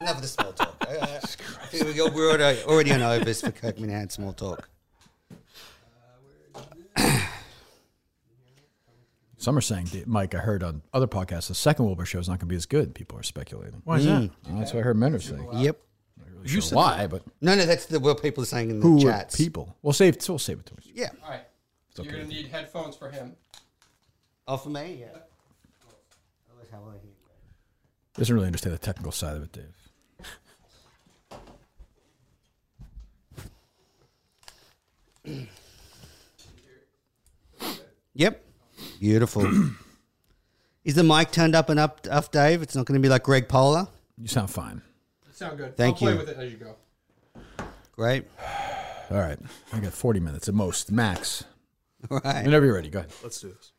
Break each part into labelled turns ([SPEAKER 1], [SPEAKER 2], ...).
[SPEAKER 1] Enough of the small talk. I, I, I think we got, we're already, already on overs for Kirk Minahan small talk.
[SPEAKER 2] Some are saying, "D- Mike, I heard on other podcasts, the second Wilbur show is not going to be as good. People are speculating.
[SPEAKER 3] Why is that?
[SPEAKER 2] Well, that's what I heard men are saying.
[SPEAKER 1] Yep.
[SPEAKER 2] Really you sure why, but
[SPEAKER 1] No, no, that's the, what people are saying in the
[SPEAKER 2] who are
[SPEAKER 1] chats.
[SPEAKER 2] people? We'll save. We'll save it to us.
[SPEAKER 1] Yeah.
[SPEAKER 4] All right. You're going to need headphones for him.
[SPEAKER 1] Off of Oh, me, yeah. Otherwise, how will I hear you?
[SPEAKER 2] Doesn't really understand the technical side of it, Dave.
[SPEAKER 1] Yep. Beautiful. Is the mic turned up and up, up Dave? It's not going to be like Greg Polar.
[SPEAKER 2] You sound fine.
[SPEAKER 4] You sound good.
[SPEAKER 1] Thank
[SPEAKER 4] I'll play
[SPEAKER 1] you.
[SPEAKER 4] with it as you go.
[SPEAKER 1] Great.
[SPEAKER 2] All right, I got forty minutes at most, max.
[SPEAKER 1] All right.
[SPEAKER 2] Whenever you're ready, go ahead.
[SPEAKER 3] Let's do this.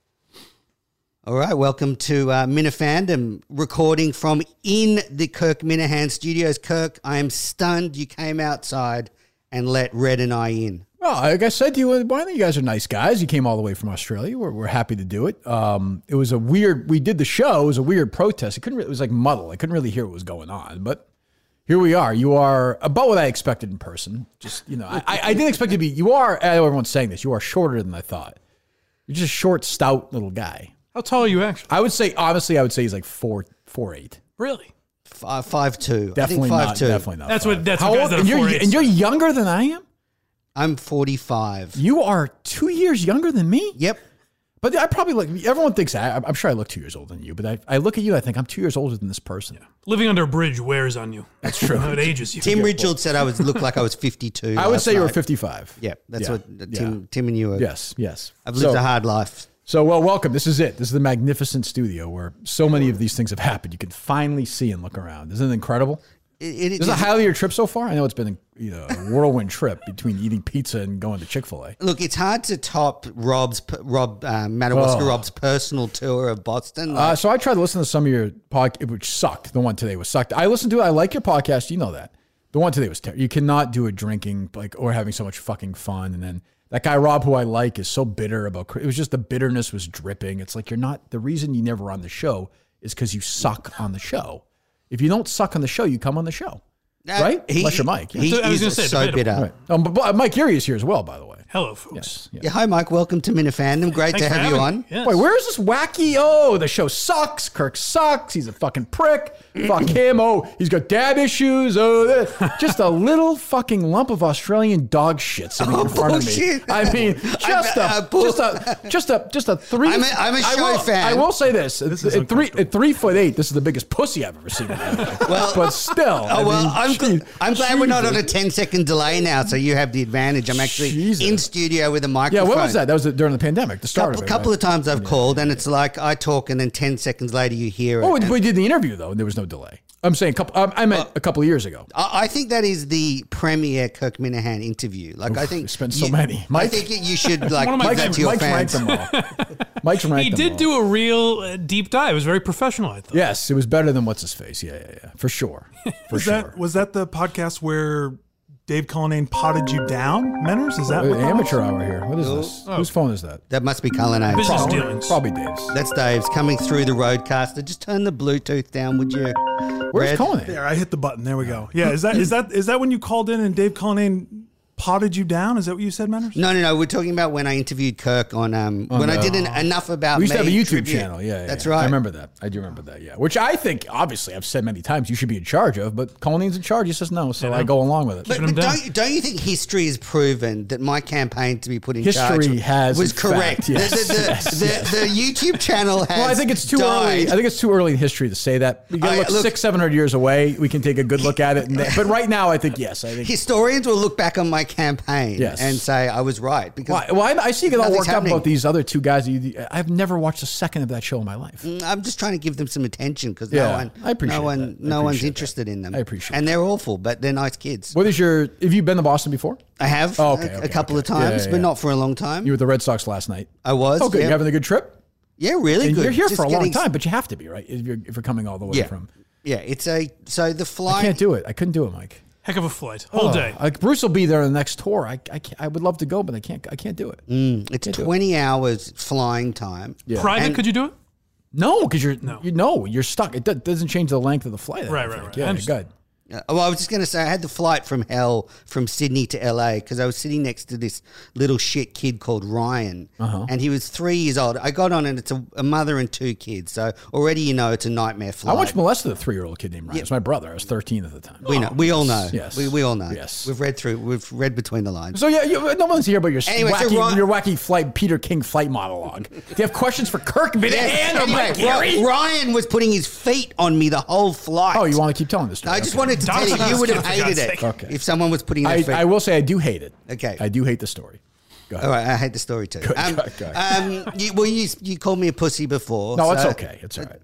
[SPEAKER 1] All right. Welcome to uh, Minifandom, recording from in the Kirk Minahan studios. Kirk, I am stunned you came outside and let Red and I in.
[SPEAKER 2] Well, like I said to you, why don't you guys are nice guys? You came all the way from Australia. We're, we're happy to do it. Um, it was a weird. We did the show. It was a weird protest. It couldn't. Really, it was like muddle. I couldn't really hear what was going on. But here we are. You are about what I expected in person. Just you know, I, I I didn't expect to be. You are. Everyone's saying this. You are shorter than I thought. You're just a short, stout little guy.
[SPEAKER 3] How tall are you actually?
[SPEAKER 2] I would say honestly, I would say he's like four, four eight.
[SPEAKER 3] Really?
[SPEAKER 1] Five, uh, five two. I think
[SPEAKER 2] Definitely
[SPEAKER 1] five
[SPEAKER 2] not.
[SPEAKER 1] two.
[SPEAKER 2] Definitely not.
[SPEAKER 3] That's
[SPEAKER 2] five.
[SPEAKER 3] what- that's
[SPEAKER 2] How
[SPEAKER 3] what guys
[SPEAKER 2] old-
[SPEAKER 3] that are
[SPEAKER 2] and you're,
[SPEAKER 3] 4'8"
[SPEAKER 2] and you're younger than I am.
[SPEAKER 1] I'm forty five.
[SPEAKER 2] You are two years younger than me.
[SPEAKER 1] Yep.
[SPEAKER 2] But I probably look. Everyone thinks I, I'm sure I look two years older than you. But I, I look at you. I think I'm two years older than this person.
[SPEAKER 3] Living under a bridge wears on you. That's true. it ages you.
[SPEAKER 1] Tim Richard said I was looked like I was fifty two.
[SPEAKER 2] I would say you're 55.
[SPEAKER 1] Yep. That's
[SPEAKER 2] Yeah.
[SPEAKER 1] what Tim, Tim and you are.
[SPEAKER 2] Yes. Yes.
[SPEAKER 1] I've lived
[SPEAKER 2] so,
[SPEAKER 1] a hard life.
[SPEAKER 2] so well, welcome. This is it. This is the magnificent studio where so many of these things have happened. You can finally see and look around. Isn't it incredible?
[SPEAKER 1] It, it,
[SPEAKER 2] This is a
[SPEAKER 1] it's-
[SPEAKER 2] highlight of your trip so far. I know it's been you know, a whirlwind trip between eating pizza and going to Chick Fil A.
[SPEAKER 1] Look, it's hard to top Rob's Rob uh, Madawaska
[SPEAKER 2] Oh.
[SPEAKER 1] Rob's personal tour of Boston.
[SPEAKER 2] Uh, so I tried to listen to some of your podcast, which sucked. The one today was sucked. I listened to it. I like your podcast. You know that. The one today was terrible. You cannot do a drinking like or having so much fucking fun. And then that guy Rob, who I like, is so bitter about. It was just the bitterness was dripping. It's like you're not the reason you never on the show is because you suck on the show. If you don't suck on the show, you come on the show,
[SPEAKER 1] Uh,
[SPEAKER 2] right?
[SPEAKER 1] he-
[SPEAKER 2] Unless you're Mike. Yeah.
[SPEAKER 1] He
[SPEAKER 3] I
[SPEAKER 1] is
[SPEAKER 3] was gonna say,
[SPEAKER 1] so
[SPEAKER 3] debatable.
[SPEAKER 1] bitter.
[SPEAKER 2] Right. Um, but, but Mike Erie is here as well, by the way.
[SPEAKER 3] Hello, folks.
[SPEAKER 2] Yeah.
[SPEAKER 1] Yeah, hi Mike. Welcome to Minifandom. Great to
[SPEAKER 3] Thanks for
[SPEAKER 1] have you on.
[SPEAKER 3] having me. Yes.
[SPEAKER 2] Wait, where is this wacky? Oh, the show sucks. Kirk sucks. He's a fucking prick. Fuck him. Oh, he's got dad issues. Oh, this. just a little fucking lump of Australian dog shit sitting
[SPEAKER 1] Oh,
[SPEAKER 2] in front
[SPEAKER 1] bullshit.
[SPEAKER 2] of me. I mean, just a,
[SPEAKER 1] uh, bull-
[SPEAKER 2] just a, just a, just a three.
[SPEAKER 1] I'm a- I'm a
[SPEAKER 2] I
[SPEAKER 1] show
[SPEAKER 2] will,
[SPEAKER 1] fan.
[SPEAKER 2] I will say this:
[SPEAKER 3] is
[SPEAKER 2] at three, at three foot eight, this is the biggest pussy I've ever seen. well, but still.
[SPEAKER 1] Oh well, I'm
[SPEAKER 2] geez,
[SPEAKER 1] gl- I'm glad we're not on a
[SPEAKER 2] Jesus.
[SPEAKER 1] 10 second delay now, so you have the advantage. I'm actually
[SPEAKER 2] Jesus.
[SPEAKER 1] in studio with a
[SPEAKER 2] Yeah,
[SPEAKER 1] microphone.
[SPEAKER 2] what was that? That was during the pandemic, the
[SPEAKER 1] A
[SPEAKER 2] start
[SPEAKER 1] couple,
[SPEAKER 2] of it.
[SPEAKER 1] couple
[SPEAKER 2] right?
[SPEAKER 1] of times I've called, and it's like I talk, and then 10 seconds later you hear it.
[SPEAKER 2] Oh, we- we did the interview though, and there was no delay. I'm saying, couple. I, I meant a couple of years ago.
[SPEAKER 1] I, I think that is the premier Kirk Minahan interview. Like I think
[SPEAKER 2] we spent so
[SPEAKER 1] you-
[SPEAKER 2] many.
[SPEAKER 1] I
[SPEAKER 2] Mike-
[SPEAKER 1] think you should like
[SPEAKER 3] One of my
[SPEAKER 1] give that
[SPEAKER 3] favorites.
[SPEAKER 1] to your
[SPEAKER 2] Mike's
[SPEAKER 1] fans.
[SPEAKER 2] ranked them all. Mike's ranked
[SPEAKER 3] He
[SPEAKER 2] them
[SPEAKER 3] did
[SPEAKER 2] all.
[SPEAKER 3] do a real uh, deep dive. It was very professional, I thought.
[SPEAKER 2] Yes, it was better than what's his face. Yeah, yeah, yeah, for sure, for
[SPEAKER 5] Was
[SPEAKER 2] sure.
[SPEAKER 5] that was that the podcast where Dave Cullinane potted you down, Menners? Is that
[SPEAKER 1] Uh,
[SPEAKER 2] Wait,
[SPEAKER 5] what that
[SPEAKER 2] amateur hour here. What is this?
[SPEAKER 1] Oh.
[SPEAKER 2] Whose phone is that?
[SPEAKER 1] That must be Cullinane.
[SPEAKER 3] Business
[SPEAKER 2] Probably-
[SPEAKER 3] dealings.
[SPEAKER 2] Probably Dave's.
[SPEAKER 1] That's Dave's coming through the roadcaster. Just turn the Bluetooth down, would you?
[SPEAKER 2] Where's
[SPEAKER 1] Red?
[SPEAKER 2] Conan?
[SPEAKER 5] was? There, I hit the button. There we go. Yeah, is that is that is that when you called in and Dave Cullinane potted you down? Is that what you said, Menners?
[SPEAKER 1] No, no, no. We're talking about when I interviewed Kirk on um, when I did an, enough about.
[SPEAKER 2] uh, We used to have a
[SPEAKER 1] Me
[SPEAKER 2] YouTube
[SPEAKER 1] tribute.
[SPEAKER 2] channel. Yeah, yeah,
[SPEAKER 1] that's
[SPEAKER 2] yeah.
[SPEAKER 1] right.
[SPEAKER 2] I remember that. I do remember that. Yeah, which I think obviously I've said many times you should be in charge of, but Conan's in charge. He says no, so I go along with it.
[SPEAKER 1] But,
[SPEAKER 3] Put 'em
[SPEAKER 1] but
[SPEAKER 3] down.
[SPEAKER 1] don't, you- don't you think history has proven that my campaign to be put in charge
[SPEAKER 2] History has,
[SPEAKER 1] was
[SPEAKER 2] in fact,
[SPEAKER 1] correct? The-
[SPEAKER 2] yes,
[SPEAKER 1] the, the,
[SPEAKER 2] yes,
[SPEAKER 1] the, the YouTube channel has.
[SPEAKER 2] well, I think it's too
[SPEAKER 1] died.
[SPEAKER 2] early. I think it's too early in history to say that. You gotta
[SPEAKER 1] I-
[SPEAKER 2] look,
[SPEAKER 1] look-
[SPEAKER 2] six, seven hundred years away. We can take a good look at it. And then, but right now, I think yes. I think
[SPEAKER 1] Historians will look back on my campaign
[SPEAKER 2] Yes.
[SPEAKER 1] and say I was right because
[SPEAKER 2] Why? Well, I, I see you get all
[SPEAKER 1] Nothing's
[SPEAKER 2] worked
[SPEAKER 1] happening.
[SPEAKER 2] up about these other two guys. that You, I've never watched a second of that show in my life.
[SPEAKER 1] mm, I'm just trying to give them some attention because no
[SPEAKER 2] Yeah,
[SPEAKER 1] one,
[SPEAKER 2] I appreciate
[SPEAKER 1] no one,
[SPEAKER 2] that. I
[SPEAKER 1] no one's
[SPEAKER 2] appreciate that.
[SPEAKER 1] interested in them.
[SPEAKER 2] I appreciate
[SPEAKER 1] and they're awful, but they're nice kids.
[SPEAKER 2] What is your? Have you been to Boston before?
[SPEAKER 1] I have
[SPEAKER 2] Oh, okay,
[SPEAKER 1] a, a
[SPEAKER 2] okay,
[SPEAKER 1] couple
[SPEAKER 2] okay.
[SPEAKER 1] of times,
[SPEAKER 2] Yeah, yeah,
[SPEAKER 1] but
[SPEAKER 2] yeah.
[SPEAKER 1] not for a long time.
[SPEAKER 2] You were at the Red Sox last night.
[SPEAKER 1] I was.
[SPEAKER 2] Oh, good.
[SPEAKER 1] yeah.
[SPEAKER 2] You having a good trip?
[SPEAKER 1] Yeah, really
[SPEAKER 2] And
[SPEAKER 1] good.
[SPEAKER 2] you're here
[SPEAKER 1] Just
[SPEAKER 2] for a long
[SPEAKER 1] getting-
[SPEAKER 2] time, but you have to be right if you're, if you're coming all the way
[SPEAKER 1] Yeah,
[SPEAKER 2] from.
[SPEAKER 1] yeah. It's a so the
[SPEAKER 2] I
[SPEAKER 1] flight.
[SPEAKER 2] can't do it. I couldn't do it, Mike.
[SPEAKER 3] Heck of a flight. Whole
[SPEAKER 2] Oh,
[SPEAKER 3] day.
[SPEAKER 2] Like Bruce will be there on the next tour. I, I, can't, I would love to go, but I can't. I can't do it.
[SPEAKER 1] Mm. It's twenty hours flying time. Yeah.
[SPEAKER 3] Private,
[SPEAKER 1] And-
[SPEAKER 3] could you do it?
[SPEAKER 2] No, because you're no. you know you're stuck. It do- doesn't change the length of the flight. I
[SPEAKER 3] Right,
[SPEAKER 2] don't
[SPEAKER 3] right,
[SPEAKER 2] think.
[SPEAKER 3] right. I
[SPEAKER 2] Yeah,
[SPEAKER 3] understand.
[SPEAKER 2] good.
[SPEAKER 1] Uh, well, I was just going to say, I had the flight from hell from Sydney to LA because I was sitting next to this little shit kid called Ryan,
[SPEAKER 2] Uh-huh.
[SPEAKER 1] and he was three years old. I got on, and it's a, a mother and two kids, so already you know it's a nightmare
[SPEAKER 2] I
[SPEAKER 1] flight.
[SPEAKER 2] once molested a three-year-old kid named Ryan. It's my brother. I was 13 at the time.
[SPEAKER 1] we know, we all know.
[SPEAKER 2] Yes.
[SPEAKER 1] we, we all know.
[SPEAKER 2] Yes.
[SPEAKER 1] we've read through. We've read between the lines.
[SPEAKER 2] So yeah, you, no one's here about your
[SPEAKER 1] Anyway, so
[SPEAKER 2] wacky,
[SPEAKER 1] Ron-
[SPEAKER 2] your wacky flight Peter King flight monologue. Do you have questions for Kirk Minahan or Mike
[SPEAKER 1] Anyway,
[SPEAKER 2] Gary?
[SPEAKER 1] Ri- Ryan was putting his feet on me the whole flight.
[SPEAKER 2] Oh, you want to keep telling this story?
[SPEAKER 1] I just
[SPEAKER 2] Okay.
[SPEAKER 1] wanted to tell you,
[SPEAKER 3] Dawson's
[SPEAKER 1] you would have
[SPEAKER 3] Creek, for
[SPEAKER 1] hated
[SPEAKER 3] God's
[SPEAKER 1] it
[SPEAKER 3] sake.
[SPEAKER 2] Okay.
[SPEAKER 1] if someone was putting their feet.
[SPEAKER 2] I, I will say I do hate it.
[SPEAKER 1] Okay.
[SPEAKER 2] I do hate the story. Go ahead.
[SPEAKER 1] All right, I hate the story too. um,
[SPEAKER 2] good, good.
[SPEAKER 1] um, you, well, you you called me a pussy before.
[SPEAKER 2] No, it's
[SPEAKER 1] so-
[SPEAKER 2] okay. It's all right.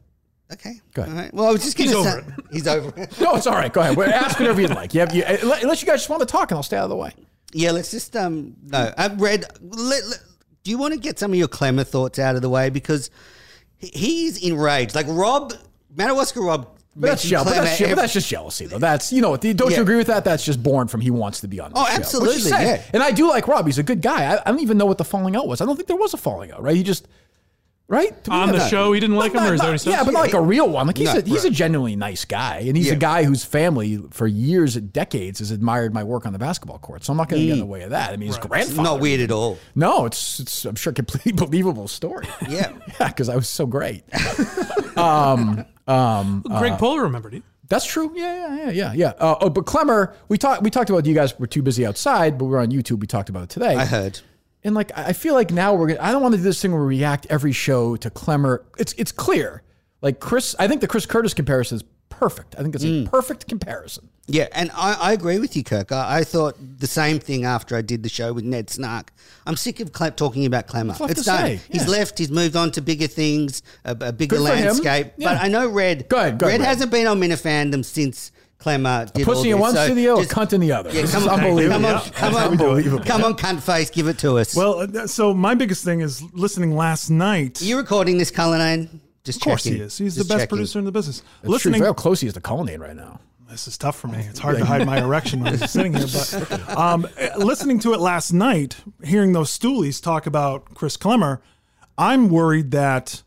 [SPEAKER 1] Okay.
[SPEAKER 2] Go ahead.
[SPEAKER 1] All right. Well, I was just going
[SPEAKER 3] He's
[SPEAKER 1] to
[SPEAKER 3] over
[SPEAKER 1] say
[SPEAKER 3] it.
[SPEAKER 1] he's over it.
[SPEAKER 2] No, it's all right. Go ahead. Well, Ask whatever you'd like. You have, you, eh, unless you guys just want to talk, and I'll stay out of the way.
[SPEAKER 1] Yeah, let's just um no. I've read. Let, let- do you want to get some of your Clemmer thoughts out of the way because he- he's enraged. Like Rob, Madawaska Rob.
[SPEAKER 2] But that's,
[SPEAKER 1] mentioned
[SPEAKER 2] jeal- but,
[SPEAKER 1] Clemmer
[SPEAKER 2] that's, je- but
[SPEAKER 1] every-
[SPEAKER 2] that's just jealousy, though. That's you know what? the- Don't
[SPEAKER 1] Yeah.
[SPEAKER 2] you agree with that? That's just born from he wants to be on. This
[SPEAKER 1] Oh,
[SPEAKER 2] show, which is
[SPEAKER 1] absolutely,
[SPEAKER 2] sad.
[SPEAKER 1] yeah.
[SPEAKER 2] And I do like Rob. He's a good guy. I, I don't even know what the falling out was. I don't think there was a falling out. Right? He just right To me,
[SPEAKER 3] On the
[SPEAKER 2] no.
[SPEAKER 3] show, he didn't like him, or is
[SPEAKER 2] not-
[SPEAKER 3] that what he said?
[SPEAKER 2] Yeah, but not like a real one. Like he's
[SPEAKER 1] No,
[SPEAKER 2] a, he's a
[SPEAKER 1] right.
[SPEAKER 2] genuinely nice guy, and he's
[SPEAKER 1] Yeah.
[SPEAKER 2] a guy whose family for years, decades, has admired my work on the basketball court. So I'm not going to get in the way of that. I mean, his
[SPEAKER 1] It's
[SPEAKER 2] grandfather.
[SPEAKER 1] not weird at all.
[SPEAKER 2] No, it's, it's I'm sure a completely believable story.
[SPEAKER 1] Yeah.
[SPEAKER 2] yeah, because I was so great. Uh,
[SPEAKER 3] Greg Poehler remembered it.
[SPEAKER 2] That's true. Yeah, yeah, yeah, yeah, yeah. Uh, oh, but Clemmer, we talked. We talked about you guys were too busy outside, but we were on YouTube. We talked about it today.
[SPEAKER 1] I heard.
[SPEAKER 2] and like, I I feel like now we're. Gonna, I don't want to do this thing where we react every show to Clemmer. It's it's clear. Like Chris, I think the Chris Curtis comparison is perfect. I think it's a perfect comparison.
[SPEAKER 1] Yeah, and I, I agree with you, Kirk. I, I thought the same thing after I did the show with Ned Snark. I'm sick of cla talking about Clamor.
[SPEAKER 2] left
[SPEAKER 1] It's
[SPEAKER 2] to
[SPEAKER 1] done.
[SPEAKER 2] say,
[SPEAKER 1] He's
[SPEAKER 2] yeah.
[SPEAKER 1] left. He's moved on to bigger things, a, a bigger
[SPEAKER 2] Good for him.
[SPEAKER 1] landscape.
[SPEAKER 2] Yeah.
[SPEAKER 1] But I know Red.
[SPEAKER 2] Go ahead, go ahead,
[SPEAKER 1] Red
[SPEAKER 2] Red.
[SPEAKER 1] hasn't been on Minifandom since Clamor did all
[SPEAKER 2] Pussy in
[SPEAKER 1] this,
[SPEAKER 2] one
[SPEAKER 1] so
[SPEAKER 2] studio,
[SPEAKER 1] just-
[SPEAKER 2] a cunt in the other.
[SPEAKER 1] Yeah,
[SPEAKER 2] this
[SPEAKER 1] come
[SPEAKER 2] is
[SPEAKER 1] on,
[SPEAKER 2] unbelievable.
[SPEAKER 1] come on,
[SPEAKER 5] Yeah.
[SPEAKER 1] come on,
[SPEAKER 2] Unbelievable.
[SPEAKER 1] come on, cunt face, give it to us.
[SPEAKER 5] Well, uh, th- so my biggest thing is listening last night.
[SPEAKER 1] you're recording this, Cullinane. Just
[SPEAKER 5] of course
[SPEAKER 1] checking.
[SPEAKER 5] he is. He's
[SPEAKER 1] Just
[SPEAKER 5] the best
[SPEAKER 1] checking.
[SPEAKER 5] producer in the business.
[SPEAKER 2] It's true.
[SPEAKER 5] listening,
[SPEAKER 2] Look how close he is to Colonnade right now.
[SPEAKER 5] this is tough for me. It's hard to hide my erection when I'm sitting here. But um, uh, listening to it last night, hearing those stoolies talk about Chris Clemmer, I'm worried that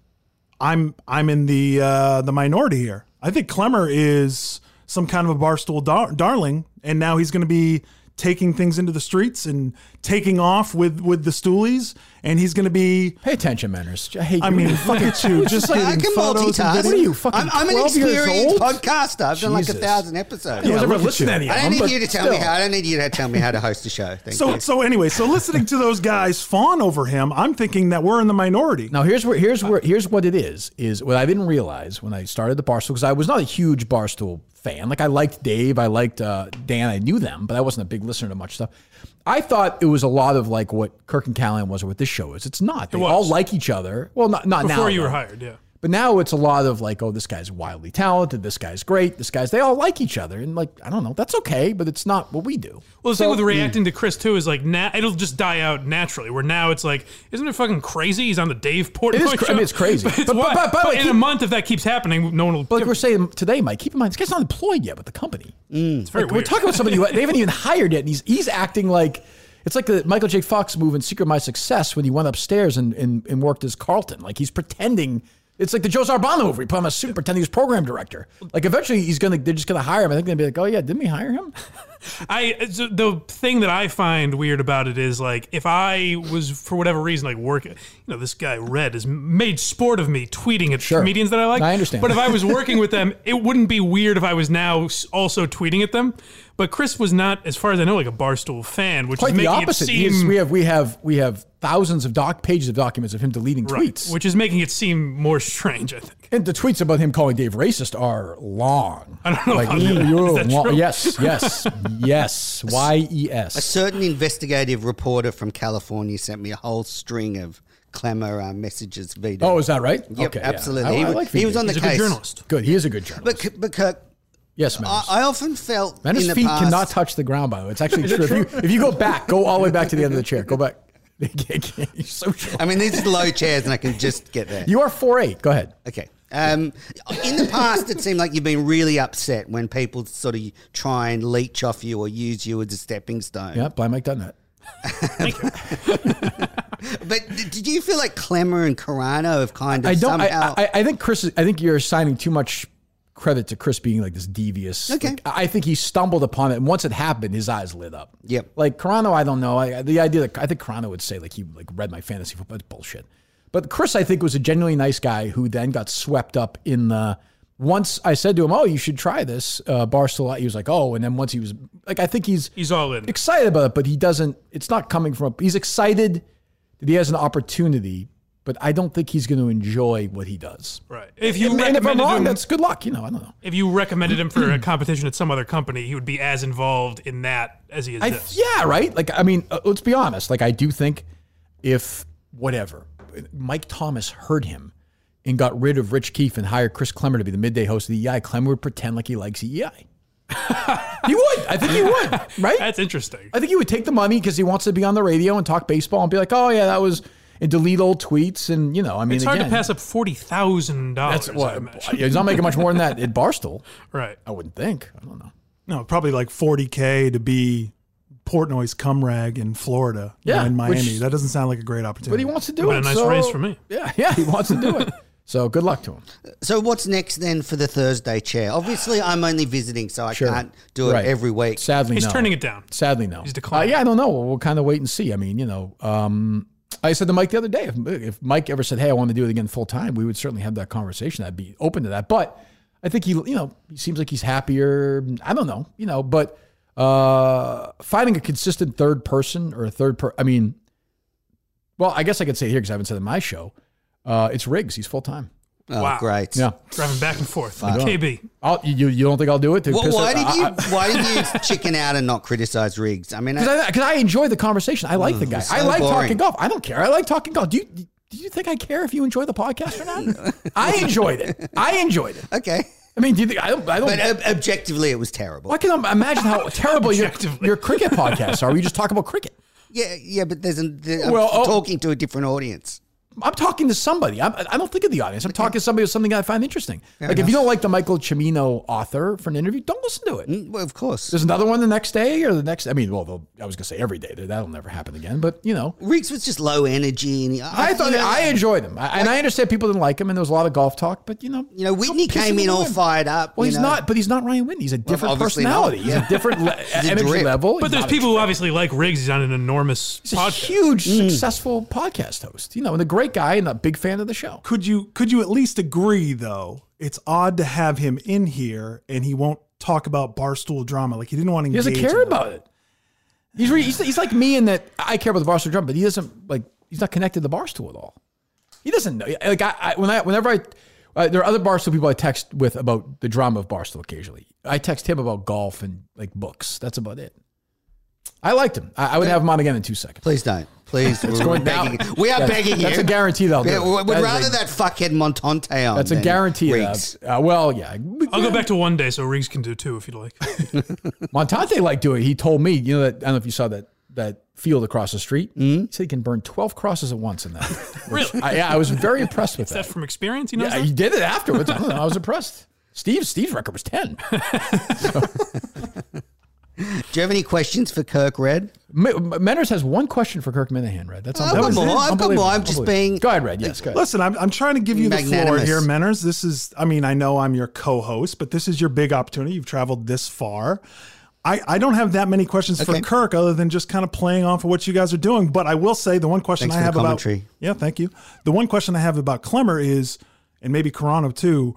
[SPEAKER 5] I'm I'm in the uh, the minority here. I think Clemmer is some kind of a barstool dar- darling, and now he's going to be taking things into the streets and taking off with with the stoolies, and he's going to be.
[SPEAKER 2] Pay attention, manners. I hate.
[SPEAKER 5] I
[SPEAKER 2] you.
[SPEAKER 5] mean, fuck at you, just
[SPEAKER 1] I
[SPEAKER 5] getting
[SPEAKER 1] can
[SPEAKER 5] photos and
[SPEAKER 1] multitask.
[SPEAKER 5] videos.
[SPEAKER 2] What are you, fucking
[SPEAKER 1] I'm, I'm an
[SPEAKER 2] 12 years
[SPEAKER 1] experienced
[SPEAKER 2] old?
[SPEAKER 1] podcaster. I've done like a
[SPEAKER 2] Jesus.
[SPEAKER 1] thousand episodes.
[SPEAKER 2] Yeah,
[SPEAKER 5] I'll
[SPEAKER 2] look
[SPEAKER 5] never
[SPEAKER 2] at
[SPEAKER 5] listen to
[SPEAKER 2] you.
[SPEAKER 5] any
[SPEAKER 1] I
[SPEAKER 5] of
[SPEAKER 2] Um,
[SPEAKER 1] don't need
[SPEAKER 2] but
[SPEAKER 1] you to tell me
[SPEAKER 2] still.
[SPEAKER 1] how. I don't need you to tell me how to host a show. Thank
[SPEAKER 5] So
[SPEAKER 1] you.
[SPEAKER 5] so anyway, so listening to those guys fawn over him, I'm thinking that we're in the minority.
[SPEAKER 2] Now here's where here's where here's what it is is what I didn't realize when I started the Barstool because I was not a huge Barstool fan. Like I liked Dave, I liked uh, Dan, I knew them, but I wasn't a big listener to much stuff. I thought it was a lot of like what Kirk and Callahan was or what this show is. It's not. They
[SPEAKER 3] was.
[SPEAKER 2] all like each other. Well, not not now
[SPEAKER 3] Before you were
[SPEAKER 2] though.
[SPEAKER 3] hired, yeah.
[SPEAKER 2] But now it's a lot of like, oh, this guy's wildly talented. This guy's great. This guy's they all like each other and like I don't know. That's okay, but it's not what we do.
[SPEAKER 3] Well, the thing with reacting
[SPEAKER 2] mm.
[SPEAKER 3] to Chris too is like now it'll just die out naturally. Where now it's like, isn't it fucking crazy? He's on the Dave Portnoy
[SPEAKER 2] It is cra-
[SPEAKER 3] show.
[SPEAKER 2] I mean, it's crazy.
[SPEAKER 3] But, it's
[SPEAKER 2] But- but-
[SPEAKER 3] wild.
[SPEAKER 2] but- but,
[SPEAKER 3] But
[SPEAKER 2] like,
[SPEAKER 3] in
[SPEAKER 2] he-
[SPEAKER 3] a month, if that keeps happening, no one will.
[SPEAKER 2] But like we're saying today, Mike, keep in mind this guy's not employed yet with the company.
[SPEAKER 3] it's very
[SPEAKER 2] Like,
[SPEAKER 3] weird.
[SPEAKER 2] We're talking about somebody who they haven't even hired yet, and he's he's acting like it's like the Michael J. Fox move in Secret My Success when he went upstairs and, and, and worked as Carlton. Like he's pretending. It's like the Joe Zarbano movie. Put him a suit, and pretend he was program director. Like eventually he's gonna they're just gonna hire him. I think they're gonna be like, oh yeah, didn't we hire him?
[SPEAKER 3] I so the thing that I find weird about it is like if I was for whatever reason like working, you know, this guy Red has made sport of me tweeting at
[SPEAKER 2] Sure.
[SPEAKER 3] comedians that I like.
[SPEAKER 2] I understand.
[SPEAKER 3] But if I was working with them, it wouldn't be weird if I was now s- also tweeting at them. But Chris was not, as far as I know, like a barstool fan, which
[SPEAKER 2] Quite
[SPEAKER 3] is
[SPEAKER 2] the
[SPEAKER 3] making
[SPEAKER 2] opposite.
[SPEAKER 3] it
[SPEAKER 2] He is-
[SPEAKER 3] seem
[SPEAKER 2] we have we have we have thousands of doc pages of documents of him deleting
[SPEAKER 3] Right.
[SPEAKER 2] tweets.
[SPEAKER 3] which is making it seem more strange. I think.
[SPEAKER 2] And the tweets about him calling Dave racist are long. I
[SPEAKER 3] don't know
[SPEAKER 2] Like,
[SPEAKER 3] about that.
[SPEAKER 2] you're
[SPEAKER 3] Is that
[SPEAKER 2] long-
[SPEAKER 3] true?
[SPEAKER 2] Yes, yes, yes. Y E S.
[SPEAKER 1] a certain investigative reporter from California sent me a whole string of clamor uh, messages. Vito.
[SPEAKER 2] Oh, is that right?
[SPEAKER 1] Yep,
[SPEAKER 2] yeah.
[SPEAKER 1] absolutely.
[SPEAKER 2] I-
[SPEAKER 1] he,
[SPEAKER 2] I
[SPEAKER 1] was-
[SPEAKER 2] like
[SPEAKER 1] he
[SPEAKER 2] VJ.
[SPEAKER 1] was on the
[SPEAKER 3] He's a
[SPEAKER 1] case.
[SPEAKER 3] good journalist.
[SPEAKER 2] Good. He is a good journalist.
[SPEAKER 1] But, K- but Kirk,
[SPEAKER 2] yes, man.
[SPEAKER 1] I, I often felt in
[SPEAKER 2] Menace
[SPEAKER 1] the
[SPEAKER 2] feet
[SPEAKER 1] past,
[SPEAKER 2] cannot touch the ground. By the way, it's actually true. If you if you go back, go all the way back to the end of the chair. Go back. You're so short.
[SPEAKER 1] I mean, these are low chairs, and I can just get there.
[SPEAKER 2] You are four eight. Go ahead.
[SPEAKER 1] Okay. Um, in the past, it seemed like you've been really upset when people sort of try and leech off you or use you as a stepping stone.
[SPEAKER 2] Yeah, blind Mike done that.
[SPEAKER 1] But d- did you feel like Clemmer and Carano have kind of
[SPEAKER 2] I don't. I,
[SPEAKER 1] somehow?
[SPEAKER 2] I I think Chris. is- I think you're assigning too much credit to Chris being like this devious.
[SPEAKER 1] Okay.
[SPEAKER 2] like, I I think he stumbled upon it, and once it happened, his eyes lit up.
[SPEAKER 1] Yep.
[SPEAKER 2] Like Carano, I don't know. I, the idea that I think Carano would say like he like read my fantasy football that's bullshit. But Chris, I think, was a genuinely nice guy who then got swept up in the. Once I said to him, "Oh, you should try this," uh, Barcelona. He was like, "Oh," and then once he was like, I think he's
[SPEAKER 3] He's all in.
[SPEAKER 2] excited about it, but he doesn't. It's not coming from. A, he's excited that he has an opportunity, but I don't think he's going to enjoy what he does.
[SPEAKER 3] Right. If you
[SPEAKER 2] And, and if I'm
[SPEAKER 3] recommended
[SPEAKER 2] wrong,
[SPEAKER 3] him,
[SPEAKER 2] that's good luck. You know, I don't know.
[SPEAKER 3] if you recommended him for a competition at some other company, he would be as involved in that as he is
[SPEAKER 2] I,
[SPEAKER 3] this.
[SPEAKER 2] yeah, right. Like, I mean, uh, let's be honest. Like, I do think if whatever Mike Thomas heard him and got rid of Rich Keefe and hired Chris Clemmer to be the midday host of the EI, Clemmer would pretend like he likes EI. he would. I think he would. Right.
[SPEAKER 3] That's interesting.
[SPEAKER 2] I think he would take the money because he wants to be on the radio and talk baseball and be like, oh yeah, that was, and delete old tweets and you know, I mean,
[SPEAKER 3] It's hard
[SPEAKER 2] again,
[SPEAKER 3] to pass up forty thousand dollars.
[SPEAKER 2] That's what he's not making much more than that at Barstool.
[SPEAKER 3] Right.
[SPEAKER 2] I wouldn't think. I don't know.
[SPEAKER 5] No, probably like 40K to be Portnoy's cum rag in Florida, you know,
[SPEAKER 2] Yeah,
[SPEAKER 5] in Miami.
[SPEAKER 2] which-
[SPEAKER 5] that doesn't sound like a great
[SPEAKER 2] But
[SPEAKER 5] opportunity.
[SPEAKER 2] he wants to do
[SPEAKER 3] What
[SPEAKER 2] it.
[SPEAKER 3] a nice
[SPEAKER 2] so-
[SPEAKER 3] raise for me.
[SPEAKER 2] Yeah, yeah, he wants to do it. So good luck to him.
[SPEAKER 1] So what's next then for the Thursday chair? Obviously, I'm only visiting, so I
[SPEAKER 2] Sure.
[SPEAKER 1] can't do it
[SPEAKER 2] Right.
[SPEAKER 1] every week.
[SPEAKER 2] Sadly,
[SPEAKER 3] He's
[SPEAKER 2] no.
[SPEAKER 3] turning it down.
[SPEAKER 2] Sadly, no.
[SPEAKER 3] He's declining.
[SPEAKER 2] Uh, yeah, I don't know. We'll, we'll kind of wait and see. I mean, you know, um, I said to Mike the other day, if, if Mike ever said, "Hey, I want to do it again full time," we would certainly have that conversation. I'd be open to that. But I think he, you know, he seems like he's happier. I don't know, you know, but uh, finding a consistent third person or a third per, I mean, well, I guess I could say it here because I haven't said it in my show. Uh, it's Riggs. He's full time.
[SPEAKER 1] Oh,
[SPEAKER 3] Wow.
[SPEAKER 1] great.
[SPEAKER 2] Yeah.
[SPEAKER 3] Driving back and forth. KB.
[SPEAKER 2] I'll, you, you don't think I'll do it?
[SPEAKER 1] Well, why did you why did you chicken out and not criticize Riggs? I mean, I,
[SPEAKER 2] Because I, 'cause I enjoy the conversation. I like the guy.
[SPEAKER 1] Mm, so
[SPEAKER 2] I like
[SPEAKER 1] boring.
[SPEAKER 2] talking golf. I don't care. I like talking golf. Do you? Do you think I care if you enjoy the podcast or not? I enjoyed it. I enjoyed it.
[SPEAKER 1] okay,
[SPEAKER 2] I mean, do you think I don't? I don't.
[SPEAKER 1] but uh, ob- objectively, it was terrible.
[SPEAKER 2] I can imagine how terrible your,
[SPEAKER 3] Objectively.
[SPEAKER 2] your cricket podcasts are. We just talk about cricket.
[SPEAKER 1] Yeah, yeah, but there's a, there,
[SPEAKER 2] Well,
[SPEAKER 1] I'm
[SPEAKER 2] oh.
[SPEAKER 1] talking to a different audience.
[SPEAKER 2] I'm talking to somebody. I'm, I don't think of the audience. I'm talking to somebody with something I find interesting. like if you don't like the Michael Cimino author for an interview, don't listen to it.
[SPEAKER 1] Mm, Well, of course,
[SPEAKER 2] There's another one the next day or the next. I mean, well, they'll- I was gonna say every day. That'll never happen again. But you know,
[SPEAKER 1] Riggs was just low energy, and he,
[SPEAKER 2] I thought
[SPEAKER 1] you know,
[SPEAKER 2] I enjoyed him, I, and I understand people didn't like him, and there was a lot of golf talk. But you know,
[SPEAKER 1] you know Whitney
[SPEAKER 2] don't piss
[SPEAKER 1] came in
[SPEAKER 2] him
[SPEAKER 1] all
[SPEAKER 2] off.
[SPEAKER 1] fired up.
[SPEAKER 2] Well,
[SPEAKER 1] you
[SPEAKER 2] he's
[SPEAKER 1] know.
[SPEAKER 2] not, but he's not Ryan Whitney. He's a different
[SPEAKER 1] obviously
[SPEAKER 2] personality.
[SPEAKER 1] not.
[SPEAKER 2] He's a different le-
[SPEAKER 1] a
[SPEAKER 2] energy
[SPEAKER 1] drip.
[SPEAKER 2] level.
[SPEAKER 3] But
[SPEAKER 2] He's
[SPEAKER 3] there's
[SPEAKER 2] not a-
[SPEAKER 3] people who obviously like Riggs. He's on an enormous
[SPEAKER 2] He's a
[SPEAKER 3] podcast.
[SPEAKER 2] huge,
[SPEAKER 1] Mm.
[SPEAKER 2] successful podcast host. You know, and a great guy, and a big fan of the show.
[SPEAKER 5] could you could you at least agree though? It's odd to have him in here and he won't talk about barstool drama. Like he didn't want to.
[SPEAKER 2] He doesn't care about it. He's, re- he's he's like me in that I care about the barstool drum, but he doesn't like. He's not connected to the barstool at all. He doesn't know. Like I, I when I whenever I uh, there are other barstool people I text with about the drama of barstool occasionally. I text him about golf and like books. That's about it. I liked him. I, I would have him on again in two seconds.
[SPEAKER 1] Please don't. Please, we're
[SPEAKER 2] going down.
[SPEAKER 1] begging. We are
[SPEAKER 2] That's-
[SPEAKER 1] begging
[SPEAKER 2] that's
[SPEAKER 1] you.
[SPEAKER 2] a guarantee they'll do
[SPEAKER 1] Yeah,
[SPEAKER 2] it.
[SPEAKER 1] we- We'd
[SPEAKER 2] That is
[SPEAKER 1] rather
[SPEAKER 2] a-
[SPEAKER 1] that fuckhead Montante on.
[SPEAKER 2] That's a
[SPEAKER 1] than
[SPEAKER 2] guarantee. of
[SPEAKER 1] Riggs.
[SPEAKER 2] that. Uh, well, yeah.
[SPEAKER 3] I'll go back to one day so Riggs can do two if you'd like.
[SPEAKER 2] Montante liked doing. it. He told me, you know, that I don't know if you saw that that field across the street.
[SPEAKER 1] Mm-hmm.
[SPEAKER 2] He said he can burn twelve crosses at once in that. Which
[SPEAKER 3] Really?
[SPEAKER 2] I, yeah, I was very impressed with
[SPEAKER 3] Is that
[SPEAKER 2] that.
[SPEAKER 3] from experience? You know,
[SPEAKER 2] Yeah, he did it afterwards. I don't know. I was impressed. Steve Steve's record was ten.
[SPEAKER 1] Do you have any questions for Kirk Red?
[SPEAKER 2] M- M- Menners has one question for Kirk Minahan, Red. That's
[SPEAKER 1] I've got
[SPEAKER 2] unbelievable.
[SPEAKER 1] more. I've got more. I'm
[SPEAKER 2] Unbelievable.
[SPEAKER 1] just
[SPEAKER 2] Unbelievable.
[SPEAKER 1] being-
[SPEAKER 2] Go ahead, Red. Yes, go ahead.
[SPEAKER 5] Listen, I'm, I'm trying to give you the floor
[SPEAKER 1] Magnanimous.
[SPEAKER 5] here, Menners. This is, I mean, I know I'm your co-host, but this is your big opportunity. You've traveled this far. I, I don't have that many questions
[SPEAKER 1] Okay.
[SPEAKER 5] for Kirk other than just kind of playing off of what you guys are doing. But I will say the one question
[SPEAKER 1] Thanks for
[SPEAKER 5] I
[SPEAKER 1] the
[SPEAKER 5] have about
[SPEAKER 1] commentary.
[SPEAKER 5] yeah, thank you. The one question I have about Clemmer is, and maybe Carano too.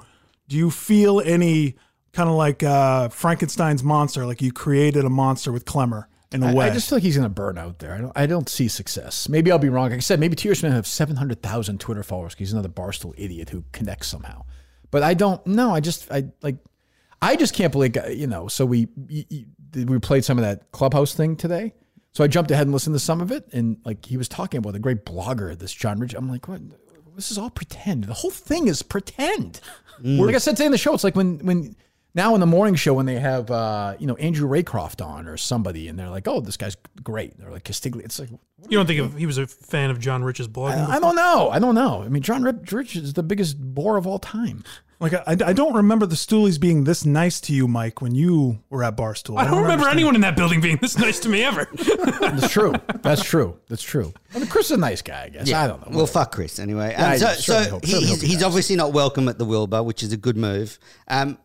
[SPEAKER 5] Do you feel any kind of like uh, Frankenstein's monster? Like you created a monster with Clemmer in a
[SPEAKER 2] I-
[SPEAKER 5] way.
[SPEAKER 2] I just feel like he's going to burn out there. I don't, I don't see success. Maybe I'll be wrong. Like I said, maybe two years from now, I have 700,000 Twitter followers 'cause he's another Barstool idiot who connects somehow. But I don't know. I just, I like, I just can't believe, uh, you know, so we, y- y- we played some of that clubhouse thing today. So I jumped ahead and listened to some of it. And like, he was talking about the great blogger, this John Rich. I'm like, what? This is all pretend. The whole thing is pretend.
[SPEAKER 1] Mm.
[SPEAKER 2] Like I said today in the show, it's like when, when, now in the morning show when they have uh, you know Andrew Raycroft on or somebody and they're like, oh, this guy's great. They're like Castiglia. It's like
[SPEAKER 3] you don't think of, he was a fan of John Rich's blogging?
[SPEAKER 2] I don't know. I don't know. I mean, John Rip- Rich is the biggest bore of all time.
[SPEAKER 5] like I, I don't remember the Stoolies being this nice to you, Mike, when you were at Barstool.
[SPEAKER 3] I don't remember anyone in that building being this nice to me ever.
[SPEAKER 2] That's true. That's true. That's true. I mean, Chris is a nice guy, I guess. I don't know.
[SPEAKER 1] Well, fuck Chris anyway.
[SPEAKER 2] Yeah,
[SPEAKER 1] Um,
[SPEAKER 2] I
[SPEAKER 1] so
[SPEAKER 2] certainly
[SPEAKER 1] so
[SPEAKER 2] hope-
[SPEAKER 1] he-
[SPEAKER 2] certainly
[SPEAKER 1] he's,
[SPEAKER 2] hope he
[SPEAKER 1] he's obviously not welcome at the Wilbur, which is a good move. Um,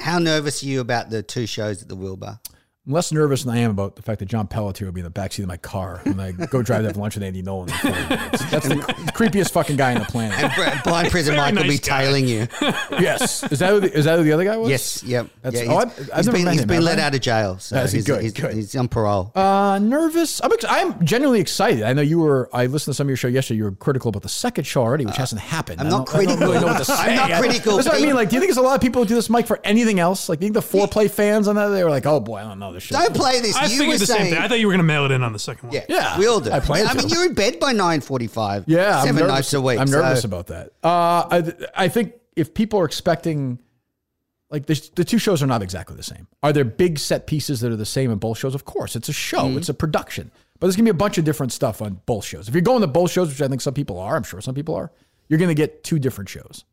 [SPEAKER 1] How nervous are you about the two shows at the Wilbur?
[SPEAKER 2] I'm less nervous than I am about the fact that John Pelletier will be in the backseat of my car when I go drive to have lunch with Andy Nolan. in 40 minutes. That's the creepiest fucking guy on the planet.
[SPEAKER 1] Br- Blind Prison Mike will
[SPEAKER 3] nice
[SPEAKER 1] be
[SPEAKER 3] guy.
[SPEAKER 1] tailing you.
[SPEAKER 2] Yes. Is that who the, is that who the other guy was?
[SPEAKER 1] Yes, yep.
[SPEAKER 2] That's-
[SPEAKER 1] yeah,
[SPEAKER 2] oh,
[SPEAKER 1] he's-
[SPEAKER 2] I've- I've
[SPEAKER 1] he's
[SPEAKER 2] never
[SPEAKER 1] been,
[SPEAKER 2] met
[SPEAKER 1] he's
[SPEAKER 2] him,
[SPEAKER 1] been
[SPEAKER 2] have
[SPEAKER 1] let
[SPEAKER 2] I?
[SPEAKER 1] out of jail, so
[SPEAKER 2] That's
[SPEAKER 1] he's,
[SPEAKER 2] good,
[SPEAKER 1] he's,
[SPEAKER 2] good.
[SPEAKER 1] he's on parole.
[SPEAKER 2] Uh, nervous. I'm, ex- I'm genuinely excited. I know you were. I listened to some of your show yesterday. You were critical about the second show already, which hasn't happened.
[SPEAKER 1] Uh, I'm
[SPEAKER 2] I
[SPEAKER 1] not
[SPEAKER 2] don't- I don't
[SPEAKER 1] critical.
[SPEAKER 2] really know what to
[SPEAKER 1] I'm not
[SPEAKER 2] say. I-
[SPEAKER 1] critical,
[SPEAKER 2] That's what I
[SPEAKER 1] Pete.
[SPEAKER 2] mean. Like, do you think there's a lot of people who do this, Mike, for anything else? Like, do you think the foreplay fans on that they were like, "Oh boy, I don't know this shit."
[SPEAKER 1] Don't play this.
[SPEAKER 3] I
[SPEAKER 1] you were
[SPEAKER 3] figured the
[SPEAKER 1] saying,
[SPEAKER 3] same thing. I thought you were going to mail it in on the second one.
[SPEAKER 1] yeah,
[SPEAKER 2] Yeah,
[SPEAKER 1] we all do.
[SPEAKER 2] I plan
[SPEAKER 1] I
[SPEAKER 2] to.
[SPEAKER 1] mean, you're in bed by nine forty-five.
[SPEAKER 2] Yeah,
[SPEAKER 1] 7
[SPEAKER 2] I'm nervous.
[SPEAKER 1] nights a week.
[SPEAKER 2] I'm
[SPEAKER 1] so-
[SPEAKER 2] nervous about that. Uh, I, I think if people are expecting, like the, the two shows are not exactly the same. Are there big set pieces that are the same in both shows? Of course, it's a show,
[SPEAKER 1] Mm-hmm.
[SPEAKER 2] it's a production, but there's gonna be a bunch of different stuff on both shows. If you're going to both shows, which I think some people are, I'm sure some people are, you're gonna get two different shows.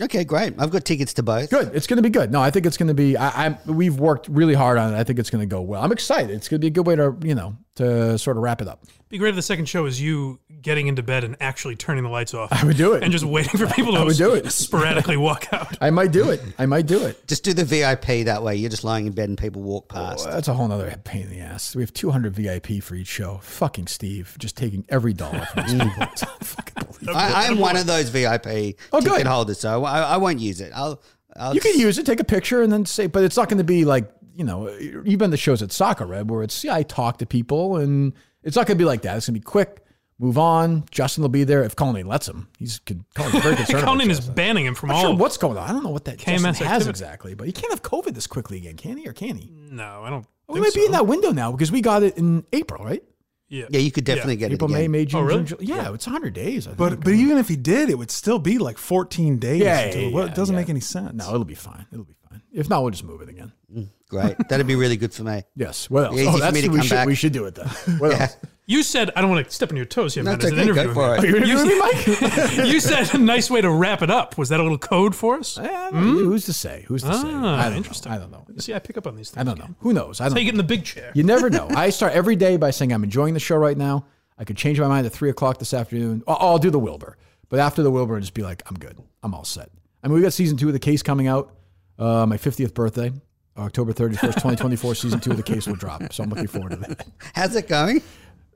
[SPEAKER 1] Okay, great. I've got tickets to both.
[SPEAKER 2] Good, it's gonna be good. No, I think it's gonna be. I, I we've worked really hard on it. I think it's gonna go well. I'm excited. It's gonna be a good way to you know to sort of wrap it up.
[SPEAKER 3] Be great if the second show is you getting into bed and actually turning the lights off. I
[SPEAKER 2] would do it.
[SPEAKER 3] and just waiting for people to
[SPEAKER 2] would do it.
[SPEAKER 3] sporadically walk out.
[SPEAKER 2] I might do it. I might do it.
[SPEAKER 1] Just do the VIP that way. You're just lying in bed and people walk past.
[SPEAKER 2] Well, that's a whole nother pain in the ass. We have 200 VIP for each show. Fucking Steve, just taking every dollar from these people. It's unfucking believable.
[SPEAKER 1] I, I'm one of those VIP
[SPEAKER 2] Oh,
[SPEAKER 1] ticket
[SPEAKER 2] good.
[SPEAKER 1] holders, so I, I won't use it. I'll. I'll
[SPEAKER 2] You can use it, take a picture, and then say, but it's not going to be like, you know, you've been to shows at Soccer Red where it's, yeah, I talk to people, and it's not going to be like that. It's going to be quick, move on. Justin will be there if Colin lets him. He's con- Colin's very concerned. about
[SPEAKER 3] Conan is
[SPEAKER 2] Justin.
[SPEAKER 3] banning him from
[SPEAKER 2] I'm not
[SPEAKER 3] all.
[SPEAKER 2] sure
[SPEAKER 3] of-
[SPEAKER 2] what's going on. I don't know what that
[SPEAKER 3] KMS
[SPEAKER 2] Justin has
[SPEAKER 3] activity.
[SPEAKER 2] exactly, but he can't have COVID this quickly again, can he, or can he?
[SPEAKER 3] No, I don't.
[SPEAKER 2] We
[SPEAKER 3] think
[SPEAKER 2] might
[SPEAKER 3] so.
[SPEAKER 2] be in that window now because we got it in April, right?
[SPEAKER 3] Yeah.
[SPEAKER 1] Yeah, you could definitely get
[SPEAKER 2] April,
[SPEAKER 1] it.
[SPEAKER 2] May,
[SPEAKER 1] Again.
[SPEAKER 2] May, June,
[SPEAKER 3] Oh, really?
[SPEAKER 2] June, July. Yeah, it's 100 days. I think.
[SPEAKER 5] But but even if he did, it would still be like 14 days.
[SPEAKER 2] Yeah,
[SPEAKER 5] until-
[SPEAKER 2] yeah,
[SPEAKER 5] well, it
[SPEAKER 2] yeah,
[SPEAKER 5] doesn't
[SPEAKER 2] yeah.
[SPEAKER 5] make any sense.
[SPEAKER 2] no, it'll be fine. It'll be fine. If not, we'll just move it again.
[SPEAKER 1] Great. That'd be really good for me.
[SPEAKER 2] Yes. What else? Oh,
[SPEAKER 1] Yeah, easy for me to
[SPEAKER 2] we
[SPEAKER 1] come
[SPEAKER 2] should
[SPEAKER 1] back.
[SPEAKER 2] we should do it then. What else?
[SPEAKER 3] You said I don't want to step on your toes here, man.
[SPEAKER 1] That's
[SPEAKER 3] It's an
[SPEAKER 1] okay.
[SPEAKER 3] interview.
[SPEAKER 1] Go for
[SPEAKER 3] here.
[SPEAKER 1] it.
[SPEAKER 2] You, Mike?
[SPEAKER 3] You said a nice way to wrap it up. Was that a little code for us?
[SPEAKER 2] Yeah, Eh,
[SPEAKER 1] Hmm?
[SPEAKER 2] Who's to say? Who's to say?
[SPEAKER 3] Ah,
[SPEAKER 2] I don't
[SPEAKER 3] interesting.
[SPEAKER 2] Know. I don't know.
[SPEAKER 3] See, I pick up on these things.
[SPEAKER 2] I don't know. Who knows? I don't.
[SPEAKER 3] Take it
[SPEAKER 2] Know.
[SPEAKER 3] in the big chair.
[SPEAKER 2] You never know. I start every day by saying I'm enjoying the show right now. I could change my mind at three o'clock this afternoon. I'll, I'll do the Wilbur, but after the Wilbur, just be like, I'm good. I'm all set. I mean, we got season two of the case coming out. Uh, my 50th birthday, October 31st, 2024. season two of the case will drop, so I'm looking forward to that.
[SPEAKER 1] How's it going?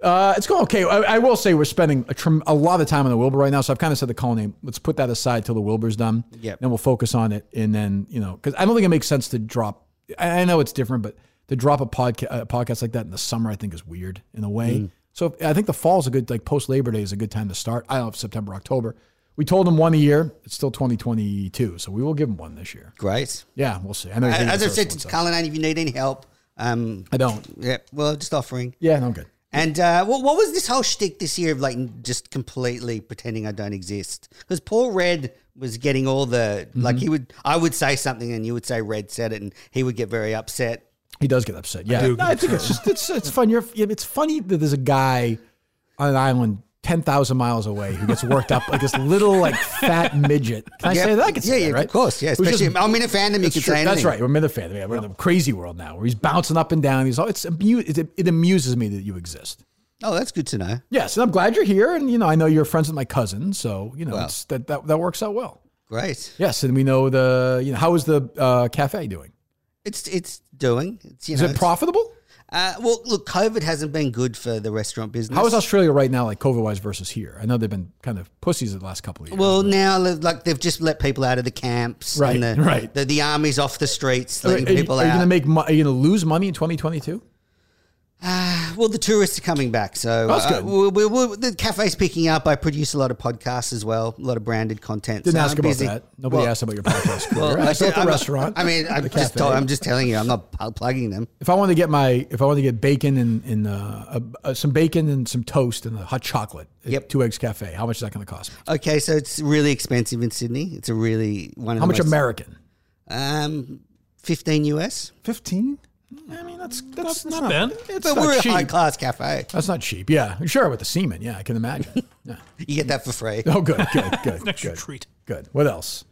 [SPEAKER 2] Uh, it's going okay. I, I will say we're spending a, trem- a lot of time on the Wilbur right now, so I've kind of said the call name. Let's put that aside till the Wilbur's done.
[SPEAKER 1] Yep.
[SPEAKER 2] Then we'll focus on it, and then you know, because I don't think it makes sense to drop. I, I know it's different, but to drop a podcast a podcast like that in the summer, I think is weird in a way. So I think the fall is a good like post Labor Day is a good time to start. I don't know if September October. We told him one a year. It's still 2022, so we will give him one this year.
[SPEAKER 1] Great.
[SPEAKER 2] Yeah, we'll see. I know. he's
[SPEAKER 1] As
[SPEAKER 2] gonna
[SPEAKER 1] as
[SPEAKER 2] be
[SPEAKER 1] I
[SPEAKER 2] the
[SPEAKER 1] said
[SPEAKER 2] first
[SPEAKER 1] to
[SPEAKER 2] one, so-
[SPEAKER 1] Colin, if you need any help, um,
[SPEAKER 2] I don't.
[SPEAKER 1] yeah, well, just offering.
[SPEAKER 2] Yeah, no, I'm good.
[SPEAKER 1] And uh, what, what was this whole shtick this year of like just completely pretending I don't exist? Because Paul Red was getting all the like
[SPEAKER 2] Mm-hmm.
[SPEAKER 1] he would I would say something and you would say Red said it and he would get very upset.
[SPEAKER 2] He does get upset. Yeah, I,
[SPEAKER 5] do get
[SPEAKER 2] I think it's just it's it's fun. You're, it's funny that there's a guy on an island ten thousand miles away who gets worked up like this little like fat midget. Can I
[SPEAKER 1] Yeah.
[SPEAKER 2] say that? I can say
[SPEAKER 1] Yeah,
[SPEAKER 2] that,
[SPEAKER 1] yeah,
[SPEAKER 2] right?
[SPEAKER 1] of course, yeah.
[SPEAKER 2] Who's just-
[SPEAKER 1] Especially I'm in a fandom, you
[SPEAKER 2] that's
[SPEAKER 1] could
[SPEAKER 2] true.
[SPEAKER 1] say anything.
[SPEAKER 2] That's right. We're in the fan. Yeah, we're in the crazy world now, where he's bouncing up and down. He's all it's amu- it, it amuses me that you exist.
[SPEAKER 1] Oh, that's good to know.
[SPEAKER 2] Yes, and I'm glad you're here. And you know, I know you're friends with my cousin, so you know it's, that, that that works out well.
[SPEAKER 1] Great.
[SPEAKER 2] Yes, and we know the you know how is the uh, cafe doing? Is
[SPEAKER 1] It's it's doing. It's, you know,
[SPEAKER 2] it
[SPEAKER 1] it's-
[SPEAKER 2] profitable?
[SPEAKER 1] Uh, well, look, COVID hasn't been good for the restaurant business.
[SPEAKER 2] How is Australia right now, like COVID wise versus here? I know they've been kind of pussies the last couple of years.
[SPEAKER 1] Well, now like they've just let people out of the camps,
[SPEAKER 2] Right,
[SPEAKER 1] And the,
[SPEAKER 2] right.
[SPEAKER 1] The, the army's off the streets,
[SPEAKER 2] are, are
[SPEAKER 1] letting
[SPEAKER 2] you,
[SPEAKER 1] people
[SPEAKER 2] are you
[SPEAKER 1] out.
[SPEAKER 2] gonna make? mo- Are you gonna lose money in 2022?
[SPEAKER 1] well, the tourists are coming back, so
[SPEAKER 2] Oh, That's
[SPEAKER 1] uh,
[SPEAKER 2] good.
[SPEAKER 1] we- we- we- the cafe's picking up. I produce a lot of podcasts as well, a lot of branded content.
[SPEAKER 2] Didn't
[SPEAKER 1] so
[SPEAKER 2] ask
[SPEAKER 1] I'm
[SPEAKER 2] about
[SPEAKER 1] busy.
[SPEAKER 2] that. Nobody asked about your podcast. career.
[SPEAKER 1] Well,
[SPEAKER 2] I saw at the
[SPEAKER 1] I'm-
[SPEAKER 2] restaurant.
[SPEAKER 1] I mean, I'm just,
[SPEAKER 2] cafe.
[SPEAKER 1] told, I'm just telling you, I'm not pl- plugging them.
[SPEAKER 2] if I wanted to get my, if I wanted to get bacon and, and uh, a, a, some bacon and some toast and a hot chocolate at
[SPEAKER 1] Yep.
[SPEAKER 2] Two Eggs Cafe, how much is that gonna cost me?
[SPEAKER 1] Okay, so it's really expensive in Sydney. It's a really one. Of
[SPEAKER 2] How
[SPEAKER 1] the
[SPEAKER 2] much
[SPEAKER 1] most-
[SPEAKER 2] American?
[SPEAKER 1] Um, fifteen US.
[SPEAKER 5] 15?
[SPEAKER 2] I mean, that's that's
[SPEAKER 5] not
[SPEAKER 2] Hmm. not
[SPEAKER 3] Ben,
[SPEAKER 2] It's
[SPEAKER 1] But
[SPEAKER 2] not
[SPEAKER 1] we're
[SPEAKER 2] cheap.
[SPEAKER 1] a high class cafe.
[SPEAKER 2] that's not cheap. Yeah, sure with the semen. Yeah, I can imagine. yeah.
[SPEAKER 1] You get that for free.
[SPEAKER 2] Oh, good, good, good,
[SPEAKER 3] extra
[SPEAKER 2] good.
[SPEAKER 3] treat.
[SPEAKER 2] Good. What else?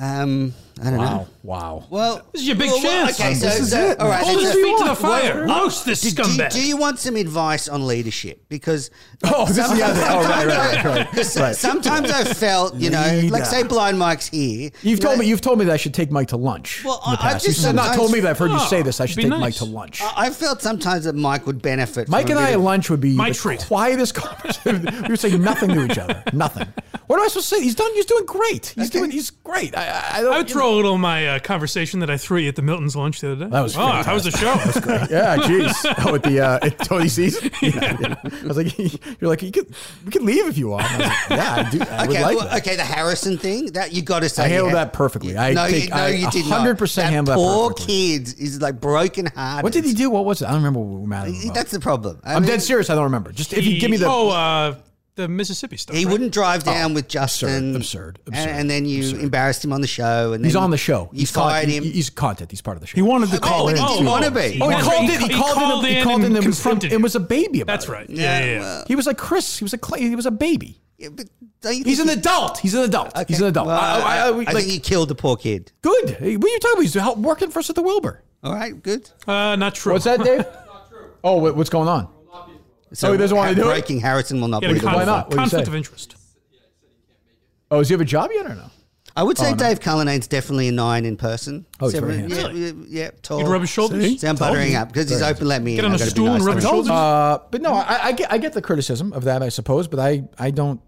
[SPEAKER 1] Um, I don't know.
[SPEAKER 2] Wow. Wow.
[SPEAKER 1] Well,
[SPEAKER 3] This is your big
[SPEAKER 1] well, well,
[SPEAKER 3] chance.
[SPEAKER 1] Okay, so,
[SPEAKER 2] This is
[SPEAKER 1] so-
[SPEAKER 2] it.
[SPEAKER 1] all right.
[SPEAKER 3] Hold
[SPEAKER 1] so-
[SPEAKER 3] his feet to the fire.
[SPEAKER 1] What-
[SPEAKER 3] Roast this
[SPEAKER 1] do, do,
[SPEAKER 3] scumbag.
[SPEAKER 1] do you want some advice on leadership? Because
[SPEAKER 2] Oh, this is the other. Oh, right, right, right. right.
[SPEAKER 1] because sometimes I've felt, you know, like
[SPEAKER 5] Leader.
[SPEAKER 1] say Blind Mike's here.
[SPEAKER 2] You've told me you've told me that I should take Mike to lunch.
[SPEAKER 1] Well,
[SPEAKER 2] in the
[SPEAKER 1] I- I've
[SPEAKER 2] past.
[SPEAKER 1] just Uh,
[SPEAKER 2] you said, not
[SPEAKER 1] sometimes-
[SPEAKER 2] told me, but I've heard you
[SPEAKER 3] Oh,
[SPEAKER 2] say this. I should
[SPEAKER 3] be
[SPEAKER 2] take
[SPEAKER 3] nice.
[SPEAKER 2] Mike to lunch.
[SPEAKER 1] I have felt sometimes that Mike would benefit.
[SPEAKER 2] Mike
[SPEAKER 1] from
[SPEAKER 2] and
[SPEAKER 1] a
[SPEAKER 2] I
[SPEAKER 1] bit
[SPEAKER 2] at
[SPEAKER 1] of-
[SPEAKER 2] lunch would be
[SPEAKER 3] My
[SPEAKER 2] the
[SPEAKER 3] treat.
[SPEAKER 2] quietest conversation. we would say nothing to each other. Nothing. What am I supposed to say? He's done. He's doing great. He's doing. He's great. I, I, I don't.
[SPEAKER 3] I would throw a little of my uh, conversation that I threw you at the Milton's lunch the other day.
[SPEAKER 2] That was
[SPEAKER 3] oh, how was the show?
[SPEAKER 2] Yeah, jeez. Oh, with the uh, at Tony C's. Yeah, yeah. I was like, you're like, you could, we could leave if you want. I was like, yeah, I do. I
[SPEAKER 1] Okay,
[SPEAKER 2] would like
[SPEAKER 1] well,
[SPEAKER 2] that.
[SPEAKER 1] okay, the Harrison thing that you got to say.
[SPEAKER 2] I handled
[SPEAKER 1] you had-
[SPEAKER 2] that perfectly. I
[SPEAKER 1] no,
[SPEAKER 2] think
[SPEAKER 1] you, no,
[SPEAKER 2] I
[SPEAKER 1] you did
[SPEAKER 2] 100%
[SPEAKER 1] not.
[SPEAKER 2] handled that
[SPEAKER 1] poor
[SPEAKER 2] perfectly.
[SPEAKER 1] kids is like broken hearted.
[SPEAKER 2] What did he do? What was it? I don't remember what we mattered. about.
[SPEAKER 1] That's the problem. I
[SPEAKER 2] I'm
[SPEAKER 1] mean,
[SPEAKER 2] dead serious. I don't remember. Just if you give me the.
[SPEAKER 3] oh, uh, the Mississippi stuff.
[SPEAKER 1] He
[SPEAKER 3] right?
[SPEAKER 1] wouldn't drive down with Justin.
[SPEAKER 2] Oh, absurd,
[SPEAKER 1] and-
[SPEAKER 2] absurd,
[SPEAKER 1] And, then you embarrassed him on the show. And
[SPEAKER 2] he's
[SPEAKER 1] then
[SPEAKER 2] on the show.
[SPEAKER 1] You
[SPEAKER 2] he's
[SPEAKER 1] fired
[SPEAKER 2] con-
[SPEAKER 1] him.
[SPEAKER 2] he- he's content. He's part of the show.
[SPEAKER 5] He wanted to
[SPEAKER 1] But
[SPEAKER 5] call
[SPEAKER 1] he
[SPEAKER 5] in.
[SPEAKER 1] didn't
[SPEAKER 5] too.
[SPEAKER 1] want to be.
[SPEAKER 2] Oh, he
[SPEAKER 3] Yeah.
[SPEAKER 2] called
[SPEAKER 3] He-
[SPEAKER 2] in. He
[SPEAKER 3] he
[SPEAKER 2] called
[SPEAKER 3] called
[SPEAKER 2] in. He
[SPEAKER 3] in
[SPEAKER 2] called in.
[SPEAKER 3] and
[SPEAKER 2] It was from.
[SPEAKER 3] confronted
[SPEAKER 2] It
[SPEAKER 3] you.
[SPEAKER 2] was a baby. About
[SPEAKER 3] That's
[SPEAKER 2] it.
[SPEAKER 3] right. Yeah, yeah, yeah.
[SPEAKER 2] He was like Chris. He was a clay. He was a baby.
[SPEAKER 1] Yeah, but don't you
[SPEAKER 2] He's an
[SPEAKER 1] think
[SPEAKER 2] adult. He's an adult. He's an adult.
[SPEAKER 1] Well,
[SPEAKER 2] I, I, I,
[SPEAKER 1] I
[SPEAKER 2] like,
[SPEAKER 1] think you killed the poor kid.
[SPEAKER 2] good. Hey, What are you talking about? He's help- working for us at the Wilbur.
[SPEAKER 1] All right, good.
[SPEAKER 3] Uh, not true.
[SPEAKER 2] What's that, Dave? Oh, what, what's going on?
[SPEAKER 1] So
[SPEAKER 2] he doesn't wanna do it?
[SPEAKER 1] Breaking Harrison will not
[SPEAKER 3] He
[SPEAKER 1] be
[SPEAKER 3] had a
[SPEAKER 1] the one.
[SPEAKER 3] conflict,
[SPEAKER 2] not? What do you
[SPEAKER 3] conflict
[SPEAKER 2] say?
[SPEAKER 3] of interest.
[SPEAKER 2] Oh, does he have a job yet or Oh, no?
[SPEAKER 1] I would say Dave Cullinane's definitely a nine in person.
[SPEAKER 2] Oh, he's very
[SPEAKER 1] yeah,
[SPEAKER 3] handsome.
[SPEAKER 1] yeah, yeah, tall.
[SPEAKER 3] He'd rub his shoulders?
[SPEAKER 1] See, I'm buttering up because he's open. Let me
[SPEAKER 3] Get
[SPEAKER 1] in.
[SPEAKER 3] on
[SPEAKER 1] I
[SPEAKER 3] a
[SPEAKER 1] gotta be
[SPEAKER 3] stool
[SPEAKER 1] nice
[SPEAKER 3] and rub
[SPEAKER 1] to
[SPEAKER 3] his
[SPEAKER 1] him.
[SPEAKER 3] shoulders.
[SPEAKER 2] Uh, but no, I, I get I get the criticism of that, I suppose. But I I don't,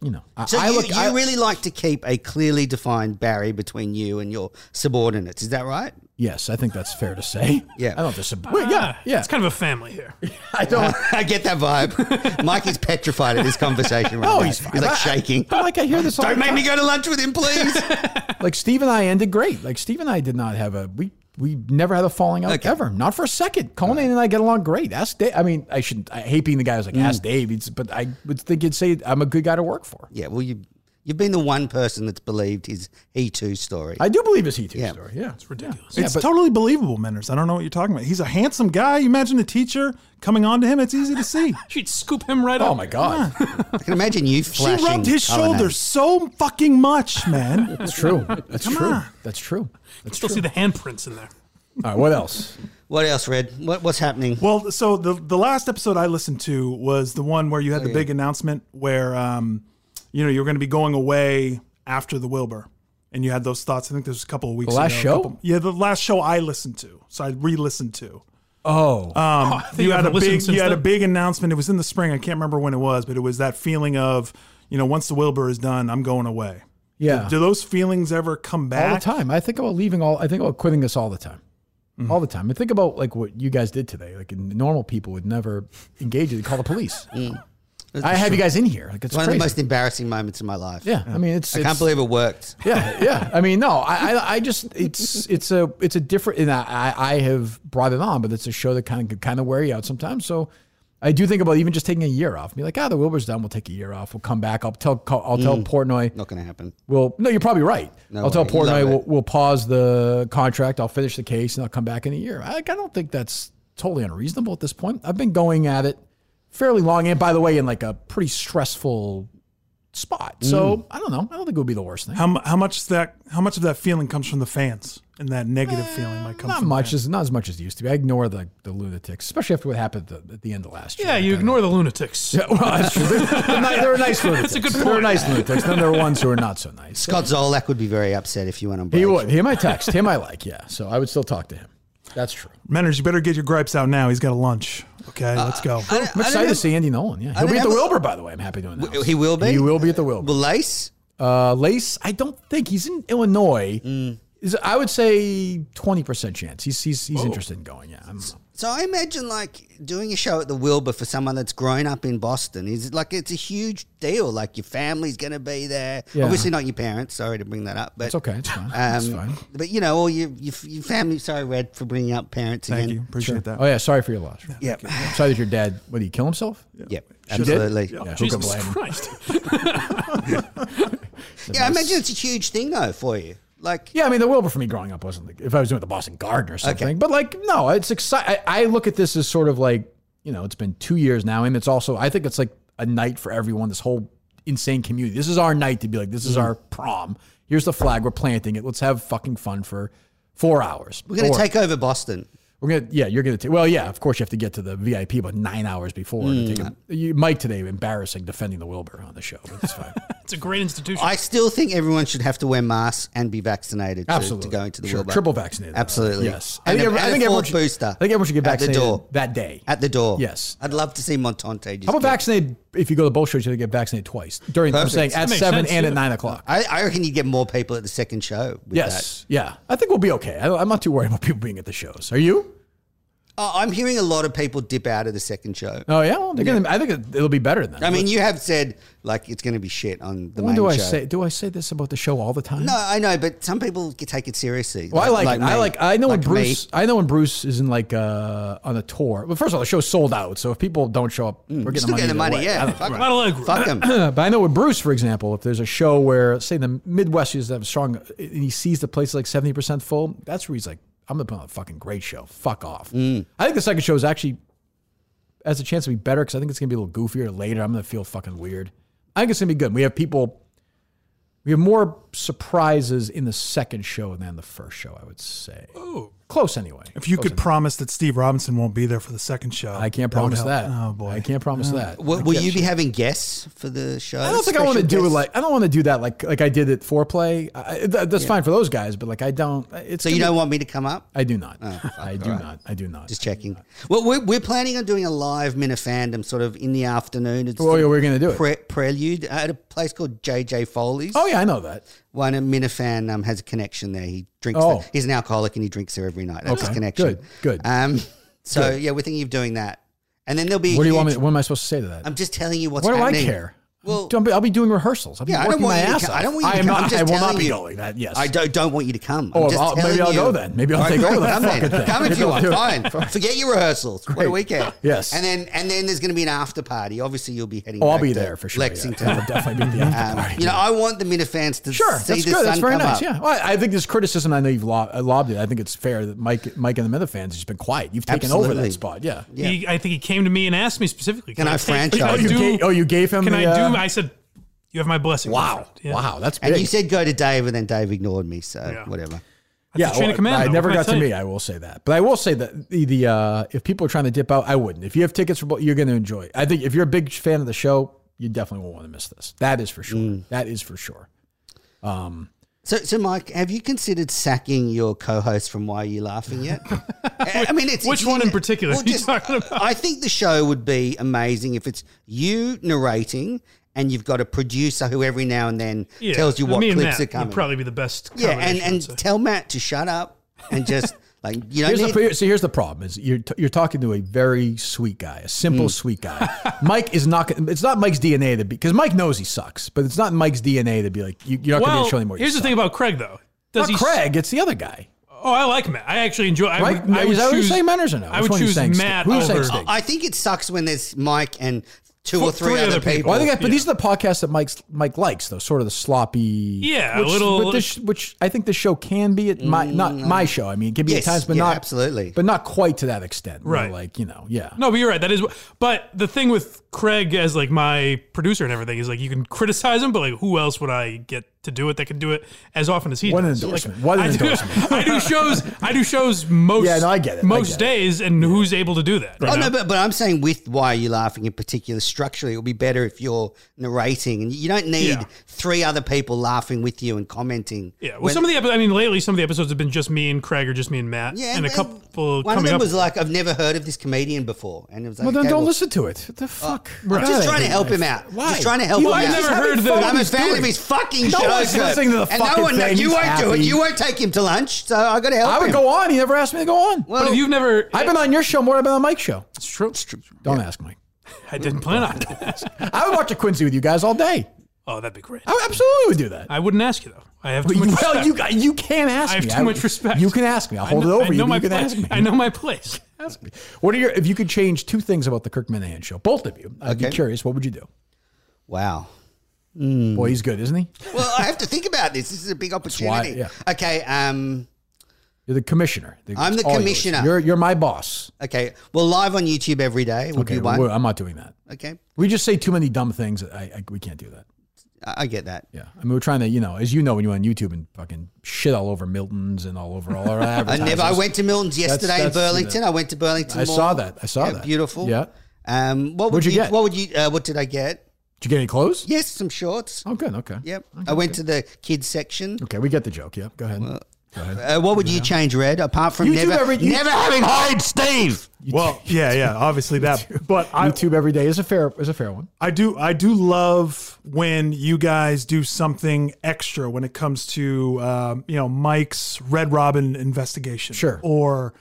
[SPEAKER 2] you know, I,
[SPEAKER 1] So
[SPEAKER 2] I
[SPEAKER 1] you,
[SPEAKER 2] look.
[SPEAKER 1] you
[SPEAKER 2] I,
[SPEAKER 1] really like to keep a clearly defined barrier between you and your subordinates. Is that right?
[SPEAKER 2] yes, I think that's fair to say.
[SPEAKER 1] Yeah.
[SPEAKER 2] I don't disagree. yeah,
[SPEAKER 3] Ah,
[SPEAKER 2] yeah.
[SPEAKER 3] It's kind of a family here.
[SPEAKER 2] I don't.
[SPEAKER 1] I get that vibe. Mike is petrified at this conversation right
[SPEAKER 2] No,
[SPEAKER 1] now.
[SPEAKER 2] Oh, he's fine.
[SPEAKER 1] like
[SPEAKER 2] I-
[SPEAKER 1] shaking.
[SPEAKER 2] But like I hear this all
[SPEAKER 1] Don't
[SPEAKER 2] the
[SPEAKER 1] make
[SPEAKER 2] time.
[SPEAKER 1] me go to lunch with him, please.
[SPEAKER 2] Like Steve and I ended great. Like Steve and I did not have a we we never had a falling out
[SPEAKER 1] Okay.
[SPEAKER 2] ever. Not for a second. Conan and I get along great. Ask Dave. I mean, I shouldn't. I hate being the guy who's like
[SPEAKER 1] Mm.
[SPEAKER 2] ask Dave. It's, but I would think you'd say I'm a good guy to work for.
[SPEAKER 1] yeah, well, you, you've been the one person that's believed his He Too story.
[SPEAKER 2] I do believe his he too
[SPEAKER 1] Yeah.
[SPEAKER 2] story. Yeah, it's
[SPEAKER 3] ridiculous.
[SPEAKER 2] Yeah,
[SPEAKER 5] It's
[SPEAKER 2] but
[SPEAKER 5] totally believable, Menders. I don't know what you're talking about. He's a handsome guy. You imagine a teacher coming on to him. It's easy to see.
[SPEAKER 3] She'd scoop him right up.
[SPEAKER 2] oh my god,
[SPEAKER 1] I can imagine you
[SPEAKER 5] She
[SPEAKER 1] flashing.
[SPEAKER 5] rubbed his
[SPEAKER 1] Cullinan.
[SPEAKER 5] shoulder so fucking much, man.
[SPEAKER 2] that's true. That's true.
[SPEAKER 5] on.
[SPEAKER 2] That's true.
[SPEAKER 3] You still see the handprints in there.
[SPEAKER 2] All right, what else?
[SPEAKER 1] What else, Red? What, what's happening?
[SPEAKER 5] Well, so the the last episode I listened to was the one where you had the big announcement where um, you know, you're going to be going away after the Wilbur, and you had those thoughts. I think there's a couple of weeks.
[SPEAKER 2] last
[SPEAKER 5] ago, a
[SPEAKER 2] show?
[SPEAKER 5] couple- yeah, the last show I listened to, so I re-listened to.
[SPEAKER 2] Oh,
[SPEAKER 5] Um,
[SPEAKER 3] I think
[SPEAKER 5] you
[SPEAKER 3] I
[SPEAKER 5] had a
[SPEAKER 3] haven't listened
[SPEAKER 5] big
[SPEAKER 3] since
[SPEAKER 5] you had a
[SPEAKER 3] then.
[SPEAKER 5] big announcement. It was in the spring. I can't remember when it was, but it was that feeling of you know, once the Wilbur is done, I'm going away.
[SPEAKER 2] yeah.
[SPEAKER 5] Do those feelings ever come back?
[SPEAKER 2] Uh-huh. all the time. I think about leaving all. I think about quitting this all the time, all the time. I think about like what you guys did today. Like normal people would never engage. They call the police. I have you guys in here. Like
[SPEAKER 1] It's
[SPEAKER 2] it's
[SPEAKER 1] Mm. one
[SPEAKER 2] crazy.
[SPEAKER 1] of the most embarrassing moments of my life.
[SPEAKER 2] yeah, I mean it's.
[SPEAKER 1] I
[SPEAKER 2] it's-
[SPEAKER 1] can't believe it worked.
[SPEAKER 2] Yeah, yeah. I mean, no, I, I, I just it's it's a it's a different. And I, I I have brought it on, but it's a show that kind of could kind of wear you out sometimes. So. I do think about even just taking a year off. Be like, ah, the Wilbur's done. We'll take a year off. We'll come back. I'll tell. I'll
[SPEAKER 1] Mm.
[SPEAKER 2] tell Portnoy.
[SPEAKER 1] Not going to happen.
[SPEAKER 2] Well, no, you're probably right.
[SPEAKER 1] No
[SPEAKER 2] I'll tell
[SPEAKER 1] way. Love
[SPEAKER 2] Portnoy
[SPEAKER 1] it.
[SPEAKER 2] we'll, we'll pause the contract. I'll finish the case and I'll come back in a year. I, I don't think that's totally unreasonable at this point. I've been going at it fairly long, and by the way, in like a pretty stressful spot. So I don't know. I don't think it would be the worst thing.
[SPEAKER 5] How, mu- how much that how much of that feeling comes from the fans and that negative feeling might come
[SPEAKER 2] Eh, not
[SPEAKER 5] from
[SPEAKER 2] much as not as much as it used to be. I ignore the, the lunatics, especially after what happened at the, at the end of last year.
[SPEAKER 3] Yeah, you ignore the lunatics.
[SPEAKER 2] Yeah, well, that's true. They're, they're ni- they're nice lunatics.
[SPEAKER 3] a good
[SPEAKER 2] There are
[SPEAKER 3] point.
[SPEAKER 2] nice lunatics. Then there are ones who are not so nice.
[SPEAKER 1] Scott Zolak would be very upset if you went on break.
[SPEAKER 2] He would. Him I text. Him I like. Yeah. So I would still talk to him. That's true.
[SPEAKER 5] Menners, you better get your gripes out now. He's got a lunch. Okay, let's go.
[SPEAKER 2] I'm
[SPEAKER 1] Uh, I don't
[SPEAKER 2] excited to
[SPEAKER 1] know.
[SPEAKER 2] see Andy Nolan. Yeah, he'll
[SPEAKER 1] don't
[SPEAKER 2] be at the
[SPEAKER 1] have a-
[SPEAKER 2] Wilbur. By the way, I'm happy to announce
[SPEAKER 1] He will be?
[SPEAKER 2] He will be at the
[SPEAKER 1] Well,
[SPEAKER 2] Wilbur.
[SPEAKER 1] Lace?
[SPEAKER 2] Uh, Lace, I don't think he's in Illinois.
[SPEAKER 1] Mm.
[SPEAKER 2] Is I would say twenty percent chance. He's he's,
[SPEAKER 1] Oh.
[SPEAKER 2] he's interested in going. Yeah, I don't know.
[SPEAKER 1] So I imagine like doing a show at the Wilbur for someone that's grown up in Boston is like it's a huge deal. Like your family's going to be there.
[SPEAKER 2] Yeah.
[SPEAKER 1] Obviously not your parents. Sorry to bring that up, but
[SPEAKER 2] it's okay. It's fine.
[SPEAKER 1] Um,
[SPEAKER 2] it's fine.
[SPEAKER 1] But you know, all your, your your family. Sorry, Red, for bringing up parents
[SPEAKER 5] Thank you.
[SPEAKER 1] again.
[SPEAKER 5] Appreciate that.
[SPEAKER 2] Oh yeah, sorry for your loss.
[SPEAKER 1] Yep.
[SPEAKER 2] Sorry that your dad. What did he kill himself?
[SPEAKER 1] Yep.
[SPEAKER 2] He did?
[SPEAKER 1] Absolutely.
[SPEAKER 2] Yeah, who could
[SPEAKER 3] Jesus
[SPEAKER 2] blame him?
[SPEAKER 3] Christ.
[SPEAKER 1] Yeah, I imagine it's a huge thing though for you. Like,
[SPEAKER 2] Yeah, I mean the Wilbur for me growing up wasn't like if I was doing the Boston Garden or something. But like, no, it's exciting. I look at this as sort of like you know it's been two years now, and it's also I think it's like a night for everyone. This whole insane community. This is our night to be like, this is our prom. Here's the flag. We're planting it. Let's have fucking fun for four hours.
[SPEAKER 1] We're going
[SPEAKER 2] Or-
[SPEAKER 1] to take over Boston.
[SPEAKER 2] we're gonna, yeah, you're gonna. T- well, yeah, of course you have to get to the VIP about nine hours before. to take a- you, Mike today embarrassing defending the Wilbur on the show. But it's fine.
[SPEAKER 3] It's a great institution.
[SPEAKER 1] I still think everyone should have to wear masks and be vaccinated to,
[SPEAKER 2] Absolutely,
[SPEAKER 1] to go into the
[SPEAKER 2] Sure.
[SPEAKER 1] Wilbur.
[SPEAKER 2] triple vaccinated.
[SPEAKER 1] Absolutely.
[SPEAKER 2] yes.
[SPEAKER 1] And, a, and
[SPEAKER 2] every-
[SPEAKER 1] a
[SPEAKER 2] everyone
[SPEAKER 1] fourth
[SPEAKER 2] should-
[SPEAKER 1] booster.
[SPEAKER 2] I think everyone should get
[SPEAKER 1] at
[SPEAKER 2] vaccinated
[SPEAKER 1] the door.
[SPEAKER 2] that day.
[SPEAKER 1] At the door.
[SPEAKER 2] Yes.
[SPEAKER 1] I'd love to see Montante. Just
[SPEAKER 2] How about
[SPEAKER 1] get-
[SPEAKER 2] vaccinated? If you go to both shows, you have to get vaccinated twice during.
[SPEAKER 1] Perfect.
[SPEAKER 2] I'm saying at
[SPEAKER 3] That makes
[SPEAKER 2] seven
[SPEAKER 3] sense,
[SPEAKER 2] and at
[SPEAKER 3] yeah.
[SPEAKER 2] nine o'clock.
[SPEAKER 1] I, I reckon you get more people at the second show. With
[SPEAKER 2] yes, yeah. I think we'll be okay. I, I'm not too worried about people being at the shows. Are you?
[SPEAKER 1] that. Oh, I'm hearing a lot of people dip out of the second show.
[SPEAKER 2] Oh yeah. Well, they're Gonna, I think it, it'll be better than that.
[SPEAKER 1] I mean, you have said like it's going to be shit on the
[SPEAKER 2] when
[SPEAKER 1] main
[SPEAKER 2] do I
[SPEAKER 1] show.
[SPEAKER 2] say? Do I say this about the show all the time?
[SPEAKER 1] No, I know, but some people g- take it seriously.
[SPEAKER 2] Well, I like, it. I
[SPEAKER 1] me.
[SPEAKER 2] like. I know
[SPEAKER 1] Like
[SPEAKER 2] when Bruce.
[SPEAKER 1] me.
[SPEAKER 2] I know when Bruce is in like uh, on a tour. But first of all, the show's sold out. So if people don't show up, we're getting
[SPEAKER 1] Mm. Still
[SPEAKER 2] the
[SPEAKER 1] getting the
[SPEAKER 2] money.
[SPEAKER 1] money,
[SPEAKER 2] either way. I
[SPEAKER 1] yeah.
[SPEAKER 2] don't-
[SPEAKER 1] Fuck,
[SPEAKER 3] Not a leg room.
[SPEAKER 1] fuck 'em.
[SPEAKER 2] but I know with Bruce, for example, if there's a show where say the Midwest is have strong, and he sees the place like seventy percent full, that's where he's like, I'm gonna put on a fucking great show. Fuck off. I think the second show is actually has a chance to be better because I think it's gonna be a little goofier later. I'm gonna feel fucking weird. I think it's gonna be good. We have people. We have more surprises in the second show than the first show, I would say. Close anyway.
[SPEAKER 5] If you could promise that Steve Robinson won't be there for the second show,
[SPEAKER 2] Oh, I can't
[SPEAKER 5] that would
[SPEAKER 2] promise
[SPEAKER 5] help.
[SPEAKER 2] that.
[SPEAKER 5] Oh boy,
[SPEAKER 2] I can't promise that.
[SPEAKER 1] Will, will you be having guests for the show?
[SPEAKER 2] I don't think I want to
[SPEAKER 1] Special
[SPEAKER 2] do it
[SPEAKER 1] guests?
[SPEAKER 2] like I don't want to do that like like I did at foreplay. I, I- th- that's fine for those guys, but like I don't. It's
[SPEAKER 1] So you Oh,
[SPEAKER 2] gonna
[SPEAKER 1] don't
[SPEAKER 2] be-
[SPEAKER 1] want me to come up?
[SPEAKER 2] I do not. I do not. I do not.
[SPEAKER 1] Just checking. Well, we're, we're planning on doing a live Minifandom sort of in the afternoon. It's
[SPEAKER 2] Oh, yeah, we're gonna do it.
[SPEAKER 1] pre- Prelude at a place called JJ Foley's.
[SPEAKER 2] Oh yeah, I know that.
[SPEAKER 1] One a Minifan um, has a connection there. He drinks.
[SPEAKER 2] Oh.
[SPEAKER 1] The, he's an alcoholic and he drinks there every night. That's
[SPEAKER 2] Okay.
[SPEAKER 1] his connection.
[SPEAKER 2] Good, good.
[SPEAKER 1] Um, so yeah, we're thinking of doing that, and then there'll be. a
[SPEAKER 2] What do you want me?
[SPEAKER 1] huge-
[SPEAKER 2] What am I supposed to say to that?
[SPEAKER 1] I'm just telling you what's
[SPEAKER 2] what do I
[SPEAKER 1] happening.
[SPEAKER 2] care?
[SPEAKER 1] Well-
[SPEAKER 2] Don't be- I'll be doing rehearsals. I'll be
[SPEAKER 1] Yeah, I
[SPEAKER 2] working
[SPEAKER 1] don't want
[SPEAKER 2] my
[SPEAKER 1] you to
[SPEAKER 2] ass
[SPEAKER 1] co-
[SPEAKER 2] off.
[SPEAKER 1] I don't want you
[SPEAKER 2] I
[SPEAKER 1] to
[SPEAKER 2] am
[SPEAKER 1] come.
[SPEAKER 2] not.
[SPEAKER 1] I'm just
[SPEAKER 2] I will not
[SPEAKER 1] telling
[SPEAKER 2] be
[SPEAKER 1] you.
[SPEAKER 2] going. That yes.
[SPEAKER 1] I don't, don't want you to come.
[SPEAKER 2] Oh,
[SPEAKER 1] I'm just
[SPEAKER 2] I'll- maybe
[SPEAKER 1] telling
[SPEAKER 2] I'll
[SPEAKER 1] you.
[SPEAKER 2] go then. Maybe I'll
[SPEAKER 1] All
[SPEAKER 2] take
[SPEAKER 1] great,
[SPEAKER 2] over the
[SPEAKER 1] come then.
[SPEAKER 2] fucking thing.
[SPEAKER 1] Come if
[SPEAKER 2] Maybe
[SPEAKER 1] you
[SPEAKER 2] I'll
[SPEAKER 1] want.
[SPEAKER 2] do it.
[SPEAKER 1] Fine. Forget your rehearsals. What a weekend.
[SPEAKER 2] Yes.
[SPEAKER 1] And then and then there's going to be an after party. Obviously, you'll be heading.
[SPEAKER 2] Oh, I'll
[SPEAKER 1] back
[SPEAKER 2] be
[SPEAKER 1] to
[SPEAKER 2] there for sure. yeah.
[SPEAKER 1] Lexington.
[SPEAKER 2] I'll definitely be at the after
[SPEAKER 1] Um,
[SPEAKER 2] party.
[SPEAKER 1] you know, I want the Minifans to
[SPEAKER 2] Sure,
[SPEAKER 1] see
[SPEAKER 2] that's
[SPEAKER 1] the
[SPEAKER 2] good.
[SPEAKER 1] sun
[SPEAKER 2] That's very
[SPEAKER 1] come
[SPEAKER 2] nice.
[SPEAKER 1] up.
[SPEAKER 2] Yeah, well, I I think this criticism I know you've lo- uh, lobbed it. I think it's fair that Mike, Mike, and the Meta fans have just been quiet. You've taken over that
[SPEAKER 1] Absolutely.
[SPEAKER 2] spot. Yeah.
[SPEAKER 1] Yeah.
[SPEAKER 3] He, I think he came to me and asked me specifically.
[SPEAKER 1] Can I
[SPEAKER 3] take-
[SPEAKER 1] franchise
[SPEAKER 2] Oh,
[SPEAKER 1] I
[SPEAKER 2] you, gave, oh, you gave him.
[SPEAKER 3] Can
[SPEAKER 2] the,
[SPEAKER 3] I
[SPEAKER 2] uh,
[SPEAKER 3] do? I said, you have my blessing. my
[SPEAKER 2] Wow,
[SPEAKER 3] friend." Yeah.
[SPEAKER 2] wow, that's big.
[SPEAKER 1] And you said go to Dave, and then Dave ignored me. So whatever.
[SPEAKER 3] That's the chain of command,
[SPEAKER 2] I
[SPEAKER 3] though.
[SPEAKER 2] never
[SPEAKER 3] What can I
[SPEAKER 2] got to
[SPEAKER 3] tell you?
[SPEAKER 2] me. I will say that, but I will say that the, the uh, if people are trying to dip out, I wouldn't. If you have tickets for both, you're going to enjoy. It. I think if you're a big fan of the show, you definitely won't want to miss this. That is for sure.
[SPEAKER 3] Mm.
[SPEAKER 2] That is for sure.
[SPEAKER 1] So, so Mike, have you considered sacking your co-host from Why Are You Laughing yet? I I mean, it's
[SPEAKER 3] Which one in particular are you talking about?
[SPEAKER 1] I think the show would be amazing if it's you narrating and you've got a producer who every now and then
[SPEAKER 3] Yeah.
[SPEAKER 1] tells you what
[SPEAKER 3] me and
[SPEAKER 1] clips
[SPEAKER 3] Matt
[SPEAKER 1] are
[SPEAKER 3] would
[SPEAKER 1] coming.
[SPEAKER 3] probably be the best.
[SPEAKER 1] yeah, and
[SPEAKER 3] combination, I'd say.
[SPEAKER 1] and tell Matt to shut up and just like you know.
[SPEAKER 2] Here's the, so here's the problem: is you're t- you're talking to a very sweet guy, a simple
[SPEAKER 3] Mm.
[SPEAKER 2] sweet guy. Mike is not. gonna- It's not Mike's DNA to be because Mike knows he sucks, but it's not Mike's DNA to be like you, you're not going to be in
[SPEAKER 3] well,
[SPEAKER 2] the show anymore. you
[SPEAKER 3] here's the
[SPEAKER 2] suck."
[SPEAKER 3] thing about Craig though. Does
[SPEAKER 2] Not
[SPEAKER 3] he?
[SPEAKER 2] Craig, it's the other guy.
[SPEAKER 3] Oh, I like Matt. I actually enjoy. I
[SPEAKER 2] Right?
[SPEAKER 3] would, I
[SPEAKER 2] Is
[SPEAKER 3] would
[SPEAKER 2] that what you're
[SPEAKER 3] choose,
[SPEAKER 2] saying, Matt, or is it no?
[SPEAKER 3] I
[SPEAKER 2] Which
[SPEAKER 3] would
[SPEAKER 2] one are you
[SPEAKER 3] choose
[SPEAKER 2] saying, Steve?
[SPEAKER 3] Matt
[SPEAKER 2] Who are you
[SPEAKER 3] over.
[SPEAKER 2] saying,
[SPEAKER 3] uh,
[SPEAKER 2] Steve?
[SPEAKER 1] I think it sucks when there's Mike and two or three, other, people.
[SPEAKER 2] Well, I think, I, but
[SPEAKER 3] Yeah.
[SPEAKER 2] these are the podcasts that Mike's Mike likes, though. Sort of the sloppy,
[SPEAKER 3] Yeah, a
[SPEAKER 2] which,
[SPEAKER 3] little-
[SPEAKER 2] but this, which I think the show can be at my not my show. I mean, it can be
[SPEAKER 1] Mm. Yes,
[SPEAKER 2] at times, but
[SPEAKER 1] yeah,
[SPEAKER 2] not
[SPEAKER 1] absolutely.
[SPEAKER 2] but not quite to that extent. where,
[SPEAKER 3] Right.
[SPEAKER 2] like you know, yeah.
[SPEAKER 3] No, but you're right. That is, but the thing with Craig as like my producer and everything is like you can criticize him, but like who else would I get to do it that can do it as often as he
[SPEAKER 2] What an
[SPEAKER 3] does?
[SPEAKER 2] endorsement.
[SPEAKER 3] Like,
[SPEAKER 2] What an
[SPEAKER 3] I do,
[SPEAKER 2] endorsement.
[SPEAKER 3] I do shows. I do shows most.
[SPEAKER 2] Yeah, no, I get it. I
[SPEAKER 3] Most
[SPEAKER 2] get it.
[SPEAKER 3] days, and who's able to do that? you
[SPEAKER 1] Oh
[SPEAKER 3] know?
[SPEAKER 1] no, but, but I'm saying with why are you laughing in particular structurally, it would be better if you're narrating, and you don't need
[SPEAKER 3] Yeah.
[SPEAKER 1] three other people laughing with you and commenting.
[SPEAKER 3] Yeah, well,
[SPEAKER 1] When-
[SPEAKER 3] some of the episodes. I mean, lately, some of the episodes have been just me and Craig, or just me and Matt,
[SPEAKER 1] yeah,
[SPEAKER 3] and a couple
[SPEAKER 1] One of
[SPEAKER 3] coming
[SPEAKER 1] them
[SPEAKER 3] up.
[SPEAKER 1] was like, I've never heard of this comedian before, and it was like,
[SPEAKER 2] Well, then
[SPEAKER 1] okay,
[SPEAKER 2] don't
[SPEAKER 1] well, uh,
[SPEAKER 2] listen to it. What the fuck?
[SPEAKER 1] I'm just trying to help him out.
[SPEAKER 2] Why?
[SPEAKER 1] Just trying to help
[SPEAKER 2] You
[SPEAKER 1] him
[SPEAKER 2] like-
[SPEAKER 1] out.
[SPEAKER 3] I've never
[SPEAKER 2] He's
[SPEAKER 3] heard
[SPEAKER 2] having
[SPEAKER 3] the-
[SPEAKER 2] fun.
[SPEAKER 1] I'm a
[SPEAKER 2] He's
[SPEAKER 1] fan
[SPEAKER 2] doing
[SPEAKER 1] of
[SPEAKER 2] it.
[SPEAKER 1] his fucking
[SPEAKER 2] No
[SPEAKER 1] show.
[SPEAKER 2] one's
[SPEAKER 1] Kurt.
[SPEAKER 2] listening to the
[SPEAKER 1] and
[SPEAKER 2] fucking
[SPEAKER 1] no one,
[SPEAKER 2] thing.
[SPEAKER 1] You
[SPEAKER 2] He's
[SPEAKER 1] won't do it.
[SPEAKER 2] happy.
[SPEAKER 1] You won't take him to lunch, so I got to help
[SPEAKER 2] I would
[SPEAKER 1] him.
[SPEAKER 2] go on. He never asked me to go on.
[SPEAKER 1] Well,
[SPEAKER 3] but if you've never,
[SPEAKER 2] I've been on your show more than I've been on Mike's show.
[SPEAKER 3] it's true.
[SPEAKER 2] Don't ask Mike.
[SPEAKER 3] I didn't plan on it.
[SPEAKER 2] I would watch a Quincy with you guys all day.
[SPEAKER 3] Oh, that'd be great.
[SPEAKER 2] I absolutely would do that.
[SPEAKER 3] I wouldn't ask you though. I have too much
[SPEAKER 2] Well,
[SPEAKER 3] respect.
[SPEAKER 2] you you can't ask
[SPEAKER 3] I have
[SPEAKER 2] me.
[SPEAKER 3] too much respect.
[SPEAKER 2] You can ask me. I'll hold
[SPEAKER 3] I know,
[SPEAKER 2] it
[SPEAKER 3] I
[SPEAKER 2] over you.
[SPEAKER 3] know
[SPEAKER 2] but
[SPEAKER 3] my
[SPEAKER 2] You can
[SPEAKER 3] place.
[SPEAKER 2] ask me.
[SPEAKER 3] I know my place.
[SPEAKER 2] Ask me. What are your if you could change two things about the Kirk Minahan show? Both of you. I'd be
[SPEAKER 1] Okay.
[SPEAKER 2] curious. What would you do?
[SPEAKER 1] wow.
[SPEAKER 2] Boy, he's good, isn't he?
[SPEAKER 1] Well, I have to think about this. This is a big
[SPEAKER 2] why-
[SPEAKER 1] opportunity.
[SPEAKER 2] yeah.
[SPEAKER 1] Okay. Um.
[SPEAKER 2] You're the commissioner. The-
[SPEAKER 1] I'm the
[SPEAKER 2] it's all yours.
[SPEAKER 1] commissioner.
[SPEAKER 2] You're you're my boss.
[SPEAKER 1] Okay. Well, live on YouTube every day would
[SPEAKER 2] Okay,
[SPEAKER 1] be one.
[SPEAKER 2] well, I'm not doing that.
[SPEAKER 1] Okay.
[SPEAKER 2] We just say too many dumb things. I, I we can't do that.
[SPEAKER 1] I I get that.
[SPEAKER 2] Yeah, I mean, we're trying to, you know, as you know, when you went on YouTube and fucking shit all over Milton's and all over all our
[SPEAKER 1] I
[SPEAKER 2] advertisers.
[SPEAKER 1] never. I went to Milton's yesterday
[SPEAKER 2] that's-
[SPEAKER 1] in Burlington. I went to Burlington.
[SPEAKER 2] I
[SPEAKER 1] Mall.
[SPEAKER 2] saw that. I saw
[SPEAKER 1] Yeah,
[SPEAKER 2] that.
[SPEAKER 1] Beautiful.
[SPEAKER 2] Yeah.
[SPEAKER 1] Um, what would
[SPEAKER 2] What'd
[SPEAKER 1] you,
[SPEAKER 2] you get?
[SPEAKER 1] What would you? Uh, what did I get?
[SPEAKER 2] Did you get any clothes?
[SPEAKER 1] Yes, some shorts.
[SPEAKER 2] Oh, good. Okay.
[SPEAKER 1] Yep. I went to the kids section.
[SPEAKER 2] Okay, we get the joke. Yeah, go ahead. go ahead.
[SPEAKER 1] Uh, what would you change, Red? Apart from
[SPEAKER 2] You do
[SPEAKER 1] never,
[SPEAKER 2] every- you-
[SPEAKER 1] never having hired Steve.
[SPEAKER 5] Well, yeah, yeah, obviously that. But I,
[SPEAKER 2] YouTube every day is a fair is a fair one.
[SPEAKER 5] I do I do love when you guys do something extra when it comes to um, you know Mike's Red Robin investigation,
[SPEAKER 2] Sure.
[SPEAKER 5] or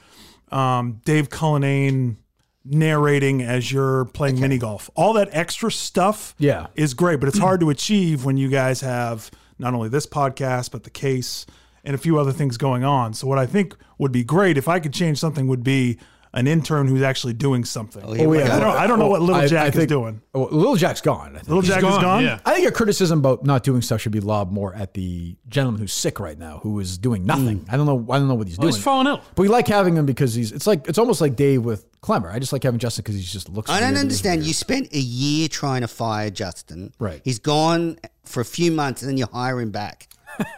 [SPEAKER 5] um, Dave Cullinane narrating as you're playing mini golf. All that extra stuff,
[SPEAKER 2] Yeah.
[SPEAKER 5] is great, but it's hard to achieve when you guys have not only this podcast but the case and a few other things going on. So what I think would be great if I could change something would be an intern who's actually doing something.
[SPEAKER 1] here we
[SPEAKER 5] I
[SPEAKER 1] go.
[SPEAKER 5] don't, I don't know what Little
[SPEAKER 2] Oh, I-
[SPEAKER 5] Jack
[SPEAKER 2] I
[SPEAKER 5] is
[SPEAKER 2] think-
[SPEAKER 5] doing.
[SPEAKER 2] Oh, Little Jack's gone. I think.
[SPEAKER 5] Little Jack is
[SPEAKER 3] gone,
[SPEAKER 5] gone.
[SPEAKER 3] yeah.
[SPEAKER 2] I think your criticism about not doing stuff should be lobbed more at the gentleman who's sick right now, who is doing nothing.
[SPEAKER 5] Mm.
[SPEAKER 2] I don't know. I don't know what he's
[SPEAKER 3] Well,
[SPEAKER 2] doing.
[SPEAKER 3] he's falling ill.
[SPEAKER 2] But we like having him because he's. It's like it's almost like Dave with Clemmer. I just like having Justin because he just looks.
[SPEAKER 1] I
[SPEAKER 2] weird
[SPEAKER 1] don't
[SPEAKER 2] and is
[SPEAKER 1] understand.
[SPEAKER 2] weird.
[SPEAKER 1] You spent a year trying to fire Justin.
[SPEAKER 2] Right.
[SPEAKER 1] He's gone for a few months, and then you hire him back.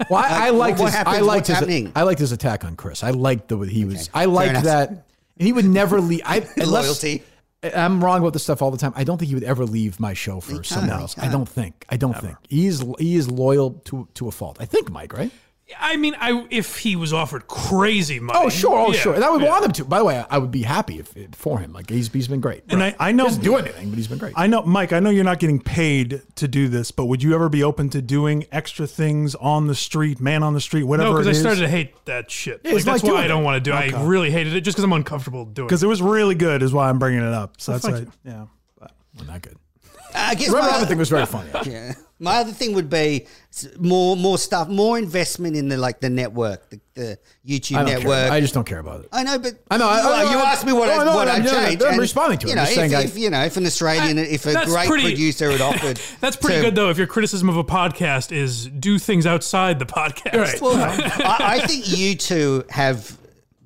[SPEAKER 2] Well, I, I liked
[SPEAKER 1] what
[SPEAKER 2] his,
[SPEAKER 1] happens?
[SPEAKER 2] I liked
[SPEAKER 1] What's
[SPEAKER 2] his,
[SPEAKER 1] happening?
[SPEAKER 2] I liked his attack on Chris. I liked the he was. I
[SPEAKER 1] enough.
[SPEAKER 2] liked that, and he would never leave. I unless-
[SPEAKER 1] Loyalty.
[SPEAKER 2] I'm wrong about this stuff all the time. I don't think he would ever leave my show for somewhere else. I don't think. I don't think he's he is loyal to to a fault. I think Mike, right?
[SPEAKER 3] I mean, I if he was offered crazy money.
[SPEAKER 2] Oh sure, oh
[SPEAKER 3] Yeah,
[SPEAKER 2] sure. And I would
[SPEAKER 3] yeah.
[SPEAKER 2] want him to. By the way, I, I would be happy if, if- for him. Like he's he's been great.
[SPEAKER 5] And I, I know
[SPEAKER 2] he doesn't do anything, but he's been great.
[SPEAKER 5] I know Mike, I know you're not getting paid to do this, but would you ever be open to doing extra things on the street, man on the street, whatever
[SPEAKER 3] No, because
[SPEAKER 5] it
[SPEAKER 3] I
[SPEAKER 5] is?
[SPEAKER 3] started to hate that shit. Like,
[SPEAKER 2] it's like
[SPEAKER 3] that's why
[SPEAKER 2] doing
[SPEAKER 3] I don't
[SPEAKER 2] it.
[SPEAKER 3] want to do it. I really hated it just because I'm uncomfortable doing it.
[SPEAKER 5] because it was really good is why I'm bringing it up. So that's
[SPEAKER 3] thank
[SPEAKER 5] right. Yeah.
[SPEAKER 2] Well, not good.
[SPEAKER 1] I guess
[SPEAKER 2] Red
[SPEAKER 1] my
[SPEAKER 2] Robin
[SPEAKER 1] other,
[SPEAKER 2] thing was very funny.
[SPEAKER 1] yeah. my other thing would be s- more more stuff, more investment in the like the network, the, the YouTube
[SPEAKER 2] I don't care.
[SPEAKER 1] network.
[SPEAKER 2] I just don't care about it.
[SPEAKER 1] I know, but
[SPEAKER 2] I know, I-
[SPEAKER 1] You,
[SPEAKER 2] I-
[SPEAKER 1] you
[SPEAKER 2] I-
[SPEAKER 1] asked me what
[SPEAKER 2] No,
[SPEAKER 1] I,
[SPEAKER 2] no,
[SPEAKER 1] what
[SPEAKER 2] no,
[SPEAKER 1] I
[SPEAKER 2] no, no,
[SPEAKER 1] changed.
[SPEAKER 2] I'm
[SPEAKER 1] and,
[SPEAKER 2] responding to it.
[SPEAKER 1] You
[SPEAKER 2] I'm
[SPEAKER 1] know,
[SPEAKER 2] just
[SPEAKER 1] if,
[SPEAKER 2] saying I-
[SPEAKER 1] if, you know, if an Australian, if a
[SPEAKER 3] that's
[SPEAKER 1] great
[SPEAKER 3] pretty-
[SPEAKER 1] producer had offered,
[SPEAKER 3] That's pretty
[SPEAKER 1] to-
[SPEAKER 3] good though. If your criticism of a podcast is do things outside the podcast,
[SPEAKER 1] Well, I, I think you two have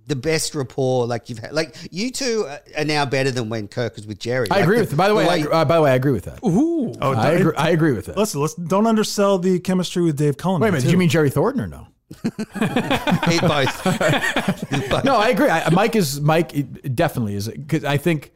[SPEAKER 1] the best rapport. Like you've had, like you two are now better than when Kirk was with Jerry.
[SPEAKER 2] I
[SPEAKER 1] Like
[SPEAKER 2] agree with. By the way, I,
[SPEAKER 1] you-
[SPEAKER 2] agree- uh, by the way, I agree with that.
[SPEAKER 5] Oh,
[SPEAKER 2] I
[SPEAKER 5] it-
[SPEAKER 2] agree. I agree with that.
[SPEAKER 5] Listen, let's don't undersell the chemistry with Dave Cullen.
[SPEAKER 2] Wait a minute.
[SPEAKER 5] too.
[SPEAKER 2] Did you mean Jerry Thornton or no?
[SPEAKER 1] Hate both.
[SPEAKER 2] no, I agree. I, Mike is Mike it definitely is because I think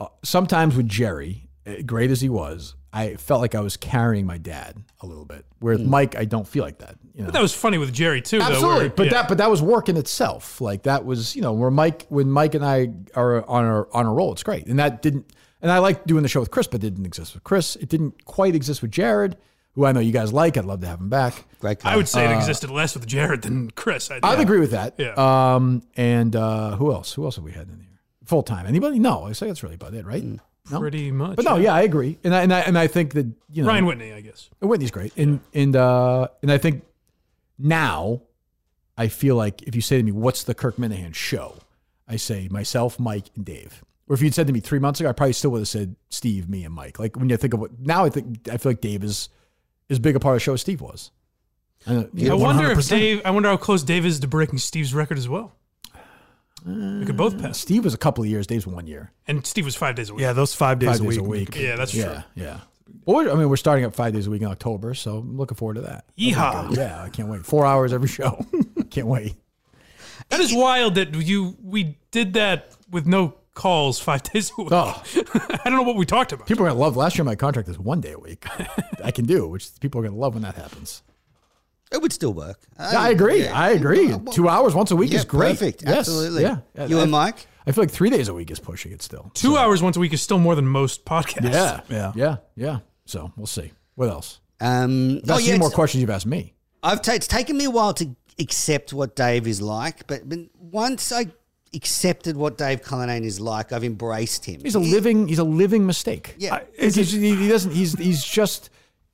[SPEAKER 2] uh, sometimes with Jerry, uh, great as he was, I felt like I was carrying my dad a little bit. Whereas Mike, I don't feel like that. You know,
[SPEAKER 3] that was funny with Jerry too.
[SPEAKER 2] Hmm. absolutely.
[SPEAKER 3] Though, where-
[SPEAKER 2] but
[SPEAKER 3] yeah.
[SPEAKER 2] that but that was work in itself. Like that was you know where Mike when Mike and I are on our on a roll, it's great. And that didn't. And I liked doing the show with Chris, but it didn't exist with Chris. It didn't quite exist with Jared, who I know you guys like. I'd love to have him back.
[SPEAKER 1] Great guy.
[SPEAKER 3] I would say it existed less with Jared than Chris.
[SPEAKER 2] Uh.
[SPEAKER 3] I
[SPEAKER 2] I'd
[SPEAKER 3] think.
[SPEAKER 2] agree with that.
[SPEAKER 3] Yeah.
[SPEAKER 2] Um, and uh, who else? Who else have we had in here? Full time? Anybody? No, I say that's really about it, right?
[SPEAKER 3] Mm.
[SPEAKER 2] No?
[SPEAKER 3] pretty much.
[SPEAKER 2] But no, yeah, I agree. And I, and I and I think that you know
[SPEAKER 3] Ryan Whitney, I guess.
[SPEAKER 2] Whitney's great. And and uh, and I think now I feel like if you say to me, "What's the Kirk Minahan show?" I say myself, Mike, and Dave. Or if you'd said to me three months ago, I probably still would have said Steve, me, and Mike. Like when you think of what now, I think I feel like Dave is as big a part of the show as Steve was. I don't-
[SPEAKER 3] I wonder if
[SPEAKER 5] 100%.
[SPEAKER 3] Dave. I wonder how close Dave is to breaking Steve's record as well. We could both pass.
[SPEAKER 2] Steve was a couple of years. Dave's one year.
[SPEAKER 3] And Steve was five days a week.
[SPEAKER 5] Yeah, those five days,
[SPEAKER 2] five days a week.
[SPEAKER 3] Yeah, that's
[SPEAKER 2] yeah,
[SPEAKER 3] true.
[SPEAKER 2] Yeah. But we're- I mean, we're starting up five days a week in October, so I'm looking forward to that.
[SPEAKER 3] Yeehaw!
[SPEAKER 2] Yeah, I can't wait. Four hours every show. can't wait.
[SPEAKER 3] That is wild that you we did that with no calls five days a week.
[SPEAKER 2] Oh,
[SPEAKER 3] I don't know what we talked about.
[SPEAKER 2] people are gonna love. Last year, my contract is one day a week. I can do, which people are gonna love when that happens.
[SPEAKER 1] It would still work.
[SPEAKER 2] Yeah, I agree. I agree. Two hours once a week
[SPEAKER 1] Yeah,
[SPEAKER 2] is great.
[SPEAKER 1] perfect.
[SPEAKER 2] Yes.
[SPEAKER 1] Absolutely.
[SPEAKER 2] Yeah. Yeah,
[SPEAKER 1] You
[SPEAKER 2] I-
[SPEAKER 1] and Mike?
[SPEAKER 2] I feel like three days a week is pushing it still.
[SPEAKER 3] Two hours once a week is still more than most podcasts.
[SPEAKER 2] Yeah.
[SPEAKER 5] Yeah.
[SPEAKER 2] Yeah. Yeah. So we'll see. What else?
[SPEAKER 1] Um, oh,
[SPEAKER 2] That's
[SPEAKER 1] yeah,
[SPEAKER 2] few more
[SPEAKER 1] it's,
[SPEAKER 2] questions you've asked me.
[SPEAKER 1] I've ta it's taken me a while to accept what Dave is like, but, but once I accepted what Dave Cullinane is like, I've embraced him.
[SPEAKER 2] He's a living. He's a living mistake.
[SPEAKER 1] Yeah. I-
[SPEAKER 2] It's- it's- he, he doesn't. He's he's just.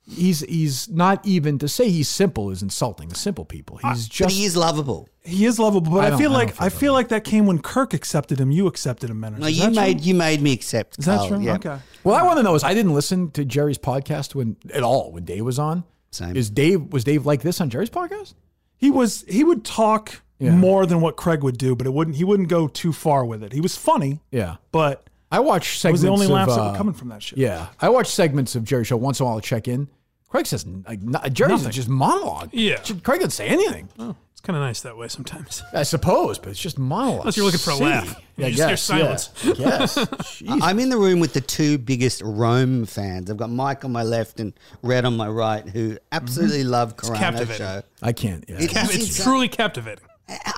[SPEAKER 2] He's he's not even to say he's simple is insulting to simple people. He's
[SPEAKER 1] Uh, but
[SPEAKER 2] just
[SPEAKER 1] he is lovable.
[SPEAKER 5] He is lovable, but
[SPEAKER 2] I
[SPEAKER 5] I,
[SPEAKER 2] don't-
[SPEAKER 5] feel
[SPEAKER 2] I don't
[SPEAKER 5] like
[SPEAKER 2] feel
[SPEAKER 5] I feel like that came when Kirk accepted him. You accepted him, Menners.
[SPEAKER 1] No,
[SPEAKER 5] Is
[SPEAKER 1] you
[SPEAKER 5] that true?
[SPEAKER 1] made you made me accept.
[SPEAKER 5] Is that
[SPEAKER 1] Carl,
[SPEAKER 5] true?
[SPEAKER 1] Yeah.
[SPEAKER 5] Okay.
[SPEAKER 2] What I want to know is I didn't listen to Jerry's podcast when at all when Dave was on.
[SPEAKER 1] Same.
[SPEAKER 2] Is Dave was Dave like this on Jerry's podcast?
[SPEAKER 5] He was he would talk
[SPEAKER 2] Yeah.
[SPEAKER 5] more than what Craig would do, but it wouldn't he wouldn't go too far with it. He was funny,
[SPEAKER 2] Yeah.
[SPEAKER 5] but
[SPEAKER 2] I watch
[SPEAKER 5] it
[SPEAKER 2] segments.
[SPEAKER 5] was the only
[SPEAKER 2] of,
[SPEAKER 5] laughs that
[SPEAKER 2] uh,
[SPEAKER 5] were coming from that shit.
[SPEAKER 2] Yeah, I watch segments of Jerry's show once in a while. to Check in. Craig says like not, Jerry's
[SPEAKER 5] Nothing.
[SPEAKER 2] just monologue.
[SPEAKER 3] Yeah. Oh.
[SPEAKER 2] Should- Craig doesn't say anything.
[SPEAKER 3] It's kind of nice that way sometimes.
[SPEAKER 2] I suppose, but it's just monologue.
[SPEAKER 3] Unless you're looking for a laugh.
[SPEAKER 2] Yeah,
[SPEAKER 3] You just
[SPEAKER 2] yes,
[SPEAKER 3] hear silence.
[SPEAKER 2] Yes.
[SPEAKER 1] I'm in the room with the two biggest Rome fans. I've got Mike on my left and Red on my right, who absolutely love Carano
[SPEAKER 3] captivating.
[SPEAKER 1] show.
[SPEAKER 2] I can't. Yeah.
[SPEAKER 1] It-
[SPEAKER 3] Cap-
[SPEAKER 1] It's
[SPEAKER 3] It's,
[SPEAKER 1] insane.
[SPEAKER 3] truly captivating.
[SPEAKER 1] I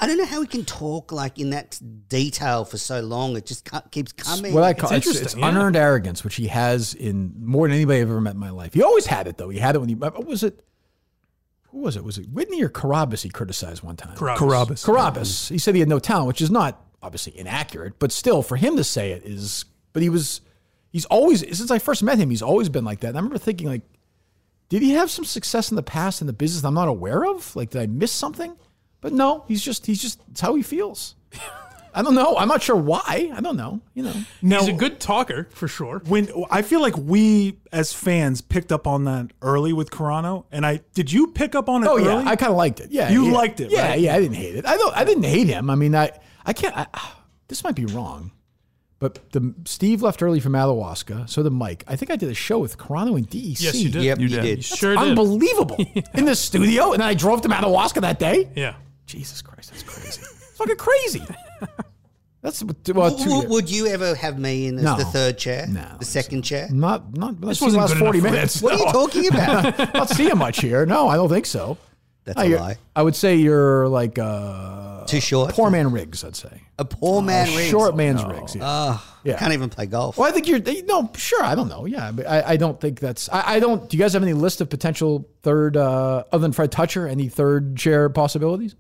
[SPEAKER 1] I don't know how we can talk like in that detail for so long. It just cu- keeps coming.
[SPEAKER 2] what I call it's,
[SPEAKER 3] It's
[SPEAKER 2] it's,
[SPEAKER 3] interesting, yeah.
[SPEAKER 2] unearned arrogance, which he has in more than anybody I've ever met in my life. He always had it though. He had it when he what was it? Who was it? Was it Whitney or Carabas? He criticized one time.
[SPEAKER 3] Carrabba's.
[SPEAKER 5] Carabas.
[SPEAKER 2] Carabas. He said he had no talent, which is not obviously inaccurate, but still for him to say it is. But he was. He's always since I first met him. He's always been like that. And I remember thinking like, did he have some success in the past in the business I'm not aware of? Like, did I miss something? But no, he's just he's just it's how he feels. I don't know. I'm not sure why. I don't know. You know.
[SPEAKER 5] Now,
[SPEAKER 3] He's a good talker for sure.
[SPEAKER 5] when I feel like we as fans picked up on that early with Carano, and I did you pick up on it?
[SPEAKER 2] Oh
[SPEAKER 5] early?
[SPEAKER 2] yeah, I kind of liked it. Yeah,
[SPEAKER 5] You
[SPEAKER 2] yeah.
[SPEAKER 5] liked it,
[SPEAKER 2] Yeah,
[SPEAKER 5] right?
[SPEAKER 2] yeah. I didn't hate it. I don't. I didn't hate him. I mean, I. I can't. I, this might be wrong, but the Steve left early from Madawaska. So did Mike. I think I did a show with Carano and DEC.
[SPEAKER 3] Yes, you did.
[SPEAKER 1] Yep, you
[SPEAKER 3] You
[SPEAKER 1] did.
[SPEAKER 3] sure did.
[SPEAKER 2] Unbelievable in the studio, and then I drove to Madawaska that day.
[SPEAKER 3] Yeah.
[SPEAKER 2] Jesus Christ, that's crazy. Fucking crazy. That's well, two
[SPEAKER 1] W- w- would you ever have me in as
[SPEAKER 2] No.
[SPEAKER 1] the third chair,
[SPEAKER 2] No, I don't
[SPEAKER 1] the
[SPEAKER 2] think
[SPEAKER 1] second chair?
[SPEAKER 2] Not not. This
[SPEAKER 3] wasn't
[SPEAKER 2] last
[SPEAKER 3] good
[SPEAKER 2] forty
[SPEAKER 3] enough for
[SPEAKER 2] minutes.
[SPEAKER 1] What are you
[SPEAKER 2] No.
[SPEAKER 1] talking about?
[SPEAKER 2] Not seeing much here. No, I don't think so.
[SPEAKER 1] That's
[SPEAKER 2] No,
[SPEAKER 1] a
[SPEAKER 2] Oh, you're-
[SPEAKER 1] lie.
[SPEAKER 2] I would say you're like uh,
[SPEAKER 1] Too short.
[SPEAKER 2] poor man Riggs. I'd say
[SPEAKER 1] a poor man. Riggs. Oh,
[SPEAKER 2] short man's Riggs. Yeah. yeah.
[SPEAKER 1] Can't even play golf.
[SPEAKER 2] well, I think you're no sure. I don't know. Yeah, but I, I don't think that's. I, I don't. Do you guys have any list of potential third uh, other than Fred Toucher? Any third chair possibilities?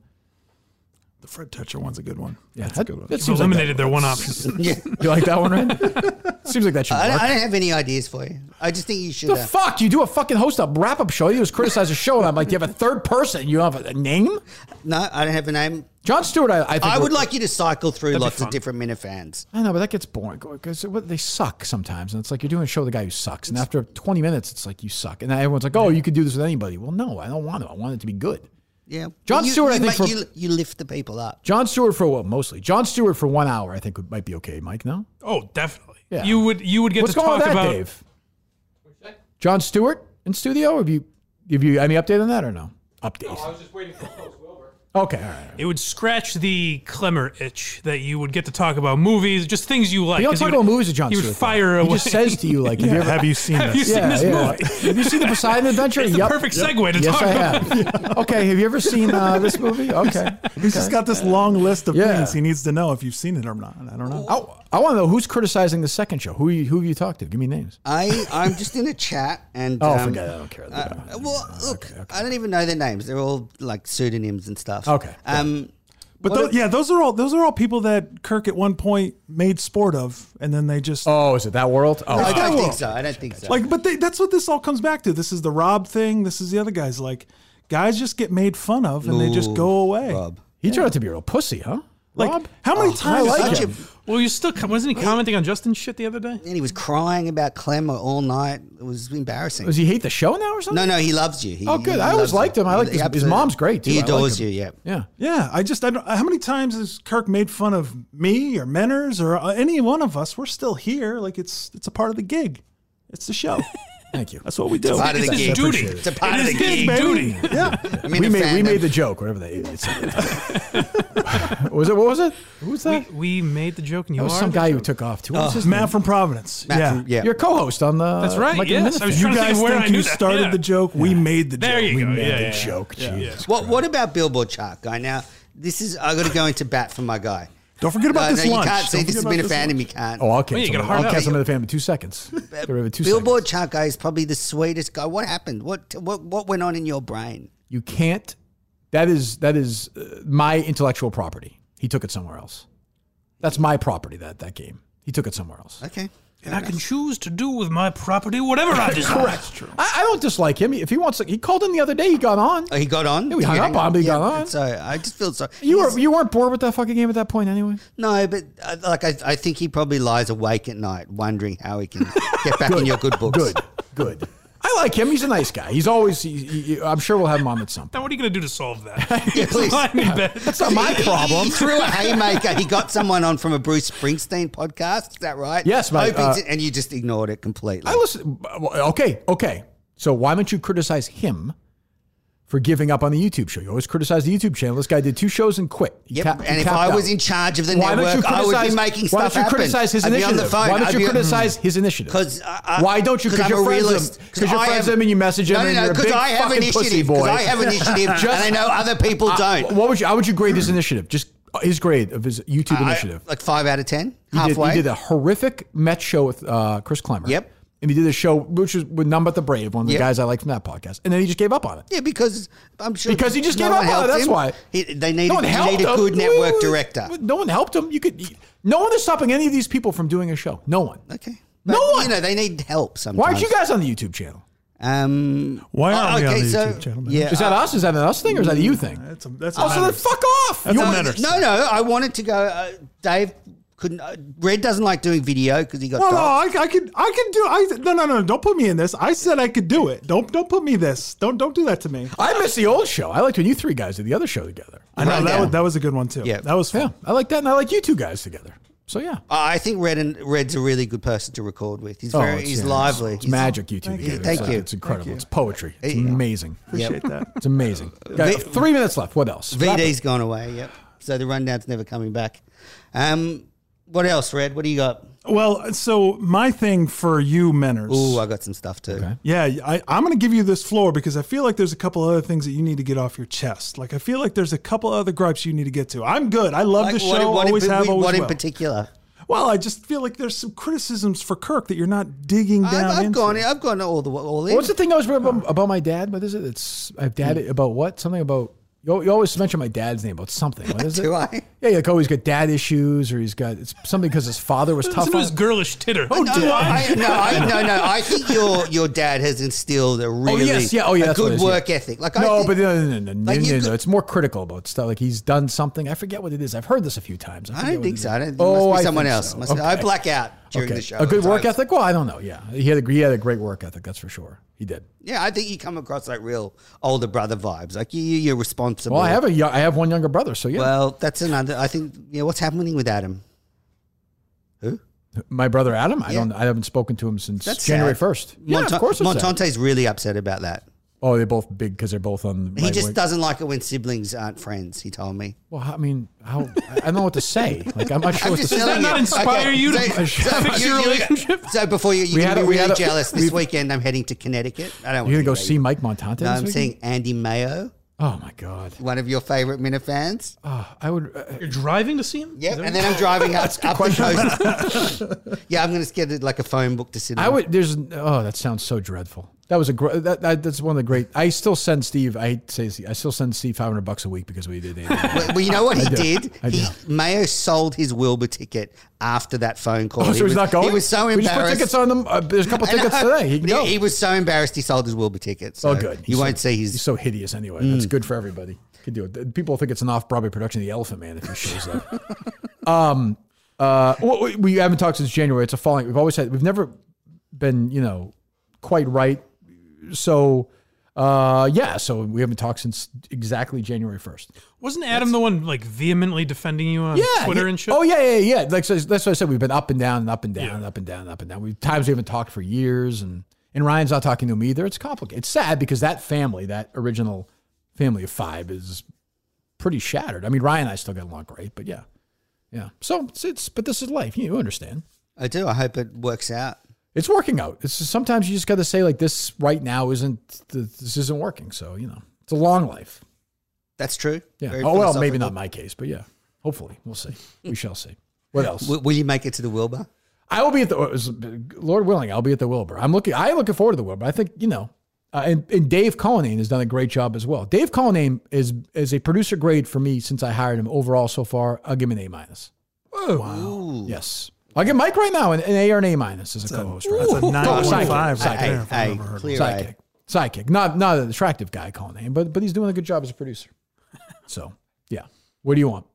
[SPEAKER 5] the Fred Toucher one's a good one.
[SPEAKER 2] Yeah, that's that, a good one. That
[SPEAKER 3] You
[SPEAKER 2] seems like
[SPEAKER 3] eliminated their one option.
[SPEAKER 1] Yeah.
[SPEAKER 2] that, you like that one, right? seems like that should
[SPEAKER 1] I,
[SPEAKER 2] work.
[SPEAKER 1] don't, I don't have any ideas for you. I just think you should.
[SPEAKER 2] the
[SPEAKER 1] uh,
[SPEAKER 2] fuck? You do a fucking host up wrap up show. You just criticize a show, and I'm like, do you have a third person? You don't have a name?
[SPEAKER 1] no, I don't have a name.
[SPEAKER 2] John Stewart, I, I think.
[SPEAKER 1] I would
[SPEAKER 2] we're-
[SPEAKER 1] like you to cycle through
[SPEAKER 3] That'd be
[SPEAKER 1] lots of
[SPEAKER 3] fun.
[SPEAKER 1] different Minifans.
[SPEAKER 2] I know, but that gets boring because they suck sometimes, and it's like you're doing a show with a guy who sucks, and after 20 minutes, it's like you suck, and everyone's like, "Oh, you could do this with anybody." Well, no, I don't want to. I want it to be good.
[SPEAKER 1] Yeah,
[SPEAKER 2] Jon
[SPEAKER 1] You-
[SPEAKER 2] Stewart,
[SPEAKER 1] You,
[SPEAKER 2] I think,
[SPEAKER 1] ma-
[SPEAKER 2] for-
[SPEAKER 1] you, you lift the people up.
[SPEAKER 2] John Stewart for well, mostly John Stewart for one hour, I think would, might be okay. Mike, no,
[SPEAKER 3] Oh, definitely.
[SPEAKER 2] Yeah.
[SPEAKER 3] You would you would get
[SPEAKER 2] what's
[SPEAKER 3] to
[SPEAKER 2] going on
[SPEAKER 3] talk
[SPEAKER 2] with that,
[SPEAKER 3] about
[SPEAKER 2] Dave? John Stewart in studio? Have you have you any update on that or no?
[SPEAKER 4] I
[SPEAKER 2] Update.
[SPEAKER 4] was just waiting for Coach Wilbur.
[SPEAKER 2] Okay, all right.
[SPEAKER 3] it would scratch the Clemmer itch that you would get to talk about movies, just things you like.
[SPEAKER 2] You don't
[SPEAKER 3] 'cause
[SPEAKER 2] talk
[SPEAKER 3] would-
[SPEAKER 2] about movies with John
[SPEAKER 3] He would
[SPEAKER 2] Stewart. though.
[SPEAKER 3] fire
[SPEAKER 2] He
[SPEAKER 3] away.
[SPEAKER 2] just says to you like, "Have you ever
[SPEAKER 5] Have you seen
[SPEAKER 3] Have
[SPEAKER 5] that?
[SPEAKER 3] you seen
[SPEAKER 2] Yeah,
[SPEAKER 3] this
[SPEAKER 2] yeah.
[SPEAKER 3] movie?
[SPEAKER 2] Have you seen the Poseidon Adventure?
[SPEAKER 3] It's the
[SPEAKER 2] Yup.
[SPEAKER 3] perfect segue to
[SPEAKER 2] Yes,
[SPEAKER 3] talk
[SPEAKER 2] I
[SPEAKER 3] about.
[SPEAKER 2] have. okay, have you ever seen uh, this movie? Okay.
[SPEAKER 5] He's just got this long list of
[SPEAKER 2] Yeah. Oh,
[SPEAKER 5] things he needs to know if you've seen it or not. I don't know.
[SPEAKER 2] I, I want to know who's criticizing the second show. Who you, who have you talked to? Give me names.
[SPEAKER 1] I I'm just in a chat and
[SPEAKER 2] Oh,
[SPEAKER 1] um,
[SPEAKER 2] forget it. I don't care.
[SPEAKER 1] uh, well, look, I don't even know their names. They're all like pseudonyms and stuff.
[SPEAKER 2] Okay.
[SPEAKER 1] Um,
[SPEAKER 5] But
[SPEAKER 1] What
[SPEAKER 5] those, yeah, those are all those are all people that Kirk at one point made sport of, and then they just
[SPEAKER 2] oh, is it that world? Oh,
[SPEAKER 1] I
[SPEAKER 2] okay.
[SPEAKER 1] don't
[SPEAKER 5] will.
[SPEAKER 1] think so. I don't think so.
[SPEAKER 5] like. But they, that's what this all comes back to. This is the Rob thing. This is the other guys. Like guys just get made fun of, and they just
[SPEAKER 1] Ooh,
[SPEAKER 5] go away.
[SPEAKER 1] Rob.
[SPEAKER 2] he turned out to be a real pussy, huh?
[SPEAKER 5] Like
[SPEAKER 2] Rob?
[SPEAKER 5] how many times?
[SPEAKER 2] Oh, like
[SPEAKER 1] Such
[SPEAKER 2] him.
[SPEAKER 1] a-
[SPEAKER 3] Well, you still com- wasn't he commenting on Justin's shit the other day?
[SPEAKER 1] and he was crying about Clemmer all night. It was embarrassing.
[SPEAKER 2] Does he hate the show now or something?
[SPEAKER 1] no, no, he loves you. He,
[SPEAKER 2] Oh, good.
[SPEAKER 1] he
[SPEAKER 2] I
[SPEAKER 1] loves
[SPEAKER 2] always liked
[SPEAKER 1] you.
[SPEAKER 2] him. I liked his- his
[SPEAKER 1] Absolutely.
[SPEAKER 2] mom's great, too.
[SPEAKER 1] He
[SPEAKER 2] I like
[SPEAKER 1] adores
[SPEAKER 2] him.
[SPEAKER 1] you. Yeah.
[SPEAKER 2] Yeah.
[SPEAKER 5] Yeah, I just I don't. How many times has Kirk made fun of me or Menners or uh, any one of us? We're still here. Like it's it's a part of the gig. It's the show.
[SPEAKER 2] Thank you.
[SPEAKER 5] That's what we do.
[SPEAKER 1] Part of the
[SPEAKER 3] It's
[SPEAKER 1] gig.
[SPEAKER 3] his duty.
[SPEAKER 2] appreciate it.
[SPEAKER 1] It's a part
[SPEAKER 3] It
[SPEAKER 1] of the
[SPEAKER 3] is his
[SPEAKER 1] gig.
[SPEAKER 3] duty.
[SPEAKER 5] yeah.
[SPEAKER 1] I mean,
[SPEAKER 2] We
[SPEAKER 1] the
[SPEAKER 2] made, we
[SPEAKER 1] fandom.
[SPEAKER 2] made the joke, whatever that idiot said. was it? What was it? Who was that?
[SPEAKER 3] We made the joke, and you
[SPEAKER 2] It
[SPEAKER 3] are
[SPEAKER 2] was some
[SPEAKER 3] the
[SPEAKER 2] guy who
[SPEAKER 3] joke.
[SPEAKER 2] took off too. What was his name?
[SPEAKER 5] Matt from Providence. yeah.
[SPEAKER 1] Matt- Oh, yeah.
[SPEAKER 2] Your co-host on the.
[SPEAKER 3] That's right,
[SPEAKER 2] Mike and
[SPEAKER 3] yes. I was
[SPEAKER 2] Minifan.
[SPEAKER 5] You
[SPEAKER 3] trying to think
[SPEAKER 5] guys
[SPEAKER 3] of where
[SPEAKER 5] think
[SPEAKER 3] I
[SPEAKER 5] you
[SPEAKER 3] knew that.
[SPEAKER 5] started
[SPEAKER 3] Yeah.
[SPEAKER 5] the joke. We made the
[SPEAKER 3] There
[SPEAKER 5] joke.
[SPEAKER 3] you
[SPEAKER 2] We
[SPEAKER 3] go.
[SPEAKER 2] made
[SPEAKER 3] Yeah,
[SPEAKER 2] the
[SPEAKER 3] yeah, yeah.
[SPEAKER 2] joke. Jesus.
[SPEAKER 1] What What about Billboard Chart guy? Now, this is I got to go into bat for my guy.
[SPEAKER 5] Don't forget about
[SPEAKER 1] No,
[SPEAKER 5] this
[SPEAKER 1] no,
[SPEAKER 5] lunch.
[SPEAKER 1] Uh, You can't say
[SPEAKER 5] Don't
[SPEAKER 1] this has
[SPEAKER 5] forget
[SPEAKER 1] been a
[SPEAKER 5] about
[SPEAKER 1] fan
[SPEAKER 5] this
[SPEAKER 1] and you can't.
[SPEAKER 2] Oh, I'll
[SPEAKER 3] Well, you
[SPEAKER 2] cancel.
[SPEAKER 3] gotta
[SPEAKER 2] him.
[SPEAKER 3] hard
[SPEAKER 2] I'll
[SPEAKER 3] out.
[SPEAKER 2] cancel him in the fan in two seconds. Get rid of two
[SPEAKER 1] Billboard
[SPEAKER 2] seconds.
[SPEAKER 1] Chart guy is probably the sweetest guy. What happened? What what what went on in your brain?
[SPEAKER 2] You can't. That is that is uh, my intellectual property. He took it somewhere else. That's my property. That that game. He took it somewhere else.
[SPEAKER 1] Okay.
[SPEAKER 3] And I can choose to do with my property whatever I desire. Correct. True.
[SPEAKER 2] I, I don't dislike him. If he wants, to, he called in the other day. He got on.
[SPEAKER 1] Oh, he got on.
[SPEAKER 2] we
[SPEAKER 1] Did
[SPEAKER 2] hung
[SPEAKER 1] you
[SPEAKER 2] up
[SPEAKER 1] hang
[SPEAKER 2] on him, but he got on.
[SPEAKER 1] So I just feel sorry.
[SPEAKER 2] You were
[SPEAKER 1] He's-
[SPEAKER 2] you weren't bored with that fucking game at that point anyway.
[SPEAKER 1] no, but uh, like I, I think he probably lies awake at night wondering how he can get back in your good books.
[SPEAKER 2] Good, good. I like him. He's a nice guy. He's always. He, he- I'm sure we'll have him on at some point.
[SPEAKER 3] Now, what are you going to do to solve that?
[SPEAKER 1] Yeah, please.
[SPEAKER 3] Lying in bed.
[SPEAKER 2] That's not my problem.
[SPEAKER 1] He threw a haymaker. He got someone on from a Bruce Springsteen podcast. Is that right?
[SPEAKER 2] Yes, mate,
[SPEAKER 1] Hoping
[SPEAKER 2] uh,
[SPEAKER 1] to- and you just ignored it completely.
[SPEAKER 2] I listen. well, Okay, okay. So why don't you criticize him for giving up on the YouTube show? You always criticize the YouTube channel. This guy did two shows and quit. He
[SPEAKER 1] Yep.
[SPEAKER 2] cap- he
[SPEAKER 1] and if
[SPEAKER 2] capped
[SPEAKER 1] I was
[SPEAKER 2] out.
[SPEAKER 1] in charge of the
[SPEAKER 2] Why don't you
[SPEAKER 1] network, I would be
[SPEAKER 2] criticize-
[SPEAKER 1] making stuff
[SPEAKER 2] Why don't you
[SPEAKER 1] happen.
[SPEAKER 2] criticize his
[SPEAKER 1] I'd be
[SPEAKER 2] initiative?
[SPEAKER 1] on the phone.
[SPEAKER 2] Why don't
[SPEAKER 1] I'd
[SPEAKER 2] you
[SPEAKER 1] be-
[SPEAKER 2] criticize his initiative?
[SPEAKER 1] 'Cause I- I-
[SPEAKER 2] why don't you?
[SPEAKER 1] 'cause
[SPEAKER 2] Because
[SPEAKER 1] I'm a
[SPEAKER 2] you're friends with
[SPEAKER 1] realist.
[SPEAKER 2] him. Because you're
[SPEAKER 1] I
[SPEAKER 2] friends
[SPEAKER 1] am-
[SPEAKER 2] with him and you message him.
[SPEAKER 1] No, no,
[SPEAKER 2] and
[SPEAKER 1] no.
[SPEAKER 2] you're a
[SPEAKER 1] Because
[SPEAKER 2] big
[SPEAKER 1] I have
[SPEAKER 2] fucking pussy
[SPEAKER 1] initiative.
[SPEAKER 2] boy.
[SPEAKER 1] Because I have initiative, and I know other people
[SPEAKER 2] Uh,
[SPEAKER 1] don't.
[SPEAKER 2] What would you? How would you grade this initiative? Just uh, his grade of his YouTube
[SPEAKER 1] I-
[SPEAKER 2] initiative.
[SPEAKER 1] like five out of ten,
[SPEAKER 2] He did,
[SPEAKER 1] halfway.
[SPEAKER 2] he did a horrific Met show with uh, Chris Clemmer.
[SPEAKER 1] Yep.
[SPEAKER 2] And he did a show which was with None But the Brave, one of the
[SPEAKER 1] Yep.
[SPEAKER 2] guys I like from that podcast. And then he just gave up on it.
[SPEAKER 1] yeah, because I'm sure
[SPEAKER 2] Because he just
[SPEAKER 1] no
[SPEAKER 2] gave
[SPEAKER 1] one
[SPEAKER 2] up on it,
[SPEAKER 1] helped
[SPEAKER 2] that's
[SPEAKER 1] him.
[SPEAKER 2] why.
[SPEAKER 1] He- they need,
[SPEAKER 2] no one
[SPEAKER 1] you
[SPEAKER 2] helped
[SPEAKER 1] need a
[SPEAKER 2] him.
[SPEAKER 1] good
[SPEAKER 2] We-
[SPEAKER 1] network
[SPEAKER 2] we-
[SPEAKER 1] director.
[SPEAKER 2] No one helped him. You could. No one is stopping any of these people from doing a show. No one.
[SPEAKER 1] Okay,
[SPEAKER 2] No
[SPEAKER 1] But,
[SPEAKER 2] one-
[SPEAKER 1] You know they need help sometimes.
[SPEAKER 2] Why aren't you guys on the YouTube channel?
[SPEAKER 1] Um,
[SPEAKER 5] Why
[SPEAKER 1] oh,
[SPEAKER 5] aren't we on
[SPEAKER 1] okay,
[SPEAKER 5] the
[SPEAKER 1] so-
[SPEAKER 5] YouTube channel, man?
[SPEAKER 1] Yeah, uh, Mm,
[SPEAKER 2] Is that us? Is that an us thing or is that a you thing?
[SPEAKER 5] That's a, that's a
[SPEAKER 2] Oh, so then
[SPEAKER 5] matter.
[SPEAKER 2] fuck off.
[SPEAKER 5] That's
[SPEAKER 2] You
[SPEAKER 5] a
[SPEAKER 2] want-
[SPEAKER 5] matter.
[SPEAKER 1] No, no. I wanted to go. Uh, Dave couldn't. Uh, Red doesn't like doing video because he got.
[SPEAKER 5] Well, no,
[SPEAKER 1] dark.
[SPEAKER 5] I, I could, I could do. I no, no, no. Don't put me in this. I said I could do it. Don't, don't put me this. Don't, don't do that to me.
[SPEAKER 2] I miss the old show. I liked when you three guys did the other show together.
[SPEAKER 5] I know
[SPEAKER 1] Right
[SPEAKER 5] that
[SPEAKER 1] now.
[SPEAKER 5] was, that was a good one too.
[SPEAKER 1] Yeah.
[SPEAKER 5] that was
[SPEAKER 2] Yeah,
[SPEAKER 5] fun.
[SPEAKER 2] I like that, and I like you two guys together. So yeah,
[SPEAKER 1] I think Red and Red's a really good person to record with. He's
[SPEAKER 2] Oh,
[SPEAKER 1] very.
[SPEAKER 2] it's-
[SPEAKER 1] he's
[SPEAKER 2] yeah, it's-
[SPEAKER 1] lively.
[SPEAKER 2] It's
[SPEAKER 1] He's-
[SPEAKER 2] magic, you two. Thank
[SPEAKER 1] you. Thank you.
[SPEAKER 2] It's incredible. It's poetry. It's amazing.
[SPEAKER 5] Appreciate that.
[SPEAKER 2] It's amazing. Guys,
[SPEAKER 1] Uh, V-
[SPEAKER 2] three minutes left. What else? Wrap it.
[SPEAKER 1] VD's gone away. Yep. So the rundown's never coming back. Um, what else, Red? What do you got?
[SPEAKER 5] Well, so my thing for you, Menners.
[SPEAKER 1] Ooh, I got some stuff too.
[SPEAKER 5] Yeah, I, I'm going to give you this floor because I feel like there's a couple other things that you need to get off your chest. Like I feel like there's a couple other gripes you need to get to. I'm good. I love
[SPEAKER 1] Like,
[SPEAKER 5] the
[SPEAKER 1] what-
[SPEAKER 5] show.
[SPEAKER 1] what in-
[SPEAKER 5] always have.
[SPEAKER 1] what
[SPEAKER 5] always
[SPEAKER 1] in
[SPEAKER 5] will.
[SPEAKER 1] particular?
[SPEAKER 5] Well, I just feel like there's some criticisms for Kirk that you're not digging down
[SPEAKER 1] I've, I've
[SPEAKER 5] into.
[SPEAKER 1] gone. I've gone all the all in.
[SPEAKER 2] What's the thing I was about, about my dad? What is it? It's I've dad
[SPEAKER 1] Hmm.
[SPEAKER 2] about what? Something about you, you always mention my dad's name about something. What is it?
[SPEAKER 1] Do I?
[SPEAKER 2] Yeah, you like always got dad issues, or he's got it's something because his father was tough.
[SPEAKER 3] Listen to
[SPEAKER 2] on-
[SPEAKER 3] his girlish titter.
[SPEAKER 2] Oh,
[SPEAKER 1] No, I, no, I, no, no. I think your your dad has instilled a really
[SPEAKER 2] yes, yeah, oh, yeah,
[SPEAKER 1] a
[SPEAKER 2] that's what it
[SPEAKER 1] good
[SPEAKER 2] is, yeah.
[SPEAKER 1] work ethic. Like I
[SPEAKER 2] no,
[SPEAKER 1] think,
[SPEAKER 2] but no, no, no, no,
[SPEAKER 1] Like,
[SPEAKER 2] no,
[SPEAKER 1] you
[SPEAKER 2] no,
[SPEAKER 1] could-
[SPEAKER 2] It's more critical about stuff. Like he's done something. I forget what it is. I've heard this a few times.
[SPEAKER 1] I
[SPEAKER 2] forget
[SPEAKER 1] don't
[SPEAKER 2] what
[SPEAKER 1] think
[SPEAKER 2] it
[SPEAKER 1] so.
[SPEAKER 2] is.
[SPEAKER 1] I don't, oh, must
[SPEAKER 2] I
[SPEAKER 1] be someone
[SPEAKER 2] think
[SPEAKER 1] else.
[SPEAKER 2] so.
[SPEAKER 1] Must be- I
[SPEAKER 2] Okay.
[SPEAKER 1] black out during
[SPEAKER 2] Okay.
[SPEAKER 1] the show.
[SPEAKER 2] A good work
[SPEAKER 1] sometimes.
[SPEAKER 2] ethic? Well, I don't know. Yeah, he had a he had a great work ethic. That's for sure. He did.
[SPEAKER 1] Yeah, I think you come across like real older brother vibes. Like you, you- you're responsible.
[SPEAKER 2] Well, I have a yo- I have one younger brother. So yeah,
[SPEAKER 1] Well, that's another. I think. Yeah, what's happening with Adam?
[SPEAKER 2] my brother Adam. I
[SPEAKER 1] Yeah.
[SPEAKER 2] don't. I haven't spoken to him since
[SPEAKER 1] That's
[SPEAKER 2] January
[SPEAKER 1] sad.
[SPEAKER 2] first. Yeah,
[SPEAKER 1] Monta-
[SPEAKER 2] of course. It's sad.
[SPEAKER 1] Montante's really upset about that.
[SPEAKER 2] Oh, they're both big because they're both on.
[SPEAKER 1] He just doesn't like it when siblings aren't friends. He told me.
[SPEAKER 2] Well, I mean, how I I don't know what to say. Like I'm not sure
[SPEAKER 1] I'm
[SPEAKER 2] what to
[SPEAKER 1] just
[SPEAKER 2] say.
[SPEAKER 3] that
[SPEAKER 1] telling
[SPEAKER 3] not
[SPEAKER 1] you.
[SPEAKER 3] inspire you to fix your
[SPEAKER 1] you- you-
[SPEAKER 3] relationship?
[SPEAKER 1] So before you,
[SPEAKER 2] We
[SPEAKER 1] you're
[SPEAKER 2] had
[SPEAKER 1] gonna
[SPEAKER 2] a-
[SPEAKER 1] be
[SPEAKER 2] we
[SPEAKER 1] really
[SPEAKER 2] had a-
[SPEAKER 1] jealous this
[SPEAKER 2] we've-
[SPEAKER 1] weekend. I'm heading to Connecticut. I don't. want
[SPEAKER 2] You're
[SPEAKER 1] to
[SPEAKER 2] gonna go
[SPEAKER 1] be
[SPEAKER 2] see
[SPEAKER 1] late.
[SPEAKER 2] Mike Montante.
[SPEAKER 1] No,
[SPEAKER 2] this
[SPEAKER 1] I'm
[SPEAKER 2] weekend?
[SPEAKER 1] seeing Andy Mayo,
[SPEAKER 2] Oh my god.
[SPEAKER 1] one of your favorite Minifans.
[SPEAKER 2] Oh, I would. Uh,
[SPEAKER 3] You're driving to see him?
[SPEAKER 1] Yep, and then I'm driving up, up the coast. yeah, I'm going to get it like a phone book to sit.
[SPEAKER 2] I
[SPEAKER 1] on.
[SPEAKER 2] would. There's. Oh, that sounds so dreadful. That was a great. That, that, that's one of the great. I still send Steve. I hate to say this, I still send Steve 500 bucks a week because we did. the-
[SPEAKER 1] Well, well, you know what he did?
[SPEAKER 2] I
[SPEAKER 1] He
[SPEAKER 2] do.
[SPEAKER 1] Mayo sold his Wilbur ticket after that phone call.
[SPEAKER 2] Oh, so
[SPEAKER 1] He
[SPEAKER 2] he's
[SPEAKER 1] was-
[SPEAKER 2] not going.
[SPEAKER 1] He was so
[SPEAKER 2] We just put
[SPEAKER 1] embarrassed.
[SPEAKER 2] tickets on them. Uh, there's a couple
[SPEAKER 1] I know,
[SPEAKER 2] tickets today. He can
[SPEAKER 1] but
[SPEAKER 2] go.
[SPEAKER 1] he, he was so embarrassed he sold his Wilbur ticket. So
[SPEAKER 2] oh, good.
[SPEAKER 1] Uh, You
[SPEAKER 2] He's
[SPEAKER 1] won't Mm.
[SPEAKER 2] so,
[SPEAKER 1] see
[SPEAKER 2] He's
[SPEAKER 1] his.
[SPEAKER 2] so hideous anyway. That's good for everybody. Could do it. People think it's an off-Broadway production of The Elephant Man if he shows up. um, uh, well, we- we haven't talked since January. It's a falling. We've always had. We've never been, you know, quite right. So, uh, yeah. So we haven't talked since exactly January first.
[SPEAKER 3] Wasn't Adam the one like vehemently defending you on Twitter
[SPEAKER 2] yeah.
[SPEAKER 3] and shit?
[SPEAKER 2] Oh yeah, yeah, yeah. Like so that's what I said. We've been up and down and up and down and up and down and up and down. We times we haven't talked for years, and and Ryan's not talking to him either. It's complicated. It's sad because that family, that original family of five, is pretty shattered. I mean, Ryan and I still get along great, but yeah, yeah. So it's, it's but this is life. You understand.
[SPEAKER 1] I do. I hope it works out.
[SPEAKER 2] It's working out. It's just, sometimes you just got to say like this right now isn't this isn't working. So you know it's a long life.
[SPEAKER 1] That's true.
[SPEAKER 2] Yeah.
[SPEAKER 1] Very
[SPEAKER 2] oh well, maybe
[SPEAKER 1] philosophical.
[SPEAKER 2] not my case, but yeah. Hopefully, we'll see. We shall see. What else?
[SPEAKER 1] Will, will you make it to the Wilbur?
[SPEAKER 2] I will be at the Lord willing. I'll be at the Wilbur. I'm looking. I'm looking forward to the Wilbur. I think you know, uh, and, and Dave Cullinane has done a great job as well. Dave Cullinane is is a producer grade for me since I hired him. Overall, so far, I'll give him an A minus.
[SPEAKER 1] Ooh.
[SPEAKER 2] Yes, I'll give Mike right now an, an A or an A minus as a co-host. right?
[SPEAKER 5] That's a
[SPEAKER 2] Oh, sidekick,
[SPEAKER 5] 9.5
[SPEAKER 2] sidekick,
[SPEAKER 5] right there. if I've
[SPEAKER 1] Hey,
[SPEAKER 5] ever heard of
[SPEAKER 1] clear eye.
[SPEAKER 2] sidekick, sidekick. Not not an attractive guy, Cullinane, but but he's doing a good job as a producer. So yeah, what do you want?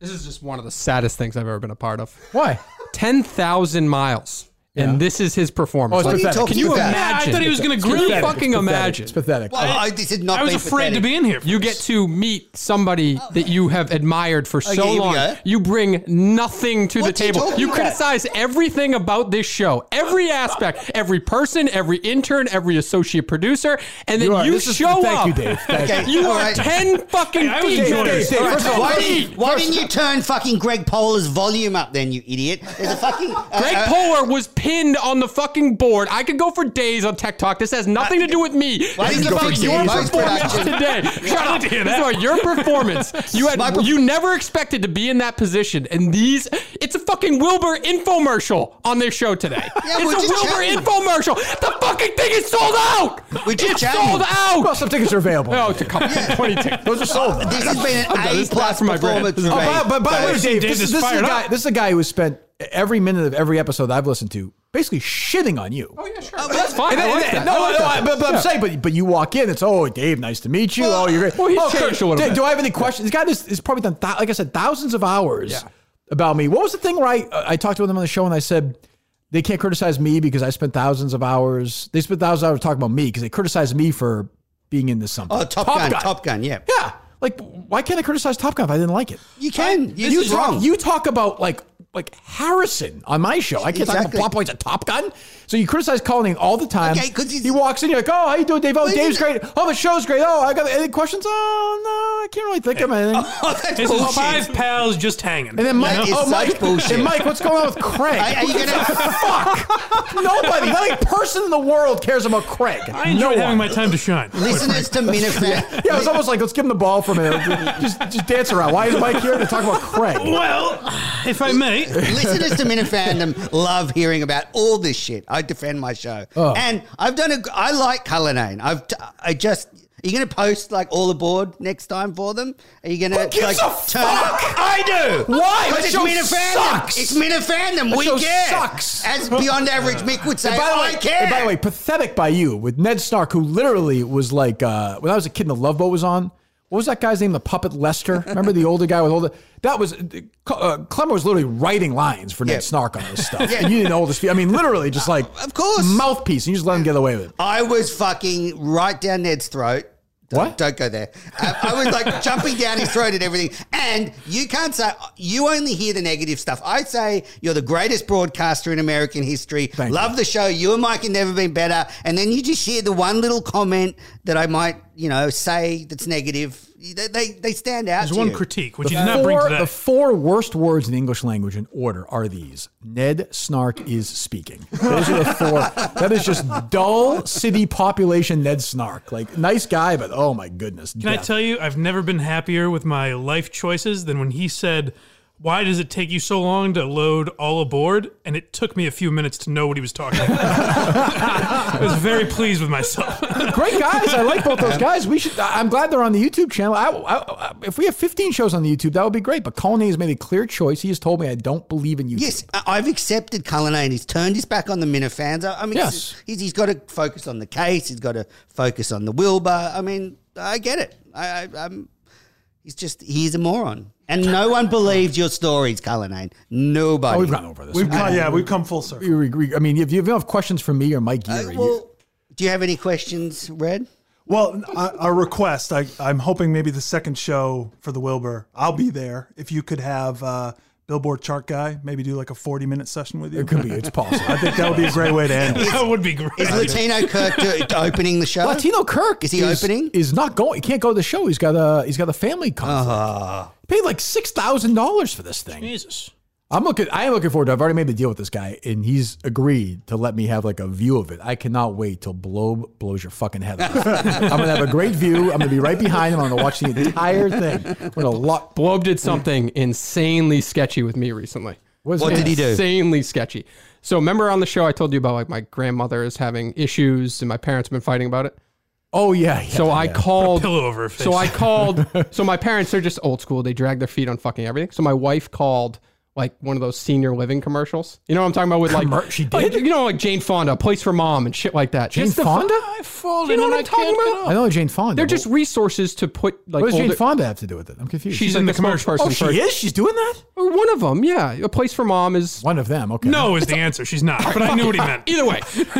[SPEAKER 4] This is just one of the saddest things I've ever been a part of.
[SPEAKER 2] Why?
[SPEAKER 4] 10,000 miles.
[SPEAKER 6] and this is his performance.
[SPEAKER 2] Oh, it's
[SPEAKER 6] Like,
[SPEAKER 1] What are you
[SPEAKER 2] pathetic.
[SPEAKER 1] talking
[SPEAKER 6] can you
[SPEAKER 1] about?
[SPEAKER 6] imagine?
[SPEAKER 3] I thought he was
[SPEAKER 6] Can
[SPEAKER 3] gonna grill
[SPEAKER 6] you
[SPEAKER 3] you. It's
[SPEAKER 6] fucking imagine?
[SPEAKER 2] It's pathetic.
[SPEAKER 1] Well, I, this is not
[SPEAKER 3] I was
[SPEAKER 1] being
[SPEAKER 3] afraid to
[SPEAKER 1] pathetic.
[SPEAKER 3] be in here. for
[SPEAKER 6] You
[SPEAKER 3] this.
[SPEAKER 6] get to meet somebody that you have admired for so
[SPEAKER 1] here we
[SPEAKER 6] long.
[SPEAKER 1] go.
[SPEAKER 6] You bring nothing to
[SPEAKER 1] What
[SPEAKER 6] the
[SPEAKER 1] are you
[SPEAKER 6] table.
[SPEAKER 1] talking
[SPEAKER 6] You
[SPEAKER 1] about?
[SPEAKER 6] criticize everything about this show, every aspect, every person, every intern, every associate producer, and then
[SPEAKER 2] You
[SPEAKER 6] you,
[SPEAKER 2] are- this is-
[SPEAKER 6] show
[SPEAKER 2] thank
[SPEAKER 6] up.
[SPEAKER 2] you, Dave. Thank
[SPEAKER 1] Okay,
[SPEAKER 6] You
[SPEAKER 1] all
[SPEAKER 6] are
[SPEAKER 1] right.
[SPEAKER 6] ten fucking
[SPEAKER 3] I was
[SPEAKER 6] feet.
[SPEAKER 3] enjoying it.
[SPEAKER 2] Dave, first of all,
[SPEAKER 1] Why,
[SPEAKER 2] Dave,
[SPEAKER 1] didn't, why didn't you turn fucking Greg Poler's volume up then, you idiot? There's a fucking. uh,
[SPEAKER 6] Greg
[SPEAKER 1] uh,
[SPEAKER 6] Poehler was pinned on the fucking board. I could go for days on Tech Talk. This has nothing to do with me.
[SPEAKER 1] Why didn't
[SPEAKER 6] this is
[SPEAKER 1] you
[SPEAKER 6] about
[SPEAKER 1] fix it?
[SPEAKER 6] your
[SPEAKER 1] Most
[SPEAKER 6] performance
[SPEAKER 1] production.
[SPEAKER 6] today. Shut up.
[SPEAKER 3] to
[SPEAKER 6] This
[SPEAKER 3] hear
[SPEAKER 6] is
[SPEAKER 3] that.
[SPEAKER 6] about your performance. You had
[SPEAKER 1] My per-
[SPEAKER 6] you never expected to be in that position, and these it's a fucking Wilbur infomercial on this show today.
[SPEAKER 1] Yeah, we're
[SPEAKER 6] it's a
[SPEAKER 1] just
[SPEAKER 6] Wilbur
[SPEAKER 1] chatting.
[SPEAKER 6] infomercial. The fucking thing is sold out.
[SPEAKER 1] We're just
[SPEAKER 6] it's
[SPEAKER 1] chatting.
[SPEAKER 6] sold
[SPEAKER 2] Well,
[SPEAKER 6] out.
[SPEAKER 2] some tickets are available.
[SPEAKER 6] Oh, it's a couple twenty tickets.
[SPEAKER 2] Those are sold.
[SPEAKER 1] uh, This has been
[SPEAKER 6] I'm done.
[SPEAKER 1] an A
[SPEAKER 6] This is bad
[SPEAKER 1] plus
[SPEAKER 6] for my brand.
[SPEAKER 1] performance.
[SPEAKER 6] This is
[SPEAKER 2] Oh,
[SPEAKER 1] rate.
[SPEAKER 2] by, by, by the way,
[SPEAKER 1] So-
[SPEAKER 2] Dave,
[SPEAKER 3] Dave
[SPEAKER 2] this, is,
[SPEAKER 3] is
[SPEAKER 2] this, is a
[SPEAKER 3] fired
[SPEAKER 2] guy,
[SPEAKER 3] up.
[SPEAKER 2] this is a guy who has spent every minute of every episode I've listened to basically shitting on you. Oh, yeah, sure.
[SPEAKER 6] That's fine. I like that.
[SPEAKER 2] No,
[SPEAKER 6] I like
[SPEAKER 2] no,
[SPEAKER 6] that.
[SPEAKER 2] I- but, but I'm saying, but, but you walk in, it's, oh, Dave, nice to meet you. oh, you're great.
[SPEAKER 6] well, he's
[SPEAKER 2] oh, Kurt,
[SPEAKER 6] changed a little
[SPEAKER 2] Dave,
[SPEAKER 6] bit.
[SPEAKER 2] Do I have any questions? This guy has, has probably done, thou- like I said, thousands of hours about me. What was the thing where I, I talked with him on the show and I said, they can't criticize me because I spent thousands of hours. They spent thousands of hours talking about me because they criticized me for being into something.
[SPEAKER 1] Oh, Top, Gun, Top Gun, yeah.
[SPEAKER 2] Yeah. Like, why can't I criticize Top Gun if I didn't like it?
[SPEAKER 1] You can.
[SPEAKER 2] This
[SPEAKER 1] you
[SPEAKER 2] is
[SPEAKER 1] you're wrong.
[SPEAKER 2] You talk about like like Harrison on my show. I can't talk about
[SPEAKER 1] Exactly.
[SPEAKER 2] plot points at Top Gun. So you criticize Colony all the time.
[SPEAKER 1] Okay, 'cause he's-
[SPEAKER 2] he walks in, you're like, oh, how you doing, Dave? Oh,
[SPEAKER 1] Well,
[SPEAKER 2] Dave's
[SPEAKER 1] isn't
[SPEAKER 2] great. Oh, the show's great. Oh, I got any questions? Oh, no, I can't really think of anything.
[SPEAKER 1] oh, that's
[SPEAKER 3] This
[SPEAKER 1] bullshit.
[SPEAKER 3] is five pals just hanging.
[SPEAKER 2] And then Mike,
[SPEAKER 1] That is
[SPEAKER 2] oh,
[SPEAKER 1] such
[SPEAKER 2] Mike,
[SPEAKER 1] bullshit.
[SPEAKER 2] and Mike, what's going on with Craig?
[SPEAKER 1] Are- are you gonna-
[SPEAKER 2] Fuck! Nobody, not a person in the world cares about Craig.
[SPEAKER 3] I enjoyed
[SPEAKER 2] no
[SPEAKER 3] having
[SPEAKER 2] one.
[SPEAKER 3] my time to shine.
[SPEAKER 1] listeners to Minifan?
[SPEAKER 2] Yeah, it was almost like let's give him the ball for a minute. just, just dance around. Why is Mike here to talk about Craig?
[SPEAKER 3] Well, if I may,
[SPEAKER 1] Listeners to Minifandom love hearing about all this shit. I defend my show,
[SPEAKER 2] Oh.
[SPEAKER 1] and I've done a. g- I like Cullinane. I've. T- I just. Are you going to post like all aboard next time for them? Are you going to
[SPEAKER 2] gives
[SPEAKER 1] like
[SPEAKER 2] a
[SPEAKER 1] up?
[SPEAKER 2] fuck?
[SPEAKER 1] I do.
[SPEAKER 2] Why? That
[SPEAKER 1] Because it's
[SPEAKER 2] show
[SPEAKER 1] Minifandom.
[SPEAKER 2] sucks.
[SPEAKER 1] It's Minifandom.
[SPEAKER 2] That
[SPEAKER 1] We
[SPEAKER 2] show
[SPEAKER 1] care.
[SPEAKER 2] sucks.
[SPEAKER 1] As beyond average, Mick would say,
[SPEAKER 2] And by the
[SPEAKER 1] I
[SPEAKER 2] way,
[SPEAKER 1] care.
[SPEAKER 2] and by the way, pathetic by you with Ned Stark, who literally was like uh, when I was a kid and the Love Boat was on. What was that guy's name? The puppet Lester. Remember the older guy with older. That was uh, Clemmer was literally writing lines for Ned
[SPEAKER 1] Yeah.
[SPEAKER 2] Snark on this stuff.
[SPEAKER 1] Yeah.
[SPEAKER 2] And you didn't know all this. I mean, literally, just like
[SPEAKER 1] Of course.
[SPEAKER 2] mouthpiece, and you just let him get away with it.
[SPEAKER 1] I was fucking right down Ned's throat. Don't,
[SPEAKER 2] What?
[SPEAKER 1] Don't go there. Uh, I was like jumping down his throat and everything. And you can't say, you only hear the negative stuff. I say you're the greatest broadcaster in American history.
[SPEAKER 2] Thank
[SPEAKER 1] Love
[SPEAKER 2] you.
[SPEAKER 1] the show. You and Mike have never been better. And then you just hear the one little comment that I might, you know, say that's negative. They, they, they stand out.
[SPEAKER 3] there's
[SPEAKER 1] to
[SPEAKER 3] one
[SPEAKER 1] you.
[SPEAKER 3] critique which you did not bring
[SPEAKER 2] Four-
[SPEAKER 3] today.
[SPEAKER 2] the four worst words in the English language in order are these: Ned Snark is speaking. Those are the four. that is just dull city population. Ned Snark, like nice guy, but oh my goodness.
[SPEAKER 3] Can I tell you, I've never been happier with my life choices than when he said, Why does it take you so long to load all aboard? And it took me a few minutes to know what he was talking about. I was very pleased with myself.
[SPEAKER 2] great guys. I like both those guys. We should. I- I'm glad they're on the YouTube channel. I, I- I- if we have 15 shows on the YouTube, that would be great. But Colony has made a clear choice. He has told me I don't believe in YouTube.
[SPEAKER 1] Yes, I- I've accepted Cullinane. He's turned his back on the Minifans. I I mean,
[SPEAKER 2] Yes.
[SPEAKER 1] he's, he's got to focus on the case. He's got to focus on the Wilbur. I mean, I get it. I, I, I'm, he's just, he's a moron. And no one believed your stories, Cullinane. Nobody.
[SPEAKER 2] Oh, we've gone over this.
[SPEAKER 5] We've come, yeah, we've come full circle.
[SPEAKER 2] We- we- we- I mean, if you have questions for me or Mike Geary, you-
[SPEAKER 1] Well, do you have any questions, Red?
[SPEAKER 5] Well, a, a request. I, I'm hoping maybe the second show for the Wilbur, I'll be there. If you could have uh, Billboard Chart Guy, maybe do like a 40 minute session with you.
[SPEAKER 2] it could be. It's possible.
[SPEAKER 5] I think that would be a great way to end it.
[SPEAKER 3] that would be great.
[SPEAKER 1] Is
[SPEAKER 6] Uh,
[SPEAKER 1] Latino Kirk do, opening the show?
[SPEAKER 2] Latino Kirk
[SPEAKER 1] Is he opening?
[SPEAKER 2] Is not going. He can't go to the show. He's got a he's got a family conflict.
[SPEAKER 1] Ah.
[SPEAKER 2] He paid like six thousand dollars for this thing.
[SPEAKER 3] Jesus.
[SPEAKER 2] I'm looking. I am looking forward to. it. I've already made the deal with this guy, and he's agreed to let me have like a view of it. I cannot wait till Blob blows your fucking head off. I'm gonna have a great view. I'm gonna be right behind him. I'm gonna watch the entire thing. I'm gonna lock.
[SPEAKER 6] Blob did something insanely sketchy with me recently.
[SPEAKER 2] is
[SPEAKER 1] What
[SPEAKER 2] it?
[SPEAKER 1] did he do?
[SPEAKER 6] Insanely sketchy. So remember on the show I told you about like my grandmother is having issues and my parents have been fighting about it.
[SPEAKER 2] Oh yeah. yeah
[SPEAKER 6] So I
[SPEAKER 2] yeah.
[SPEAKER 6] called
[SPEAKER 3] pillow over her face.
[SPEAKER 6] So I called. so my parents are just old school. They drag their feet on fucking everything. So my wife called like one of those senior living commercials. You know what I'm talking about with like
[SPEAKER 2] Commer- she
[SPEAKER 6] like,
[SPEAKER 2] did?
[SPEAKER 6] you know like Jane Fonda, Place for Mom and shit like that.
[SPEAKER 2] Jane
[SPEAKER 6] Just the-
[SPEAKER 2] Fonda?
[SPEAKER 3] I folded
[SPEAKER 6] You know
[SPEAKER 3] and
[SPEAKER 6] what
[SPEAKER 3] I
[SPEAKER 6] I'm talking
[SPEAKER 3] can't get
[SPEAKER 6] about?
[SPEAKER 3] up.
[SPEAKER 2] I know Jane Fonda.
[SPEAKER 6] They're
[SPEAKER 2] but
[SPEAKER 6] just resources to put like
[SPEAKER 2] What does Jane
[SPEAKER 6] older-
[SPEAKER 2] Fonda have to do with it? I'm confused.
[SPEAKER 6] She's,
[SPEAKER 3] in
[SPEAKER 6] like
[SPEAKER 3] the commercial.
[SPEAKER 6] spokesperson
[SPEAKER 2] oh, she
[SPEAKER 6] for-
[SPEAKER 2] is. She's doing that.
[SPEAKER 6] or one of them. Yeah, a place for mom is
[SPEAKER 2] One of them. Okay.
[SPEAKER 3] No is the answer. She's not. But I knew what he meant.
[SPEAKER 6] either way.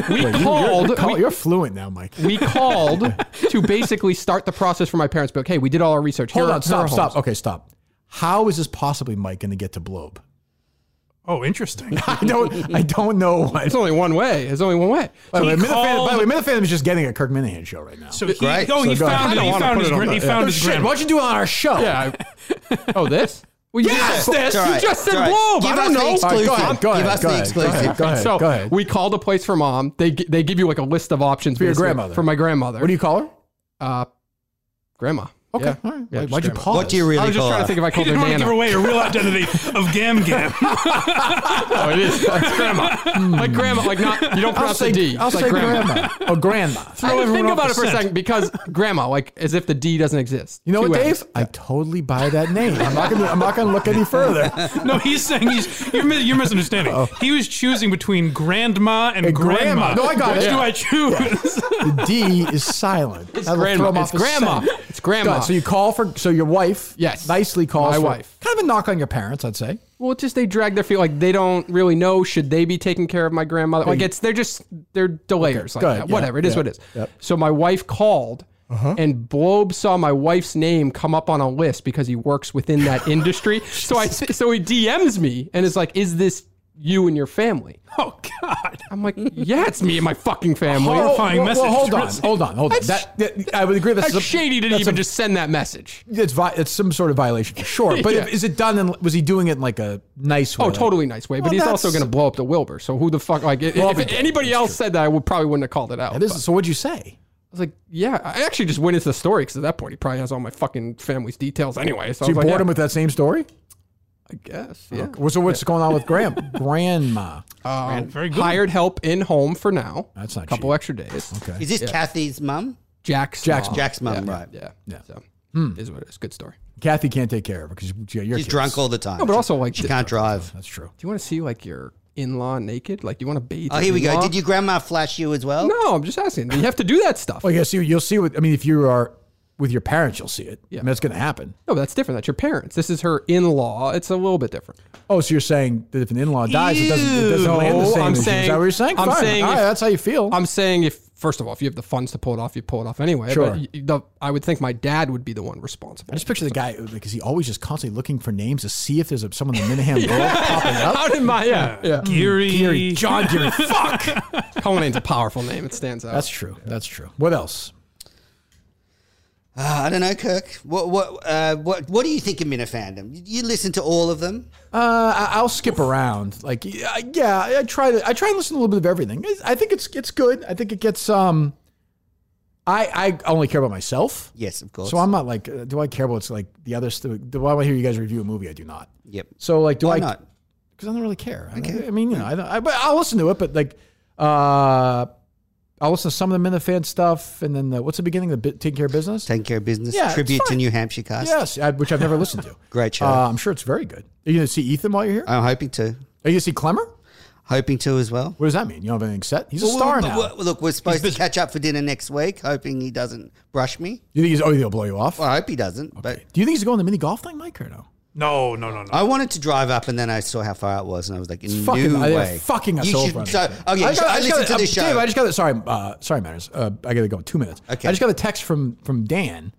[SPEAKER 6] We
[SPEAKER 2] Wait, you-
[SPEAKER 6] called.
[SPEAKER 2] You're, call-
[SPEAKER 6] we-
[SPEAKER 2] you're fluent now, Mike.
[SPEAKER 6] we called to basically start the process for my parents. But hey, we did all our research. Here
[SPEAKER 2] Hold
[SPEAKER 6] are-
[SPEAKER 2] on.
[SPEAKER 6] here are
[SPEAKER 2] Stop. Stop.
[SPEAKER 6] homes.
[SPEAKER 2] Okay. Stop. How is this possibly Mike going to get to Blobe?
[SPEAKER 3] Oh, interesting.
[SPEAKER 2] I don't. I don't know. What.
[SPEAKER 6] It's only one way. It's only one way.
[SPEAKER 2] By the way,
[SPEAKER 3] He
[SPEAKER 2] Minifan, by the way,
[SPEAKER 3] called-
[SPEAKER 2] Minifan is just getting a Kirk Minahan show right now.
[SPEAKER 3] So he,
[SPEAKER 1] Great.
[SPEAKER 3] oh, he
[SPEAKER 2] So go ahead.
[SPEAKER 3] found
[SPEAKER 6] I
[SPEAKER 3] it.
[SPEAKER 6] don't
[SPEAKER 3] He
[SPEAKER 6] wanna
[SPEAKER 3] found
[SPEAKER 6] put
[SPEAKER 3] his
[SPEAKER 6] it on
[SPEAKER 3] gran- he
[SPEAKER 6] the-
[SPEAKER 3] found
[SPEAKER 2] No
[SPEAKER 3] his
[SPEAKER 2] Oh, shit, why
[SPEAKER 3] grandma.
[SPEAKER 2] don't you do it on our show?
[SPEAKER 6] Yeah. I- oh, this? Well, yes,
[SPEAKER 1] Yeah.
[SPEAKER 6] this.
[SPEAKER 1] It's all
[SPEAKER 6] You
[SPEAKER 1] right.
[SPEAKER 6] just said
[SPEAKER 1] It's all right.
[SPEAKER 6] blow.
[SPEAKER 1] Give
[SPEAKER 6] I
[SPEAKER 1] us
[SPEAKER 6] don't
[SPEAKER 1] the
[SPEAKER 6] know.
[SPEAKER 1] exclusive.
[SPEAKER 2] Go ahead. Go
[SPEAKER 1] Give
[SPEAKER 2] ahead.
[SPEAKER 1] us
[SPEAKER 2] go
[SPEAKER 1] the
[SPEAKER 2] ahead,
[SPEAKER 1] exclusive.
[SPEAKER 2] Go ahead. Go ahead.
[SPEAKER 6] so
[SPEAKER 2] go ahead.
[SPEAKER 6] we called a place for mom. They gi- they give you like a list of options
[SPEAKER 2] For your
[SPEAKER 6] basically,
[SPEAKER 2] grandmother.
[SPEAKER 6] For my grandmother.
[SPEAKER 2] what do you call her?
[SPEAKER 6] Uh, grandma.
[SPEAKER 2] Okay.
[SPEAKER 6] Yeah.
[SPEAKER 2] All right.
[SPEAKER 6] Yeah,
[SPEAKER 2] Wait, why'd you
[SPEAKER 6] just grandma.
[SPEAKER 2] pause?
[SPEAKER 1] What do you really
[SPEAKER 6] I was just
[SPEAKER 1] call
[SPEAKER 6] trying
[SPEAKER 1] her?
[SPEAKER 6] to think if I
[SPEAKER 3] He
[SPEAKER 6] called her
[SPEAKER 3] didn't want to
[SPEAKER 6] Nana.
[SPEAKER 3] give away her real identity of Gam Gam.
[SPEAKER 6] Oh, it is. That's grandma. like grandma. Like not. You don't
[SPEAKER 2] Hmm. I'll
[SPEAKER 6] pronounce
[SPEAKER 2] say,
[SPEAKER 6] the D.
[SPEAKER 2] I'll
[SPEAKER 6] It's like
[SPEAKER 2] say grandma. Oh, grandma.
[SPEAKER 6] I had to think
[SPEAKER 3] everyone off
[SPEAKER 6] about
[SPEAKER 3] the
[SPEAKER 6] it for a
[SPEAKER 3] scent.
[SPEAKER 6] second because grandma, like as if the D doesn't exist.
[SPEAKER 2] You know
[SPEAKER 6] Two
[SPEAKER 2] what,
[SPEAKER 6] M's.
[SPEAKER 2] Dave? I totally buy that name. I'm not gonna. I'm not gonna look any further.
[SPEAKER 3] No, he's saying he's you're, mi- you're misunderstanding. He was choosing between grandma and,
[SPEAKER 2] Oh. And grandma.
[SPEAKER 3] grandma.
[SPEAKER 2] No, I got
[SPEAKER 3] Which
[SPEAKER 2] it.
[SPEAKER 3] do
[SPEAKER 2] Yeah.
[SPEAKER 3] I choose?
[SPEAKER 2] The D is silent. It's
[SPEAKER 6] grandma. It's grandma. It's grandma.
[SPEAKER 2] so you call for. So your wife.
[SPEAKER 6] Yes.
[SPEAKER 2] Nicely calls.
[SPEAKER 6] My
[SPEAKER 2] for-
[SPEAKER 6] wife.
[SPEAKER 2] Kind of a knock on your parents, I'd say.
[SPEAKER 6] Well, it's just they drag their feet. Like they don't really know should they be taking care of my grandmother. Like it's they're just they're delayers like
[SPEAKER 2] go ahead.
[SPEAKER 6] that.
[SPEAKER 2] Yeah,
[SPEAKER 6] Whatever it is,
[SPEAKER 2] yeah,
[SPEAKER 6] what it is.
[SPEAKER 2] yep. Uh-huh.
[SPEAKER 6] So my wife called. And Blobe saw my wife's name come up on a list because he works within that industry. so I, so he DMs me and is like, "Is this you and your family?"
[SPEAKER 3] oh God.
[SPEAKER 6] I'm like, "Yeah, it's me and my fucking family."
[SPEAKER 2] Oh,
[SPEAKER 3] Horrifying
[SPEAKER 2] well, well,
[SPEAKER 3] message.
[SPEAKER 2] hold on. Hold on. Hold on. That, that- I would agree. That's
[SPEAKER 6] That's
[SPEAKER 2] a-
[SPEAKER 6] shady to
[SPEAKER 2] that's
[SPEAKER 6] even
[SPEAKER 2] a-
[SPEAKER 6] just send that message.
[SPEAKER 2] It's, vi- it's some sort of violation for sure. But
[SPEAKER 6] Yeah.
[SPEAKER 2] if, is it done? In, was he doing it in like a nice way?
[SPEAKER 6] Oh,
[SPEAKER 2] like-
[SPEAKER 6] totally nice way, but
[SPEAKER 2] Well,
[SPEAKER 6] he's also
[SPEAKER 2] that's-
[SPEAKER 6] going to blow up the Wilbur. So who the fuck? Like, if,
[SPEAKER 2] Well,
[SPEAKER 6] if
[SPEAKER 2] but-
[SPEAKER 6] anybody else said that, I would probably wouldn't have called it out.
[SPEAKER 2] That is-
[SPEAKER 6] but
[SPEAKER 2] so what'd you say?
[SPEAKER 6] I was like, yeah, I actually just went into the story because at that point he probably has all my fucking family's details anyway.
[SPEAKER 2] So
[SPEAKER 6] So, I
[SPEAKER 2] you
[SPEAKER 6] was
[SPEAKER 2] bored
[SPEAKER 6] like, yeah,
[SPEAKER 2] him with that same story?
[SPEAKER 6] I guess. Yeah.
[SPEAKER 2] Well, So what's going on with Graham? Grandma.
[SPEAKER 6] Um,
[SPEAKER 3] Very good.
[SPEAKER 6] hired help in home for now.
[SPEAKER 2] That's not
[SPEAKER 6] couple
[SPEAKER 2] cheap.
[SPEAKER 6] extra days.
[SPEAKER 2] Okay.
[SPEAKER 1] Is this Kathy's mum?
[SPEAKER 6] Jack's
[SPEAKER 2] Jack's-
[SPEAKER 6] mom.
[SPEAKER 1] Jack's mum,
[SPEAKER 6] Yeah,
[SPEAKER 1] right?
[SPEAKER 6] Yeah.
[SPEAKER 2] Yeah.
[SPEAKER 6] So is what it is. Good story.
[SPEAKER 2] Kathy can't take care of her because you're
[SPEAKER 1] She's drunk all the time.
[SPEAKER 6] No, but also like,
[SPEAKER 1] she
[SPEAKER 6] do
[SPEAKER 1] can't drive.
[SPEAKER 2] That's true.
[SPEAKER 6] you want to see like your in law naked? Like, do you want to bathe?
[SPEAKER 1] Oh,
[SPEAKER 6] your
[SPEAKER 1] here we go.
[SPEAKER 6] in-law?
[SPEAKER 1] Did your grandma flash you as well?
[SPEAKER 6] No, I'm just asking. You have to do that stuff.
[SPEAKER 2] Well, yeah. See, you'll see what I mean. If you are with your parents, you'll see it.
[SPEAKER 6] Yeah.
[SPEAKER 2] I mean, that's going to happen.
[SPEAKER 6] No, that's different. That's your parents. This is her in law. It's a little bit different.
[SPEAKER 2] Oh, so you're saying that if an in-law dies, it doesn't, it doesn't
[SPEAKER 6] Ew.
[SPEAKER 2] land the
[SPEAKER 6] No,
[SPEAKER 2] same.
[SPEAKER 6] I'm
[SPEAKER 2] as you.
[SPEAKER 6] saying-
[SPEAKER 2] is that what you're saying?
[SPEAKER 6] I'm
[SPEAKER 2] Fine.
[SPEAKER 6] saying
[SPEAKER 2] All right,
[SPEAKER 6] if-
[SPEAKER 2] that's how you feel.
[SPEAKER 6] I'm saying if first of all, if you have the funds to pull it off, you pull it off anyway.
[SPEAKER 2] Sure.
[SPEAKER 6] But y- the, I would think my dad would be the one responsible.
[SPEAKER 2] I just picture the guy because he always just constantly looking for names to see if there's a, someone in the Minahan world popping up.
[SPEAKER 6] Out in my yeah, yeah.
[SPEAKER 3] Geary.
[SPEAKER 2] Geary, Mm. John Geary. Fuck.
[SPEAKER 6] Cullinan a powerful name. It stands out.
[SPEAKER 1] Oh,
[SPEAKER 2] That's true. That's true. What else?
[SPEAKER 1] Ah, I don't know, Kirk. What what uh, what what do you think of Minifandom? You listen to all of them.
[SPEAKER 2] Uh, I- I'll skip around. Like, yeah, I- yeah, I try to. I try and listen to a little bit of everything. I- I think it's it's good. I think it gets. Um, I I only care about myself,
[SPEAKER 1] Yes, of course.
[SPEAKER 2] so I'm not like. uh, Do I care about what's like the other stuff? Do I want to hear you guys review a movie? I do not.
[SPEAKER 1] Yep.
[SPEAKER 2] So like, do
[SPEAKER 1] Why
[SPEAKER 2] I?
[SPEAKER 1] not?
[SPEAKER 2] Because I don't really care. I, don't- I mean, you know, I, don't- I but I'll listen to it. But like, uh, I'll listen to some of the Minifan stuff, and then the, what's the beginning? The bi- taking care of business.
[SPEAKER 1] Taking care of business.
[SPEAKER 2] Yeah, it's
[SPEAKER 1] Tribute to
[SPEAKER 2] fine.
[SPEAKER 1] New Hampshire cast.
[SPEAKER 2] yes, I, which I've never listened to.
[SPEAKER 1] Great show.
[SPEAKER 2] Uh, I'm sure it's very good. Are you gonna see Ethan while you're here? Are
[SPEAKER 1] I'm hoping to.
[SPEAKER 2] you gonna see Clemmer?
[SPEAKER 1] Hoping to as well.
[SPEAKER 2] What does that mean? You don't have anything set? He's a star
[SPEAKER 1] Well,
[SPEAKER 2] now.
[SPEAKER 1] well, Look, we're supposed to catch up for dinner next week. Hoping he doesn't brush me.
[SPEAKER 2] you think he's oh he'll blow you off?
[SPEAKER 1] Well, I hope he doesn't. But
[SPEAKER 2] Do you think he's going to mini golf thing, Mike, or no?
[SPEAKER 3] No, no, no, no.
[SPEAKER 1] I wanted to drive up, and then I saw how far it was, and I was like, "No
[SPEAKER 2] Fucking, I- they're
[SPEAKER 1] way!"
[SPEAKER 2] fucking us
[SPEAKER 1] you
[SPEAKER 2] over.
[SPEAKER 1] should-
[SPEAKER 2] on
[SPEAKER 1] so,
[SPEAKER 2] this.
[SPEAKER 1] oh yeah, I,
[SPEAKER 2] just got-
[SPEAKER 1] I,
[SPEAKER 2] just got
[SPEAKER 1] listened to
[SPEAKER 2] uh,
[SPEAKER 1] this show.
[SPEAKER 2] Dave, I just got the sorry, uh, sorry, matters. Uh, I got to go in two minutes.
[SPEAKER 1] Okay.
[SPEAKER 2] I just got a text from from Dan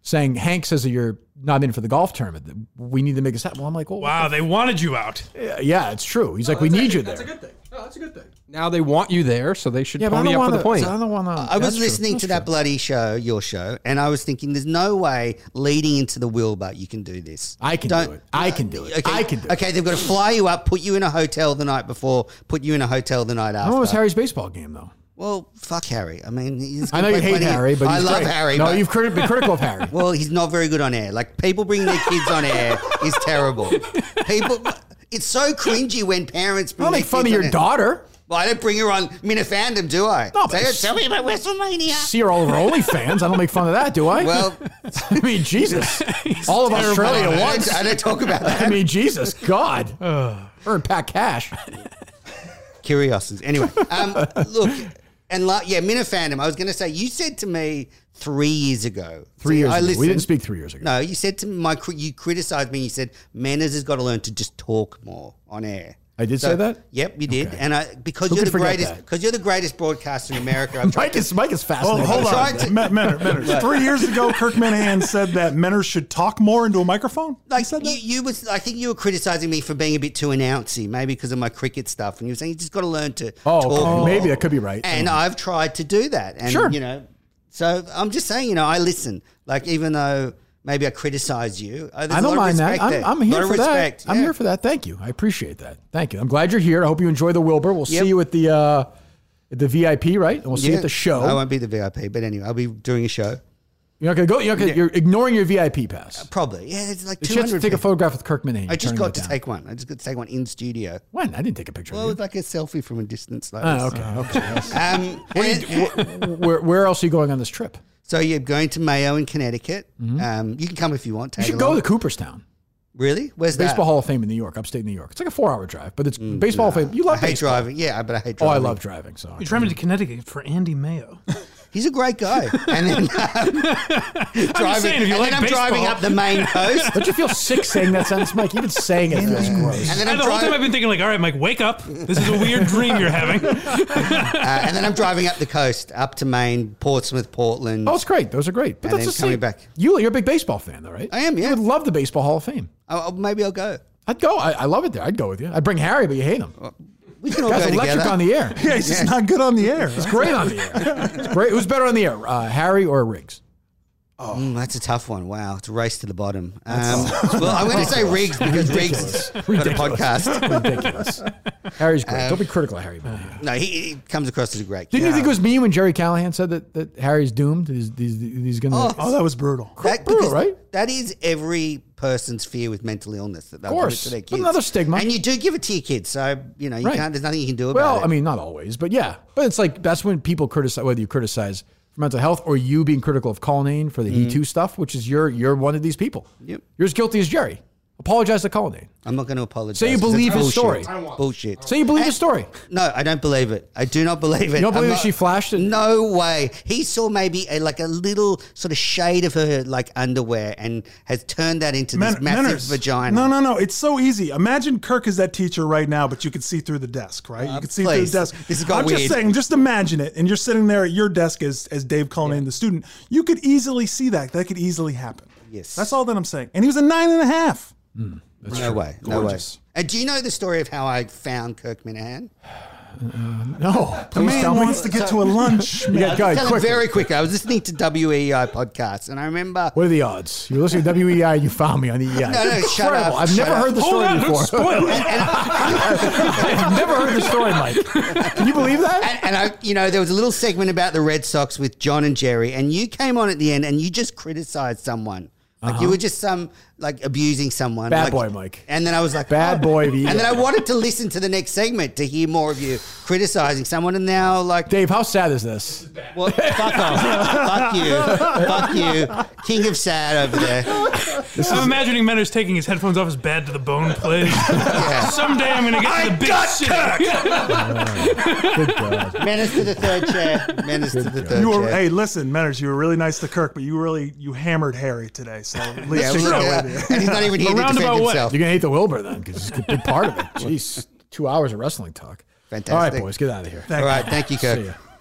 [SPEAKER 2] saying Hank says that you're not in for the golf tournament. We need to make a set. Well, I'm like, well,
[SPEAKER 3] wow, they wanted you out.
[SPEAKER 2] yeah, yeah, it's true.
[SPEAKER 1] Oh,
[SPEAKER 2] He's like, we need you there.
[SPEAKER 4] That's a good thing. No, that's a good thing.
[SPEAKER 6] now they want you there, so they should
[SPEAKER 2] yeah, but I
[SPEAKER 6] pony
[SPEAKER 2] don't
[SPEAKER 6] up
[SPEAKER 2] want
[SPEAKER 6] for
[SPEAKER 2] to.
[SPEAKER 6] the point.
[SPEAKER 2] I don't want to.
[SPEAKER 1] I was listening to that bloody show, your show, and I was thinking, "There's no way leading into the Wilbur you can do this."
[SPEAKER 2] I can do it. I can do it.
[SPEAKER 1] Okay,
[SPEAKER 2] I can do it.
[SPEAKER 1] okay, they've got to fly you up, put you in a hotel the night before, put you in a hotel the night
[SPEAKER 2] How
[SPEAKER 1] after.
[SPEAKER 2] long was Harry's baseball game though?
[SPEAKER 1] well, fuck Harry. I mean, he's
[SPEAKER 2] I know you
[SPEAKER 1] like
[SPEAKER 2] hate
[SPEAKER 1] bloody-
[SPEAKER 2] Harry, but
[SPEAKER 1] I
[SPEAKER 2] he's
[SPEAKER 1] love
[SPEAKER 2] great.
[SPEAKER 1] Harry.
[SPEAKER 2] No,
[SPEAKER 1] but-
[SPEAKER 2] you've crit- been critical of Harry.
[SPEAKER 1] Well, he's not very good on air. Like people bring their kids on air is terrible. People, it's so cringy when parents bring
[SPEAKER 2] Don't
[SPEAKER 1] their
[SPEAKER 2] make fun
[SPEAKER 1] kids
[SPEAKER 2] of
[SPEAKER 1] on
[SPEAKER 2] your
[SPEAKER 1] air.
[SPEAKER 2] daughter.
[SPEAKER 1] Well, I don't bring her on Minifandom, do I?
[SPEAKER 2] No,
[SPEAKER 1] Say,
[SPEAKER 2] but-
[SPEAKER 1] tell me about WrestleMania.
[SPEAKER 2] See her all over OnlyFans. I don't make fun of that, do I?
[SPEAKER 1] Well,
[SPEAKER 2] I mean, Jesus. all of Australia
[SPEAKER 1] I
[SPEAKER 2] once.
[SPEAKER 1] don't, I don't talk about that.
[SPEAKER 2] I mean, Jesus, God. Her and Pat Cash.
[SPEAKER 1] Curiosities. Anyway, um, look, and la- yeah, Minifandom. I was going to say, you said to me three years ago.
[SPEAKER 2] Three
[SPEAKER 1] See,
[SPEAKER 2] years
[SPEAKER 1] I
[SPEAKER 2] ago. We
[SPEAKER 1] listened-
[SPEAKER 2] didn't speak three years ago.
[SPEAKER 1] No, you said to me, my, cri- you criticized me. You said Manners has got to learn to just talk more on air.
[SPEAKER 2] I did say that?
[SPEAKER 1] Yep, you did, and I because
[SPEAKER 2] Who
[SPEAKER 1] you're
[SPEAKER 2] could
[SPEAKER 1] the
[SPEAKER 2] forget
[SPEAKER 1] greatest
[SPEAKER 2] that?
[SPEAKER 1] because you're the greatest broadcaster in America. I've tried
[SPEAKER 2] Mike is Mike is
[SPEAKER 5] Oh,
[SPEAKER 2] fascinating.
[SPEAKER 5] hold
[SPEAKER 1] Tried
[SPEAKER 5] on.
[SPEAKER 1] to-
[SPEAKER 5] Me- Menner, Menner. Three years ago, Kirk Menahan said that Menner should talk more into a microphone. He
[SPEAKER 1] like
[SPEAKER 5] said
[SPEAKER 1] you,
[SPEAKER 5] that?
[SPEAKER 1] you was I think you were criticizing me for being a bit too announcy, maybe because of my cricket stuff, and you were saying you just got to learn to
[SPEAKER 2] Oh,
[SPEAKER 1] talk.
[SPEAKER 2] okay.
[SPEAKER 1] more.
[SPEAKER 2] Maybe that could be right. Mm-hmm.
[SPEAKER 1] And I've tried to do that, and
[SPEAKER 2] Sure.
[SPEAKER 1] you know, so I'm just saying, you know, I listen. Like even though maybe I criticize you, uh, there's
[SPEAKER 2] I
[SPEAKER 1] a
[SPEAKER 2] don't
[SPEAKER 1] lot
[SPEAKER 2] mind
[SPEAKER 1] of
[SPEAKER 2] that.
[SPEAKER 1] respect
[SPEAKER 2] I'm,
[SPEAKER 1] there.
[SPEAKER 2] I'm
[SPEAKER 1] Lot
[SPEAKER 2] here
[SPEAKER 1] of
[SPEAKER 2] for that.
[SPEAKER 1] respect,
[SPEAKER 2] I'm
[SPEAKER 1] yeah.
[SPEAKER 2] here for that. Thank you. I appreciate that. Thank you. I'm glad you're here. I hope you enjoy the Wilbur. We'll
[SPEAKER 1] Yep.
[SPEAKER 2] see you at the uh, at the VIP, right? And we'll see you
[SPEAKER 1] Yeah. Oh,
[SPEAKER 2] at the show.
[SPEAKER 1] I won't be the VIP, but anyway, I'll be doing a show.
[SPEAKER 2] You're not gonna go. You're, not gonna, you're ignoring your VIP pass.
[SPEAKER 1] Probably. Yeah, it's like
[SPEAKER 2] You have
[SPEAKER 1] 200
[SPEAKER 2] to take a
[SPEAKER 1] people.
[SPEAKER 2] photograph with Kirk Menahan.
[SPEAKER 1] I just
[SPEAKER 2] Turning
[SPEAKER 1] got
[SPEAKER 2] it
[SPEAKER 1] to
[SPEAKER 2] down.
[SPEAKER 1] take one. I just got to take one in studio.
[SPEAKER 2] When I didn't take a picture.
[SPEAKER 1] Well,
[SPEAKER 2] of
[SPEAKER 1] it's like a selfie from a distance. Like
[SPEAKER 2] Oh,
[SPEAKER 1] this.
[SPEAKER 2] okay, okay.
[SPEAKER 1] Um, and-
[SPEAKER 2] you. where, where else are you going on this trip?
[SPEAKER 1] so you're going to Mayo in Connecticut. Um, you can come if you want.
[SPEAKER 2] Mm-hmm. You
[SPEAKER 1] Tag
[SPEAKER 2] should
[SPEAKER 1] along.
[SPEAKER 2] go to Cooperstown,
[SPEAKER 1] Really? Where's that?
[SPEAKER 2] Baseball Hall of Fame in New York, upstate New York. It's like a four-hour drive, but it's Baseball Hall of Fame. You
[SPEAKER 1] Mm, I
[SPEAKER 2] love
[SPEAKER 1] hate
[SPEAKER 2] baseball.
[SPEAKER 1] driving. Yeah, but I hate
[SPEAKER 2] Oh,
[SPEAKER 1] driving.
[SPEAKER 2] I love driving. So
[SPEAKER 3] You're driving to Connecticut for Andy Mayo.
[SPEAKER 1] He's a great guy. And then um, driving,
[SPEAKER 3] saying, if you
[SPEAKER 1] and
[SPEAKER 3] like
[SPEAKER 1] then I'm driving
[SPEAKER 3] baseball-
[SPEAKER 1] up the main coast.
[SPEAKER 2] Don't you feel sick saying that sentence, Mike? Even saying it feels gross.
[SPEAKER 1] And then
[SPEAKER 3] I,
[SPEAKER 1] I'm
[SPEAKER 3] the whole time
[SPEAKER 1] driving,
[SPEAKER 3] I've been thinking, like, all right, Mike, wake up. This is a weird dream you're having.
[SPEAKER 1] uh, and then I'm driving up the coast, up to Maine, Portsmouth, Portland.
[SPEAKER 2] Oh, it's great. Those are great. But
[SPEAKER 1] And
[SPEAKER 2] that's
[SPEAKER 1] then
[SPEAKER 2] just
[SPEAKER 1] coming
[SPEAKER 2] it.
[SPEAKER 1] back.
[SPEAKER 2] You, you're a big baseball fan, though, right?
[SPEAKER 1] I am, yeah.
[SPEAKER 2] You would love the Baseball Hall of Fame.
[SPEAKER 1] Oh, oh, maybe I'll go.
[SPEAKER 2] I'd go. I, I love it there. I'd go with you. I'd bring Harry, but you hate him.
[SPEAKER 1] We can all
[SPEAKER 2] Guys,
[SPEAKER 1] go
[SPEAKER 2] electric
[SPEAKER 1] together.
[SPEAKER 2] on the air.
[SPEAKER 5] yeah, he's just not good on the air.
[SPEAKER 2] It's great on the air. It's great. Who's better on the air, uh, Harry or Riggs?
[SPEAKER 1] Mm, that's a tough one. Wow, it's a race to the bottom. Um, well, I'm going to say Riggs because Riggs got a podcast.
[SPEAKER 2] Ridiculous. Harry's great. Don't be critical of Harry. man.
[SPEAKER 1] No, he, he comes across as a great.
[SPEAKER 2] Didn't you
[SPEAKER 1] guy.
[SPEAKER 2] think it was me when Jerry Callahan said that, that Harry's doomed? He's, he's, he's going to.
[SPEAKER 5] Oh, that was brutal.
[SPEAKER 1] that,
[SPEAKER 2] brutal,
[SPEAKER 1] because
[SPEAKER 2] right?
[SPEAKER 1] That is every person's fear with mental illness that they'll give it
[SPEAKER 2] Course.
[SPEAKER 1] to their
[SPEAKER 2] But
[SPEAKER 1] kids.
[SPEAKER 2] another stigma.
[SPEAKER 1] and you do give it to your kids, so you know you
[SPEAKER 2] Right.
[SPEAKER 1] can't. There's nothing you can do about
[SPEAKER 2] Well, um,
[SPEAKER 1] it.
[SPEAKER 2] I mean, not always, but yeah. But it's like that's when people criticize whether you criticize for mental health or you being critical of Colonnade for the He Too stuff, which is you're you're one of these people.
[SPEAKER 1] Mm-hmm. Yep.
[SPEAKER 2] You're as guilty as Jerry. Apologize to Colonnade.
[SPEAKER 1] I'm not going to apologize.
[SPEAKER 2] So you
[SPEAKER 1] 'cause it's
[SPEAKER 2] believe his
[SPEAKER 1] bullshit.
[SPEAKER 2] story?
[SPEAKER 4] I won't.
[SPEAKER 1] Bullshit.
[SPEAKER 2] So you believe the
[SPEAKER 1] And-
[SPEAKER 2] story?
[SPEAKER 1] No, I don't believe it. I do not believe it.
[SPEAKER 2] You don't believe
[SPEAKER 1] I'm
[SPEAKER 2] that she flashed it?
[SPEAKER 1] No way. He saw maybe a, like a little sort of shade of her like underwear and has turned that into
[SPEAKER 5] Men-
[SPEAKER 1] this massive
[SPEAKER 5] Menners.
[SPEAKER 1] vagina.
[SPEAKER 5] No, no, no. It's so easy. Imagine Kirk is that teacher right now, but you can see through the desk, right? you can see
[SPEAKER 1] Uh, please.
[SPEAKER 5] through the desk.
[SPEAKER 1] This has got
[SPEAKER 5] I'm
[SPEAKER 1] weird.
[SPEAKER 5] just saying, just imagine it. And you're sitting there at your desk as, as Dave Cullinane, the student. You could easily see that. That could easily happen.
[SPEAKER 1] Yes.
[SPEAKER 5] That's all that I'm saying. And he was a nine and a half.
[SPEAKER 1] no way. No
[SPEAKER 5] Gorgeous.
[SPEAKER 1] way. And do you know the story of how I found Kirk Minahan?
[SPEAKER 2] No.
[SPEAKER 5] The man wants to get to a lunch.
[SPEAKER 2] You
[SPEAKER 5] man.
[SPEAKER 2] got guy
[SPEAKER 1] Tell him
[SPEAKER 2] quick.
[SPEAKER 1] very quick. I was listening to WEI podcasts, and I remember.
[SPEAKER 2] What are the odds? You're listening to WEI. You found me on E the EI. No,
[SPEAKER 1] no, shut up,
[SPEAKER 2] I've
[SPEAKER 1] shut
[SPEAKER 2] never
[SPEAKER 1] up.
[SPEAKER 2] heard the
[SPEAKER 3] Hold
[SPEAKER 2] story
[SPEAKER 3] on, don't
[SPEAKER 2] before.
[SPEAKER 3] spoil it.
[SPEAKER 2] I've never heard the story, Mike. Can you believe that?
[SPEAKER 1] And, and I, you know, there was a little segment about the Red Sox with John and Jerry, and you came on at the end and you just criticized someone. Like you were just some like abusing someone.
[SPEAKER 2] Uh-huh. Bad
[SPEAKER 1] like-
[SPEAKER 2] boy, Mike.
[SPEAKER 1] And then I was like, "Oh."
[SPEAKER 2] Bad boy of you.
[SPEAKER 1] And then I wanted to listen to the next segment to hear more of you criticizing someone, and now like,
[SPEAKER 2] Dave, how sad is this?
[SPEAKER 1] well, fuck off, fuck you, fuck you, king of sad over there.
[SPEAKER 3] I'm imagining Menners taking his headphones off his bad to the bone plays. Someday I'm going to get to the big city.
[SPEAKER 2] Good God.
[SPEAKER 1] Menace to the third chair. Menace to the third
[SPEAKER 5] You were,
[SPEAKER 1] chair.
[SPEAKER 5] hey, listen, Menners, you were really nice to Kirk, but you really you hammered Harry today. So at least
[SPEAKER 1] yeah,
[SPEAKER 5] take
[SPEAKER 1] look
[SPEAKER 5] that
[SPEAKER 1] at
[SPEAKER 5] with you.
[SPEAKER 1] that. and he's not even here to defend
[SPEAKER 3] roundabout way.
[SPEAKER 1] himself.
[SPEAKER 2] You're gonna hate the Wilbur then, because it's a big part of it. Jeez, two hours of wrestling talk. All right,
[SPEAKER 1] Fantastic.
[SPEAKER 2] boys, get out of here.
[SPEAKER 1] All right, thank you, Kirk.
[SPEAKER 2] See ya.